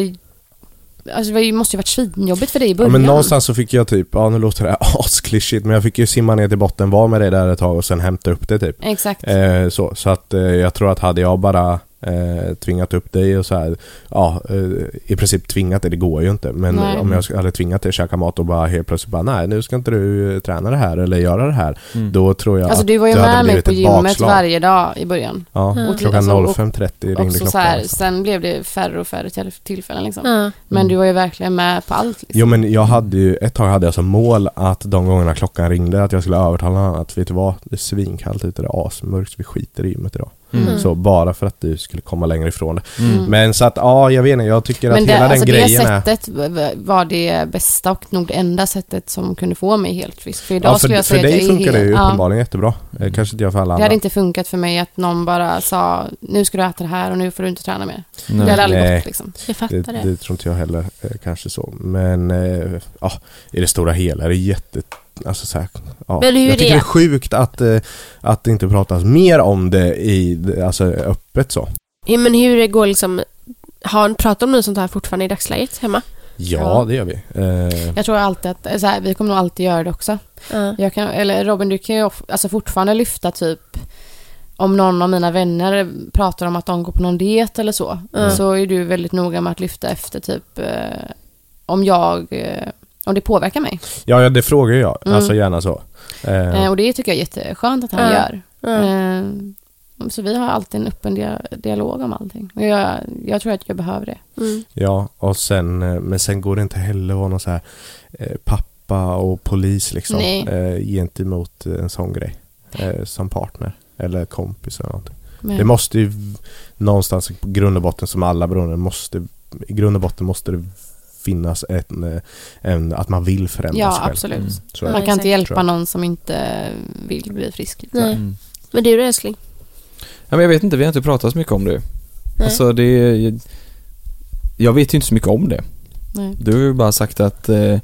[SPEAKER 5] Alltså det var ju- måste ju varit svinjobbigt för dig i
[SPEAKER 8] Ja,
[SPEAKER 5] början.
[SPEAKER 8] men någonstans så fick jag typ, ja nu låter det här asklyschigt men jag fick ju simma ner till botten, vara med det där ett tag och sen hämta upp det typ.
[SPEAKER 5] Exakt.
[SPEAKER 8] Eh, så, så att eh, jag tror att hade jag bara eh, tvingat upp dig och så här, ja eh, i princip tvingat dig, det går ju inte men
[SPEAKER 5] Nej.
[SPEAKER 8] om jag sk- hade tvingat dig att käka mat och bara helt plötsligt bara nej nu ska inte du eh, träna det här eller göra det här. Då tror jag
[SPEAKER 5] alltså
[SPEAKER 8] att
[SPEAKER 5] du var ju
[SPEAKER 8] det hade
[SPEAKER 5] med mig
[SPEAKER 8] blivit
[SPEAKER 5] på
[SPEAKER 8] ett
[SPEAKER 5] gymmet
[SPEAKER 8] bakslag.
[SPEAKER 5] varje dag i början.
[SPEAKER 8] Ja,
[SPEAKER 5] Mm.
[SPEAKER 8] klockan
[SPEAKER 5] Alltså, och-
[SPEAKER 8] 05.30
[SPEAKER 5] Och så,
[SPEAKER 8] ringde
[SPEAKER 5] så
[SPEAKER 8] klockan.
[SPEAKER 5] här,
[SPEAKER 8] liksom.
[SPEAKER 5] sen blev det färre och färre till- tillfällen liksom.
[SPEAKER 4] Ja.
[SPEAKER 8] Mm.
[SPEAKER 5] Men du var ju verkligen med på allt. Liksom.
[SPEAKER 8] Jo men jag hade ju, ett tag hade jag som mål att de gångerna klockan ringde att jag skulle övertala honom att vet du vad, det är svinkallt ute, det är asmörkt, vi skiter i gymmet idag.
[SPEAKER 5] Mm.
[SPEAKER 8] Så bara för att du skulle komma längre ifrån det. Men så att, ja jag vet inte, jag tycker att
[SPEAKER 5] Men det,
[SPEAKER 8] hela
[SPEAKER 5] alltså
[SPEAKER 8] den
[SPEAKER 5] det
[SPEAKER 8] grejen är...
[SPEAKER 5] sättet v- v- var det bästa och nog det enda sättet som kunde få mig helt frisk. För idag
[SPEAKER 8] Ja,
[SPEAKER 5] skulle
[SPEAKER 8] för,
[SPEAKER 5] jag
[SPEAKER 8] för
[SPEAKER 5] säga att
[SPEAKER 8] dig
[SPEAKER 5] jag är
[SPEAKER 8] funkar det ju
[SPEAKER 5] helt- ja.
[SPEAKER 8] uppenbarligen jättebra. Eh, Kanske inte jag för alla
[SPEAKER 5] Det
[SPEAKER 8] andra.
[SPEAKER 5] hade inte funkat för mig att någon bara sa nu ska du äta det här och nu får du inte träna mer.
[SPEAKER 7] Nej.
[SPEAKER 5] Det hade aldrig
[SPEAKER 8] Nej.
[SPEAKER 5] gått liksom.
[SPEAKER 4] Jag
[SPEAKER 8] Det,
[SPEAKER 4] fattar det.
[SPEAKER 8] det tror inte jag heller, eh, kanske så. Men eh, ja, i det stora hela är det jätte... Alltså så här, ja.
[SPEAKER 4] Men hur är
[SPEAKER 8] jag tycker
[SPEAKER 4] det?
[SPEAKER 8] det är sjukt att, eh, att det inte pratas mer om det i, alltså öppet så.
[SPEAKER 4] Ja, men hur det går liksom... Har, pratar de om något sånt här fortfarande i dagsläget hemma?
[SPEAKER 8] Ja,
[SPEAKER 5] Ja.
[SPEAKER 8] det gör vi. Eh,
[SPEAKER 5] Jag tror alltid att, så här, vi kommer nog alltid göra det också.
[SPEAKER 4] Ja.
[SPEAKER 5] Jag kan, eller Robin, du kan ju of- alltså fortfarande lyfta typ om någon av mina vänner pratar om att de går på någon diet eller så,
[SPEAKER 4] Mm.
[SPEAKER 5] så är du väldigt noga med att lyfta efter typ eh, om jag, eh, om det påverkar mig.
[SPEAKER 8] ja, ja, det frågar jag. Alltså gärna så. Eh,
[SPEAKER 5] Mm. Eh, och det tycker jag är jätteskönt att han
[SPEAKER 4] Ja.
[SPEAKER 5] gör. Eh, så vi har alltid en öppen dia- dialog om allting. Och jag, jag tror att jag behöver det.
[SPEAKER 8] Ja, och sen, eh, men sen går det inte heller att vara någon så här eh, pappa och polis liksom
[SPEAKER 5] Nej.
[SPEAKER 8] eh, gentemot en sån grej. Eh, som partner eller kompis eller någonting.
[SPEAKER 5] Men-
[SPEAKER 8] Det måste ju v- någonstans i grund och botten som alla beroenden måste, i grund och botten måste det finnas en, eh, en att man vill förändras
[SPEAKER 5] ja,
[SPEAKER 8] själv.
[SPEAKER 5] absolut.
[SPEAKER 7] Mm.
[SPEAKER 8] Så
[SPEAKER 5] Man kan
[SPEAKER 8] är det.
[SPEAKER 4] exakt.
[SPEAKER 5] inte
[SPEAKER 8] Tror
[SPEAKER 5] hjälpa
[SPEAKER 8] jag.
[SPEAKER 5] någon som inte vill bli frisk. liksom.
[SPEAKER 4] Nej. Men du då älskling?
[SPEAKER 7] Mm. Ja, men jag vet inte, vi har inte pratat så mycket om det.
[SPEAKER 4] Nej.
[SPEAKER 7] Alltså det är, Jag vet ju inte så mycket om det.
[SPEAKER 5] Nej.
[SPEAKER 7] Du har ju bara sagt att, eh,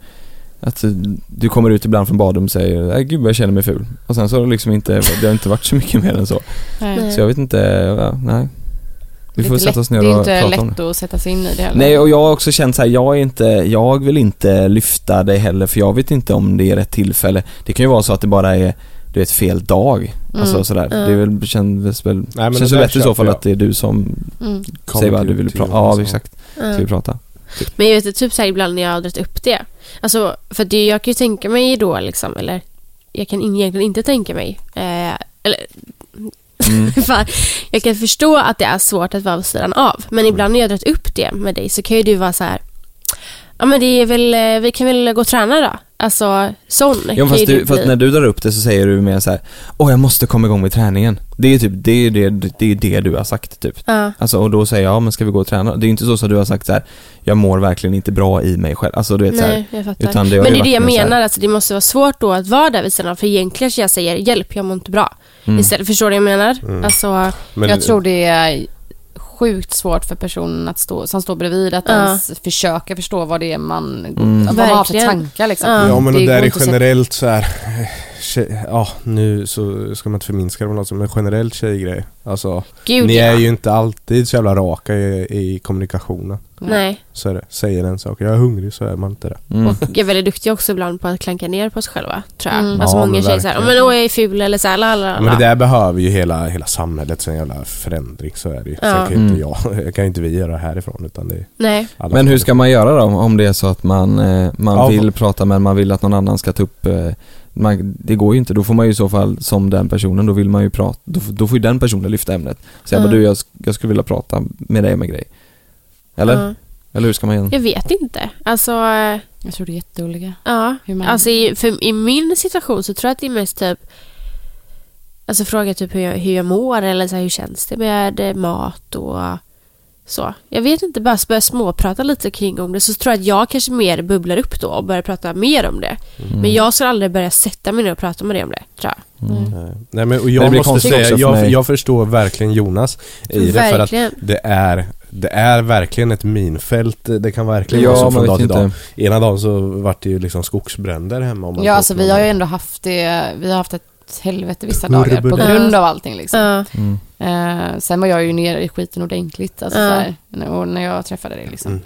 [SPEAKER 7] att eh, du kommer ut ibland från badrum och säger "Äh, gud vad jag känner mig ful. Och sen så har det liksom inte, det har inte varit så mycket mer än så.
[SPEAKER 5] Nej.
[SPEAKER 4] Nej.
[SPEAKER 7] Så jag vet inte, ja, nej. Vi
[SPEAKER 5] Det är
[SPEAKER 7] får
[SPEAKER 5] inte
[SPEAKER 7] sätta oss
[SPEAKER 5] lätt-
[SPEAKER 7] ner
[SPEAKER 5] Det är
[SPEAKER 7] och
[SPEAKER 5] inte
[SPEAKER 7] prata om
[SPEAKER 5] lätt
[SPEAKER 7] det.
[SPEAKER 5] att sätta sig in i det heller.
[SPEAKER 7] Nej och jag har också känt så här, jag är inte, jag vill inte lyfta dig heller för jag vet inte om det är rätt tillfälle. Det kan ju vara så att det bara är, du vet, fel dag. Alltså
[SPEAKER 5] Mm,
[SPEAKER 7] sådär. Det är väl, känns väl,
[SPEAKER 8] men det
[SPEAKER 7] känns ju
[SPEAKER 8] där
[SPEAKER 7] lätt i så fall
[SPEAKER 8] köper jag.
[SPEAKER 7] att det är du som
[SPEAKER 5] Mm.
[SPEAKER 8] Kommer
[SPEAKER 7] säger vad
[SPEAKER 8] till-
[SPEAKER 7] du vill
[SPEAKER 8] till
[SPEAKER 7] prata,
[SPEAKER 8] Johan,
[SPEAKER 7] ja
[SPEAKER 8] så.
[SPEAKER 7] exakt. Ska vi prata?
[SPEAKER 4] Men jag vet inte, typ så här ibland när jag har dragit upp det. Alltså, för att det, jag kan ju tänka mig då liksom, eller jag kan in- egentligen inte tänka mig. Eh, eller,
[SPEAKER 7] Mm.
[SPEAKER 4] fan, jag kan förstå att det är svårt att vara på sidan av. Men ibland när jag har dragit upp det med dig så kan ju du vara så här. Ja men det är väl, eh, vi kan väl gå och träna då. Alltså sån
[SPEAKER 7] Ja,
[SPEAKER 4] kan ju
[SPEAKER 7] fast, du,
[SPEAKER 4] du
[SPEAKER 7] fast
[SPEAKER 4] bli.
[SPEAKER 7] när du drar upp det så säger du mer så här: åh jag måste komma igång med träningen. Det är typ, det är det, det, är det du har sagt typ.
[SPEAKER 4] Ja.
[SPEAKER 7] Alltså, och då säger jag, ja men ska vi gå och träna? Det är ju inte så som du har sagt så här: jag mår verkligen inte bra i mig själv. Alltså du vet så här,
[SPEAKER 4] Nej, jag fattar.
[SPEAKER 7] utan det har
[SPEAKER 4] men
[SPEAKER 7] ju
[SPEAKER 4] det är det jag
[SPEAKER 7] varit en så här-
[SPEAKER 4] menar, alltså, det måste vara svårt då att vara där vid sidan av. För egentligen så jag säger hjälp, jag mår inte bra.
[SPEAKER 7] Mm.
[SPEAKER 4] Istället, förstår du vad jag menar? Alltså,
[SPEAKER 8] Men,
[SPEAKER 5] jag tror det är sjukt svårt för personen att stå, som står bredvid att
[SPEAKER 4] Ja.
[SPEAKER 5] ens försöka förstå vad det är man, vad man har för
[SPEAKER 4] Verkligen.
[SPEAKER 5] tankar. Liksom.
[SPEAKER 8] Ja men det
[SPEAKER 5] går
[SPEAKER 8] där är
[SPEAKER 5] inte att sätta-
[SPEAKER 8] generellt så här. tje- Ja nu så ska man inte förminska det på något sätt, men generellt tjejgrej. Alltså,
[SPEAKER 4] Gud,
[SPEAKER 8] ni
[SPEAKER 4] ja.
[SPEAKER 8] är ju inte alltid så jävla raka i, i kommunikationen.
[SPEAKER 4] nej.
[SPEAKER 8] Så är det. Säger en sak, jag är hungrig så är man inte det.
[SPEAKER 4] Och är väldigt duktiga också ibland på att klanka ner på sig själva, tror jag.
[SPEAKER 5] Mm.
[SPEAKER 4] Alltså
[SPEAKER 8] Ja,
[SPEAKER 4] många
[SPEAKER 8] men
[SPEAKER 4] tjejer såhär,
[SPEAKER 8] verkligen.
[SPEAKER 4] men åh jag är ful eller såhär, la la la.
[SPEAKER 8] Men det där behöver ju hela, hela samhället, så en jävla förändring, så är det ju. Sen kan ju inte jag, kan ju inte vi göra det härifrån utan det är
[SPEAKER 4] Nej.
[SPEAKER 8] alla
[SPEAKER 7] Mm. Men hur
[SPEAKER 8] som-
[SPEAKER 7] ska man göra då om det är så att man, eh, man
[SPEAKER 8] Ja,
[SPEAKER 7] vill
[SPEAKER 8] vad-
[SPEAKER 7] prata men man vill att någon annan ska ta upp eh, man, det går ju inte, då får man ju i så fall som den personen, då vill man ju prata, då, f- då får ju den personen lyfta ämnet. Säga bara du, jag, sk- jag skulle vilja prata med dig om en grej. Eller?
[SPEAKER 4] Ja.
[SPEAKER 7] Eller hur ska man göra?
[SPEAKER 4] Jag vet inte. Alltså, eh,
[SPEAKER 5] Jag tror det är jätteolika.
[SPEAKER 4] ja.
[SPEAKER 5] Hur man-
[SPEAKER 4] Alltså i, för, i min situation så tror jag att det är mest typ Alltså fråga typ hur jag, hur jag mår eller så här, hur känns det med eh, mat och så. Jag vet inte, bara börja småprata lite kring om det så tror jag att jag kanske mer bubblar upp då och börjar prata mer om det.
[SPEAKER 8] Mm.
[SPEAKER 4] Men jag skulle aldrig börja sätta mig ner och prata med dig om det, tror jag.
[SPEAKER 8] Nej men
[SPEAKER 7] Men
[SPEAKER 8] och
[SPEAKER 7] det
[SPEAKER 8] jag
[SPEAKER 7] blir
[SPEAKER 8] måste
[SPEAKER 7] konstigt
[SPEAKER 8] säga,
[SPEAKER 7] också för
[SPEAKER 8] jag,
[SPEAKER 7] mig.
[SPEAKER 8] jag förstår verkligen Jonas i det för att
[SPEAKER 4] Verkligen.
[SPEAKER 8] det är, det är verkligen ett minfält. Det kan verkligen
[SPEAKER 7] Ja,
[SPEAKER 8] vara så
[SPEAKER 7] man
[SPEAKER 8] från
[SPEAKER 7] vet
[SPEAKER 8] dag till
[SPEAKER 7] inte.
[SPEAKER 8] dag. Ena dagen så vart det ju liksom skogsbränder hemma. Om man
[SPEAKER 5] Ja,
[SPEAKER 8] går
[SPEAKER 5] alltså
[SPEAKER 8] på
[SPEAKER 5] vi
[SPEAKER 8] någon-
[SPEAKER 5] har ju ändå haft det, vi har haft ett helvete vissa
[SPEAKER 8] Burbel.
[SPEAKER 5] dagar på
[SPEAKER 8] Ja.
[SPEAKER 5] grund av allting. Liksom.
[SPEAKER 4] Ja.
[SPEAKER 7] Mm.
[SPEAKER 5] Eh, sen var jag ju nere i skiten ordentligt, alltså,
[SPEAKER 4] Ja.
[SPEAKER 5] så här, när, och när jag träffade dig. Liksom.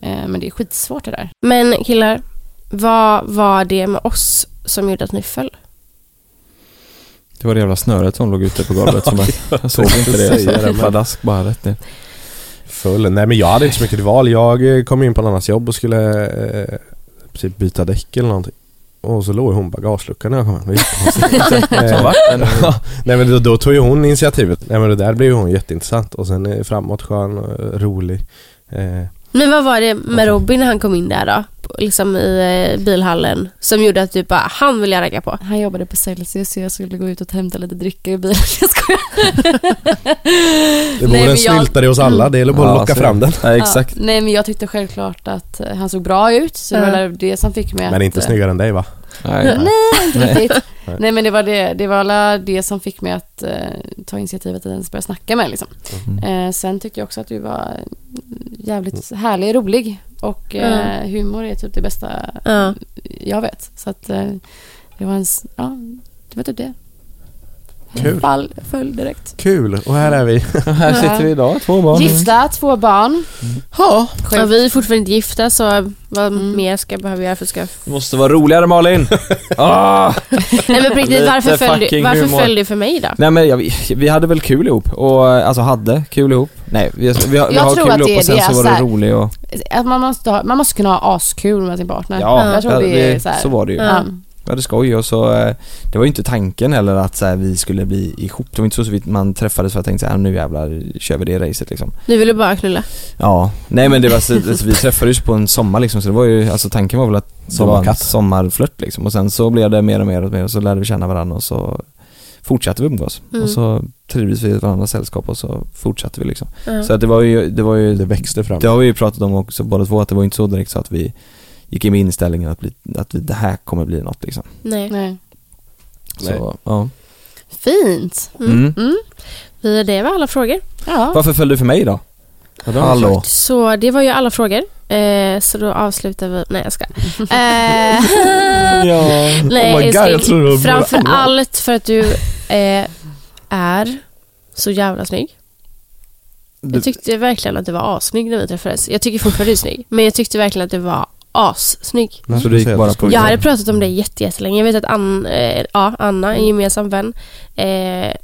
[SPEAKER 5] Eh, men det är skitsvårt det där.
[SPEAKER 4] Men killar, vad var det med oss som gjorde att ni föll?
[SPEAKER 7] Det var det jävla snöret som låg ute på golvet som jag, jag såg inte det.
[SPEAKER 8] säga det,
[SPEAKER 7] Så
[SPEAKER 8] men-
[SPEAKER 7] pladask bara rätt ner.
[SPEAKER 8] Full. Nej men jag hade inte så mycket val. Jag eh, kom in på en annans jobb och skulle eh, typ byta däck eller någonting. Och så låg hon i bagageluckan när jag kom hem. Det var jättekonstigt. Eh, Nej men då, då tog ju hon initiativet. Nej men det där blev ju hon jätteintressant. Och sen eh, framåt skön, och, eh, rolig. Eh,
[SPEAKER 4] Men vad var det med Robin när han kom in där då? Liksom i eh, bilhallen som gjorde att du bara, han vill jag ragga på.
[SPEAKER 5] Han jobbade på Celsius så jag skulle gå ut och hämta lite dricka i bilen. Jag skojar.
[SPEAKER 8] Det bor
[SPEAKER 5] men
[SPEAKER 8] en
[SPEAKER 5] jag,
[SPEAKER 8] snyltare hos alla, det gäller bara att locka
[SPEAKER 7] så-
[SPEAKER 8] fram den.
[SPEAKER 7] Ja, exakt.
[SPEAKER 5] Nej men jag tyckte självklart att eh, han såg bra ut så det var väl det som fick mig att...
[SPEAKER 8] Men inte
[SPEAKER 5] eh,
[SPEAKER 8] snyggare än dig va?
[SPEAKER 7] Nej.
[SPEAKER 5] Nej, inte riktigt. Nej men det var det, det var alla det som fick mig att eh, ta initiativet att ens börja snacka med liksom. Eh, sen tyckte jag också att du var jävligt härlig, rolig och eh, humor är typ det bästa
[SPEAKER 4] Ja.
[SPEAKER 5] jag vet. Så att eh, det var en, s- ja, det var typ det.
[SPEAKER 8] Kul.
[SPEAKER 5] Fall, föll direkt.
[SPEAKER 8] Kul, och här är vi.
[SPEAKER 7] Här sitter vi idag, två barn. Mm.
[SPEAKER 5] Gifta, två barn.
[SPEAKER 7] Ja.
[SPEAKER 4] Ja, vi är fortfarande inte gifta så vad
[SPEAKER 5] Mm.
[SPEAKER 4] mer ska jag behöva göra för att ska...
[SPEAKER 7] Det måste vara roligare Malin. ah!
[SPEAKER 4] Nej men på riktigt,
[SPEAKER 7] Lite
[SPEAKER 4] varför föll du,
[SPEAKER 7] fucking
[SPEAKER 4] varför
[SPEAKER 7] humor.
[SPEAKER 4] föll du för mig då?
[SPEAKER 7] Nej men jag, vi hade väl kul ihop och alltså hade kul ihop. Nej vi, vi, vi
[SPEAKER 5] Jag
[SPEAKER 7] har
[SPEAKER 5] tror
[SPEAKER 7] kul
[SPEAKER 5] att det
[SPEAKER 7] ihop
[SPEAKER 5] är
[SPEAKER 7] och sen
[SPEAKER 5] det,
[SPEAKER 7] så var
[SPEAKER 5] så
[SPEAKER 7] det
[SPEAKER 5] här.
[SPEAKER 7] roligt och
[SPEAKER 5] Att man, måste ha, man måste kunna ha askul med sin partner.
[SPEAKER 7] ja,
[SPEAKER 5] jag tror det, är så, här.
[SPEAKER 7] så var det ju.
[SPEAKER 5] Ja.
[SPEAKER 7] Vi hade skoj och så, eh, det var ju inte tanken heller att så här, vi skulle bli ihop. Det var inte så att vi- man träffades för att tänka så här, nu jävlar kör vi det racet liksom.
[SPEAKER 4] Du ville bara knulla.
[SPEAKER 7] Ja, nej men det var så, alltså, vi träffades på en sommar liksom så det var ju, alltså tanken var väl att det var en
[SPEAKER 8] Sommarkatt.
[SPEAKER 7] sommarflört liksom och sen så blev det mer och mer och mer och så lärde vi känna varandra och så fortsatte vi umgås
[SPEAKER 4] Mm.
[SPEAKER 7] och så trivdes vi i varandras sällskap och så fortsatte vi liksom. Så att det var ju, det var ju
[SPEAKER 8] Det växte fram.
[SPEAKER 7] det har vi ju pratat om också båda två att det var inte så direkt så att vi gick in med inställningen att, bli, att vi, det här kommer bli något liksom.
[SPEAKER 4] Nej.
[SPEAKER 5] Nej.
[SPEAKER 7] Så, ja.
[SPEAKER 5] Fint.
[SPEAKER 7] mm.
[SPEAKER 4] Vi, det var alla frågor.
[SPEAKER 5] Ja.
[SPEAKER 7] Varför följde du för mig då? Hallå?
[SPEAKER 4] Så det var ju alla frågor. Eh, så då avslutar vi. Nej jag ska. Eh, nej
[SPEAKER 8] Oh my God,
[SPEAKER 4] älskling.
[SPEAKER 8] jag trodde det var bara
[SPEAKER 4] Framför
[SPEAKER 8] alla.
[SPEAKER 4] allt för att du eh, är så jävla snygg. Jag tyckte verkligen att du var assnygg när vi träffades. Jag tycker fortfarande du är snygg. Men jag tyckte verkligen att du var assnygg.
[SPEAKER 7] Så du gick bara på
[SPEAKER 4] Jag hade pratat om det jätte- jättelänge. Jag vet att Ann, eh, ja, Anna,
[SPEAKER 8] Mm.
[SPEAKER 4] en gemensam vän, eh,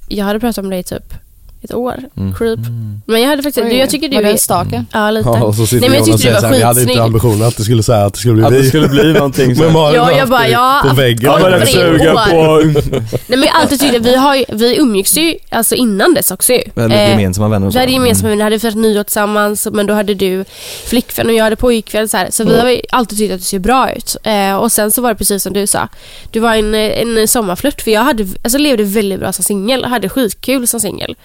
[SPEAKER 4] jag hade pratat om det i typ ett år.
[SPEAKER 8] Mm.
[SPEAKER 4] Creep. Men jag hade faktiskt, du, jag tycker du
[SPEAKER 5] Var det
[SPEAKER 4] är... Mm.
[SPEAKER 5] en stake?
[SPEAKER 4] Ja, lite.
[SPEAKER 8] Ja, och så sitter
[SPEAKER 4] Nej, men jag
[SPEAKER 8] Jonas
[SPEAKER 4] tyckte
[SPEAKER 8] och säger
[SPEAKER 4] du
[SPEAKER 8] så här, vi
[SPEAKER 4] var
[SPEAKER 8] hade inte
[SPEAKER 4] skitsnygg.
[SPEAKER 8] ambitionen att det skulle, så här, att det skulle bli
[SPEAKER 7] Att
[SPEAKER 8] vi.
[SPEAKER 7] det skulle bli någonting så.
[SPEAKER 8] Men Malin
[SPEAKER 4] Ja,
[SPEAKER 8] har
[SPEAKER 4] jag
[SPEAKER 8] haft
[SPEAKER 4] bara,
[SPEAKER 8] det
[SPEAKER 4] ja,
[SPEAKER 8] på väggen.
[SPEAKER 4] Ja, men jag
[SPEAKER 8] Tre
[SPEAKER 4] försöker
[SPEAKER 8] år.
[SPEAKER 7] på...
[SPEAKER 4] Nej, men jag har alltid tyckte, vi, har, ju- vi umgicks ju alltså innan dess också ju.
[SPEAKER 7] Vi hade lite
[SPEAKER 4] Eh,
[SPEAKER 7] gemensamma vänner och
[SPEAKER 4] Vi
[SPEAKER 7] så.
[SPEAKER 4] hade gemensamma vänner, hade firat nyår tillsammans men då hade du flickvän och jag hade pojkvän. Så, här. så vi har ju alltid tyckt att du ser bra ut. Eh, och sen så var det precis som du sa. Du var en, en sommarflört för jag hade, alltså, levde väldigt bra som singel. Hade skitkul som singel.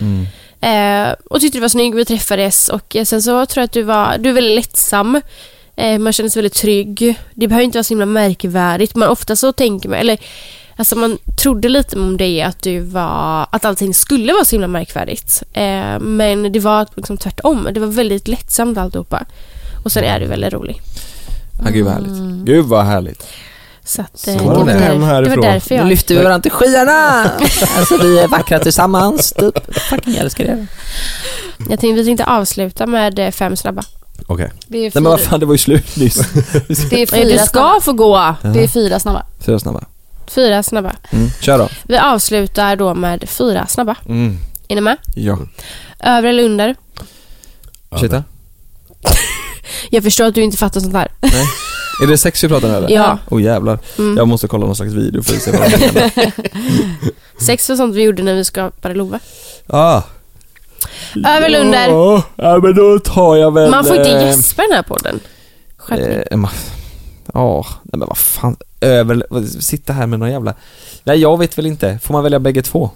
[SPEAKER 4] Eh, och tyckte du var snygg, vi träffades och eh, sen så tror jag att du var, du är väldigt lättsam. Eh, man känner sig väldigt trygg. Det behöver inte vara så himla märkvärdigt men ofta så tänker man, eller Alltså man trodde lite om dig att du var, att allting skulle vara så himla märkvärdigt. Eh, men det var liksom tvärtom. Det var väldigt lättsamt alltihopa. Och sen är du väldigt rolig.
[SPEAKER 7] Ja, gud vad
[SPEAKER 4] Mm.
[SPEAKER 7] härligt. Gud vad härligt.
[SPEAKER 4] Så att, eh,
[SPEAKER 7] Så går det hem
[SPEAKER 4] det var
[SPEAKER 8] härifrån.
[SPEAKER 4] därför jag...
[SPEAKER 7] lyfter vi varandra till skyarna! alltså vi är vackra tillsammans, typ. Fucking älskar det. Nej
[SPEAKER 4] jag tänkte, vi tänkte avsluta med eh, fem snabba.
[SPEAKER 8] Okej.
[SPEAKER 5] Det är
[SPEAKER 7] men
[SPEAKER 5] fyra,
[SPEAKER 7] vad fan, det var ju slut nyss.
[SPEAKER 5] det är
[SPEAKER 4] Eh, Du
[SPEAKER 5] fyra snabba.
[SPEAKER 4] ska få gå!
[SPEAKER 5] Det är fyra snabba.
[SPEAKER 7] Fyra snabba.
[SPEAKER 4] Fyra snabba.
[SPEAKER 7] Mm. Kör då.
[SPEAKER 4] Vi avslutar då med fyra snabba.
[SPEAKER 7] Mm.
[SPEAKER 4] Är ni med?
[SPEAKER 7] Ja.
[SPEAKER 4] Över eller under?
[SPEAKER 7] Ursäkta?
[SPEAKER 4] Jag förstår att du inte fattar sånt här.
[SPEAKER 7] Nej. Är det sex vi pratar om eller?
[SPEAKER 4] Ja. Mm.
[SPEAKER 7] Åh jävlar. Jag måste kolla någon slags video för att se vad det är.
[SPEAKER 4] Sex och sånt vi gjorde när vi skapade Love.
[SPEAKER 7] Ah.
[SPEAKER 4] Över eller under?
[SPEAKER 7] Ja, ja, men då tar jag väl...
[SPEAKER 4] Man får inte
[SPEAKER 7] eh,
[SPEAKER 4] gäspa i den här podden. Skärpning.
[SPEAKER 7] Eh, ma- Ja, nej men vad fan. Över, vad- sitta här med någon jävla... Nej jag vet väl inte. Får man välja bägge två?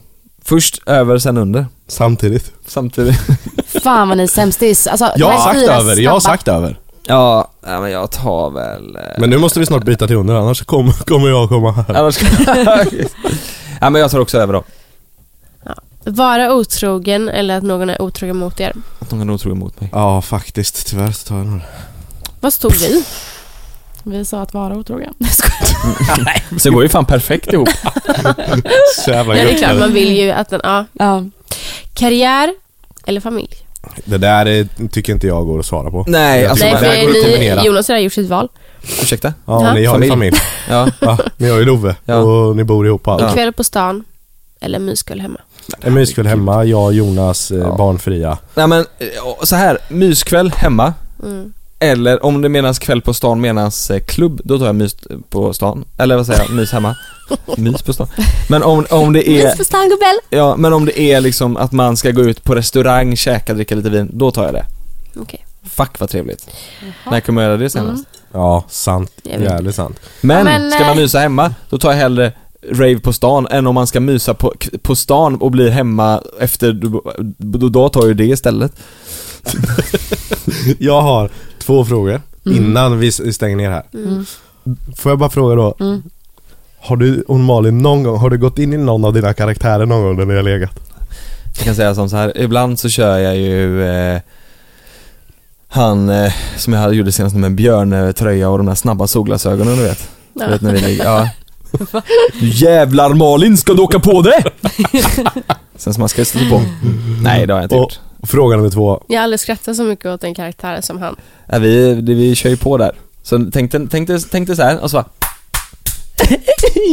[SPEAKER 7] Först över, sen under.
[SPEAKER 8] Samtidigt.
[SPEAKER 7] Samtidigt.
[SPEAKER 5] Fan vad ni är sämstis. Alltså,
[SPEAKER 8] Jag
[SPEAKER 5] det
[SPEAKER 8] har
[SPEAKER 5] här är
[SPEAKER 8] sagt
[SPEAKER 5] fyra
[SPEAKER 8] över, jag har
[SPEAKER 5] snabba.
[SPEAKER 8] sagt över.
[SPEAKER 7] Ja, nej, men jag tar väl... eh,
[SPEAKER 8] Men nu måste vi snart byta till under, annars kommer, kommer jag komma här.
[SPEAKER 7] Annars Nej men jag tar också över då.
[SPEAKER 4] Vara otrogen eller att någon är otrogen mot er.
[SPEAKER 7] Att någon är otrogen mot mig.
[SPEAKER 8] Ja, faktiskt. Tyvärr så tar jag några.
[SPEAKER 4] Vad stod vi?
[SPEAKER 5] Vi sa att vara otrogen.
[SPEAKER 7] Så det går ju fan perfekt ihop.
[SPEAKER 8] Så jävla
[SPEAKER 4] Nej, det är klart,
[SPEAKER 8] gött.
[SPEAKER 4] man vill ju att den... Ja.
[SPEAKER 5] Ja.
[SPEAKER 4] Karriär eller familj?
[SPEAKER 8] Det där eh, tycker inte jag går att svara på.
[SPEAKER 7] Nej,
[SPEAKER 8] Jag
[SPEAKER 7] alltså,
[SPEAKER 8] tycker
[SPEAKER 4] Nej,
[SPEAKER 7] men-
[SPEAKER 8] det där går att kombinera.
[SPEAKER 4] för ni, Jonas har redan gjort sitt val.
[SPEAKER 7] Ursäkta?
[SPEAKER 8] Ja, ni har ju
[SPEAKER 7] Familj.
[SPEAKER 8] familj.
[SPEAKER 7] Ja.
[SPEAKER 8] Ja, ni har ju Love
[SPEAKER 7] Ja.
[SPEAKER 8] och ni bor ihop och allt.
[SPEAKER 4] Kväll på stan eller myskväll hemma.
[SPEAKER 8] En myskväll hemma, jag, Jonas, eh, barnfria.
[SPEAKER 7] Nej men eh, så här, myskväll hemma.
[SPEAKER 4] Mm.
[SPEAKER 7] Eller om det menas kväll på stan menas eh, klubb, då tar jag mys eh, på stan. Eller vad säger jag, mys hemma. Mys på stan. Men om, om det är...
[SPEAKER 4] Mys på stan, gubbel!
[SPEAKER 7] Ja, men om det är liksom att man ska gå ut på restaurang, käka, dricka lite vin, då tar jag det.
[SPEAKER 4] Okej. Mm.
[SPEAKER 7] Fuck vad trevligt. När kommer jag göra det senast?
[SPEAKER 8] Ja, sant.
[SPEAKER 4] Jag vet.
[SPEAKER 8] Jävligt sant.
[SPEAKER 7] Men,
[SPEAKER 4] Men,
[SPEAKER 7] ska man
[SPEAKER 4] eh,
[SPEAKER 7] mysa hemma, då tar jag hellre rave på stan än om man ska mysa på, på stan och blir hemma efter, då, då tar jag ju det istället.
[SPEAKER 8] Jag har två frågor innan vi s- stänger ner här. Får jag bara fråga då? Har du, och Malin, någon gång, har du gått in i någon av dina karaktärer någon gång när ni har legat?
[SPEAKER 7] Typ. Jag kan säga som så här, ibland så kör jag ju eh, han eh, som jag hade- gjorde senast nu med björntröja och de där snabba solglasögonen du vet. Du vet när vi ligger, ja. Du jävlar Malin, ska du åka på det? Sen smaskades det på. Nej det har jag inte
[SPEAKER 8] Och-
[SPEAKER 7] gjort.
[SPEAKER 8] Och fråga nummer två.
[SPEAKER 4] Jag har aldrig skrattat så mycket åt en karaktär som han.
[SPEAKER 7] Ja, Äh, vi, det- vi kör ju på där. Så tänkte, tänkte, tänkte så här och så bara,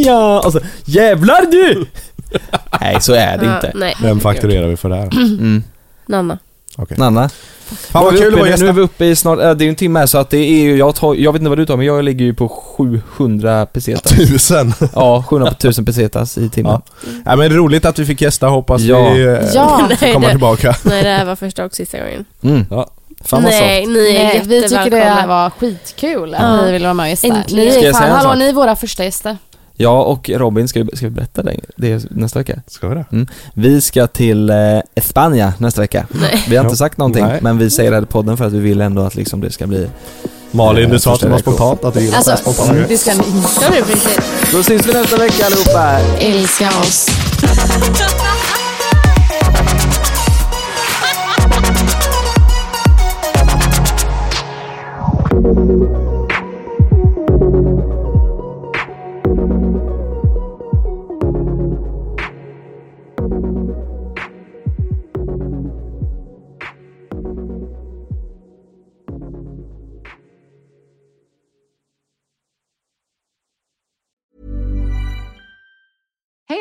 [SPEAKER 7] Ja, och så jävlar du! Nej så är det
[SPEAKER 4] Ja,
[SPEAKER 7] inte.
[SPEAKER 4] Ah, nej.
[SPEAKER 8] Vem fakturerar vi för det här?
[SPEAKER 7] Mm.
[SPEAKER 4] Nanna.
[SPEAKER 8] Okej.
[SPEAKER 7] Nanna? Nu
[SPEAKER 8] Fan vad
[SPEAKER 7] är vi
[SPEAKER 8] kul att
[SPEAKER 7] uppe-
[SPEAKER 8] vara
[SPEAKER 7] Nu är
[SPEAKER 8] gäst.
[SPEAKER 7] vi uppe i snart, äh, det är ju en timme här så att det är ju, jag, tar, jag vet inte vad du tar men jag ligger ju på 700 pesetas.
[SPEAKER 8] Tusen!
[SPEAKER 7] Ja, 700 på 1000 pesetas i timmen.
[SPEAKER 8] typ. Ja, men roligt att vi fick gästa, hoppas
[SPEAKER 7] Ja.
[SPEAKER 8] vi eh,
[SPEAKER 5] Ja.
[SPEAKER 8] får komma
[SPEAKER 4] det-
[SPEAKER 8] tillbaka.
[SPEAKER 4] Nej, det här var första och sista gången.
[SPEAKER 7] Mm.
[SPEAKER 8] Ja.
[SPEAKER 7] Fan vad soft.
[SPEAKER 4] Nej, ni är
[SPEAKER 5] Nej, vi tycker det här
[SPEAKER 4] jättevälkomna.
[SPEAKER 5] var skitkul att
[SPEAKER 4] Ja.
[SPEAKER 5] ni ville vara med och gästa.
[SPEAKER 4] Äntligen.
[SPEAKER 5] Ni
[SPEAKER 7] Ska
[SPEAKER 5] är
[SPEAKER 7] jag
[SPEAKER 5] fan,
[SPEAKER 7] säga en
[SPEAKER 5] hallå,
[SPEAKER 7] sak?
[SPEAKER 5] ni är våra första gäster.
[SPEAKER 7] Jag och Robin, ska vi, ska vi berätta det, det är nästa vecka?
[SPEAKER 8] Ska vi det?
[SPEAKER 7] Mm. Vi ska till eh, Spanien nästa vecka. Vi har inte sagt någonting
[SPEAKER 8] Nej.
[SPEAKER 7] men vi säger det här i podden för att vi vill ändå att liksom det ska bli...
[SPEAKER 8] Malin, du
[SPEAKER 7] Jag
[SPEAKER 8] sa att det var
[SPEAKER 7] förstår.
[SPEAKER 8] spontant, att du gillar
[SPEAKER 5] Alltså,
[SPEAKER 8] spontana grejer.
[SPEAKER 5] det ska ni
[SPEAKER 4] Ja, det är precis.
[SPEAKER 7] Då syns vi nästa vecka allihopa!
[SPEAKER 5] älska oss.
[SPEAKER 1] Hey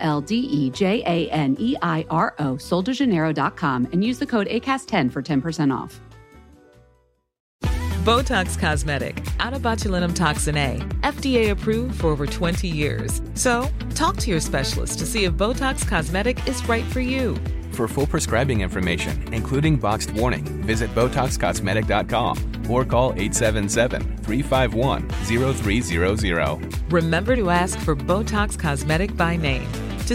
[SPEAKER 1] L D E J A N E I R O, soldejaneiro.com, and use the code ACAST10 for 10% off.
[SPEAKER 10] Botox Cosmetic, out of botulinum toxin A, FDA approved for over 20 years. So, talk to your specialist to see if Botox Cosmetic is right for you.
[SPEAKER 11] For full prescribing information, including boxed warning, visit BotoxCosmetic.com or call 877-351-0300.
[SPEAKER 10] Remember to ask for Botox Cosmetic by name. To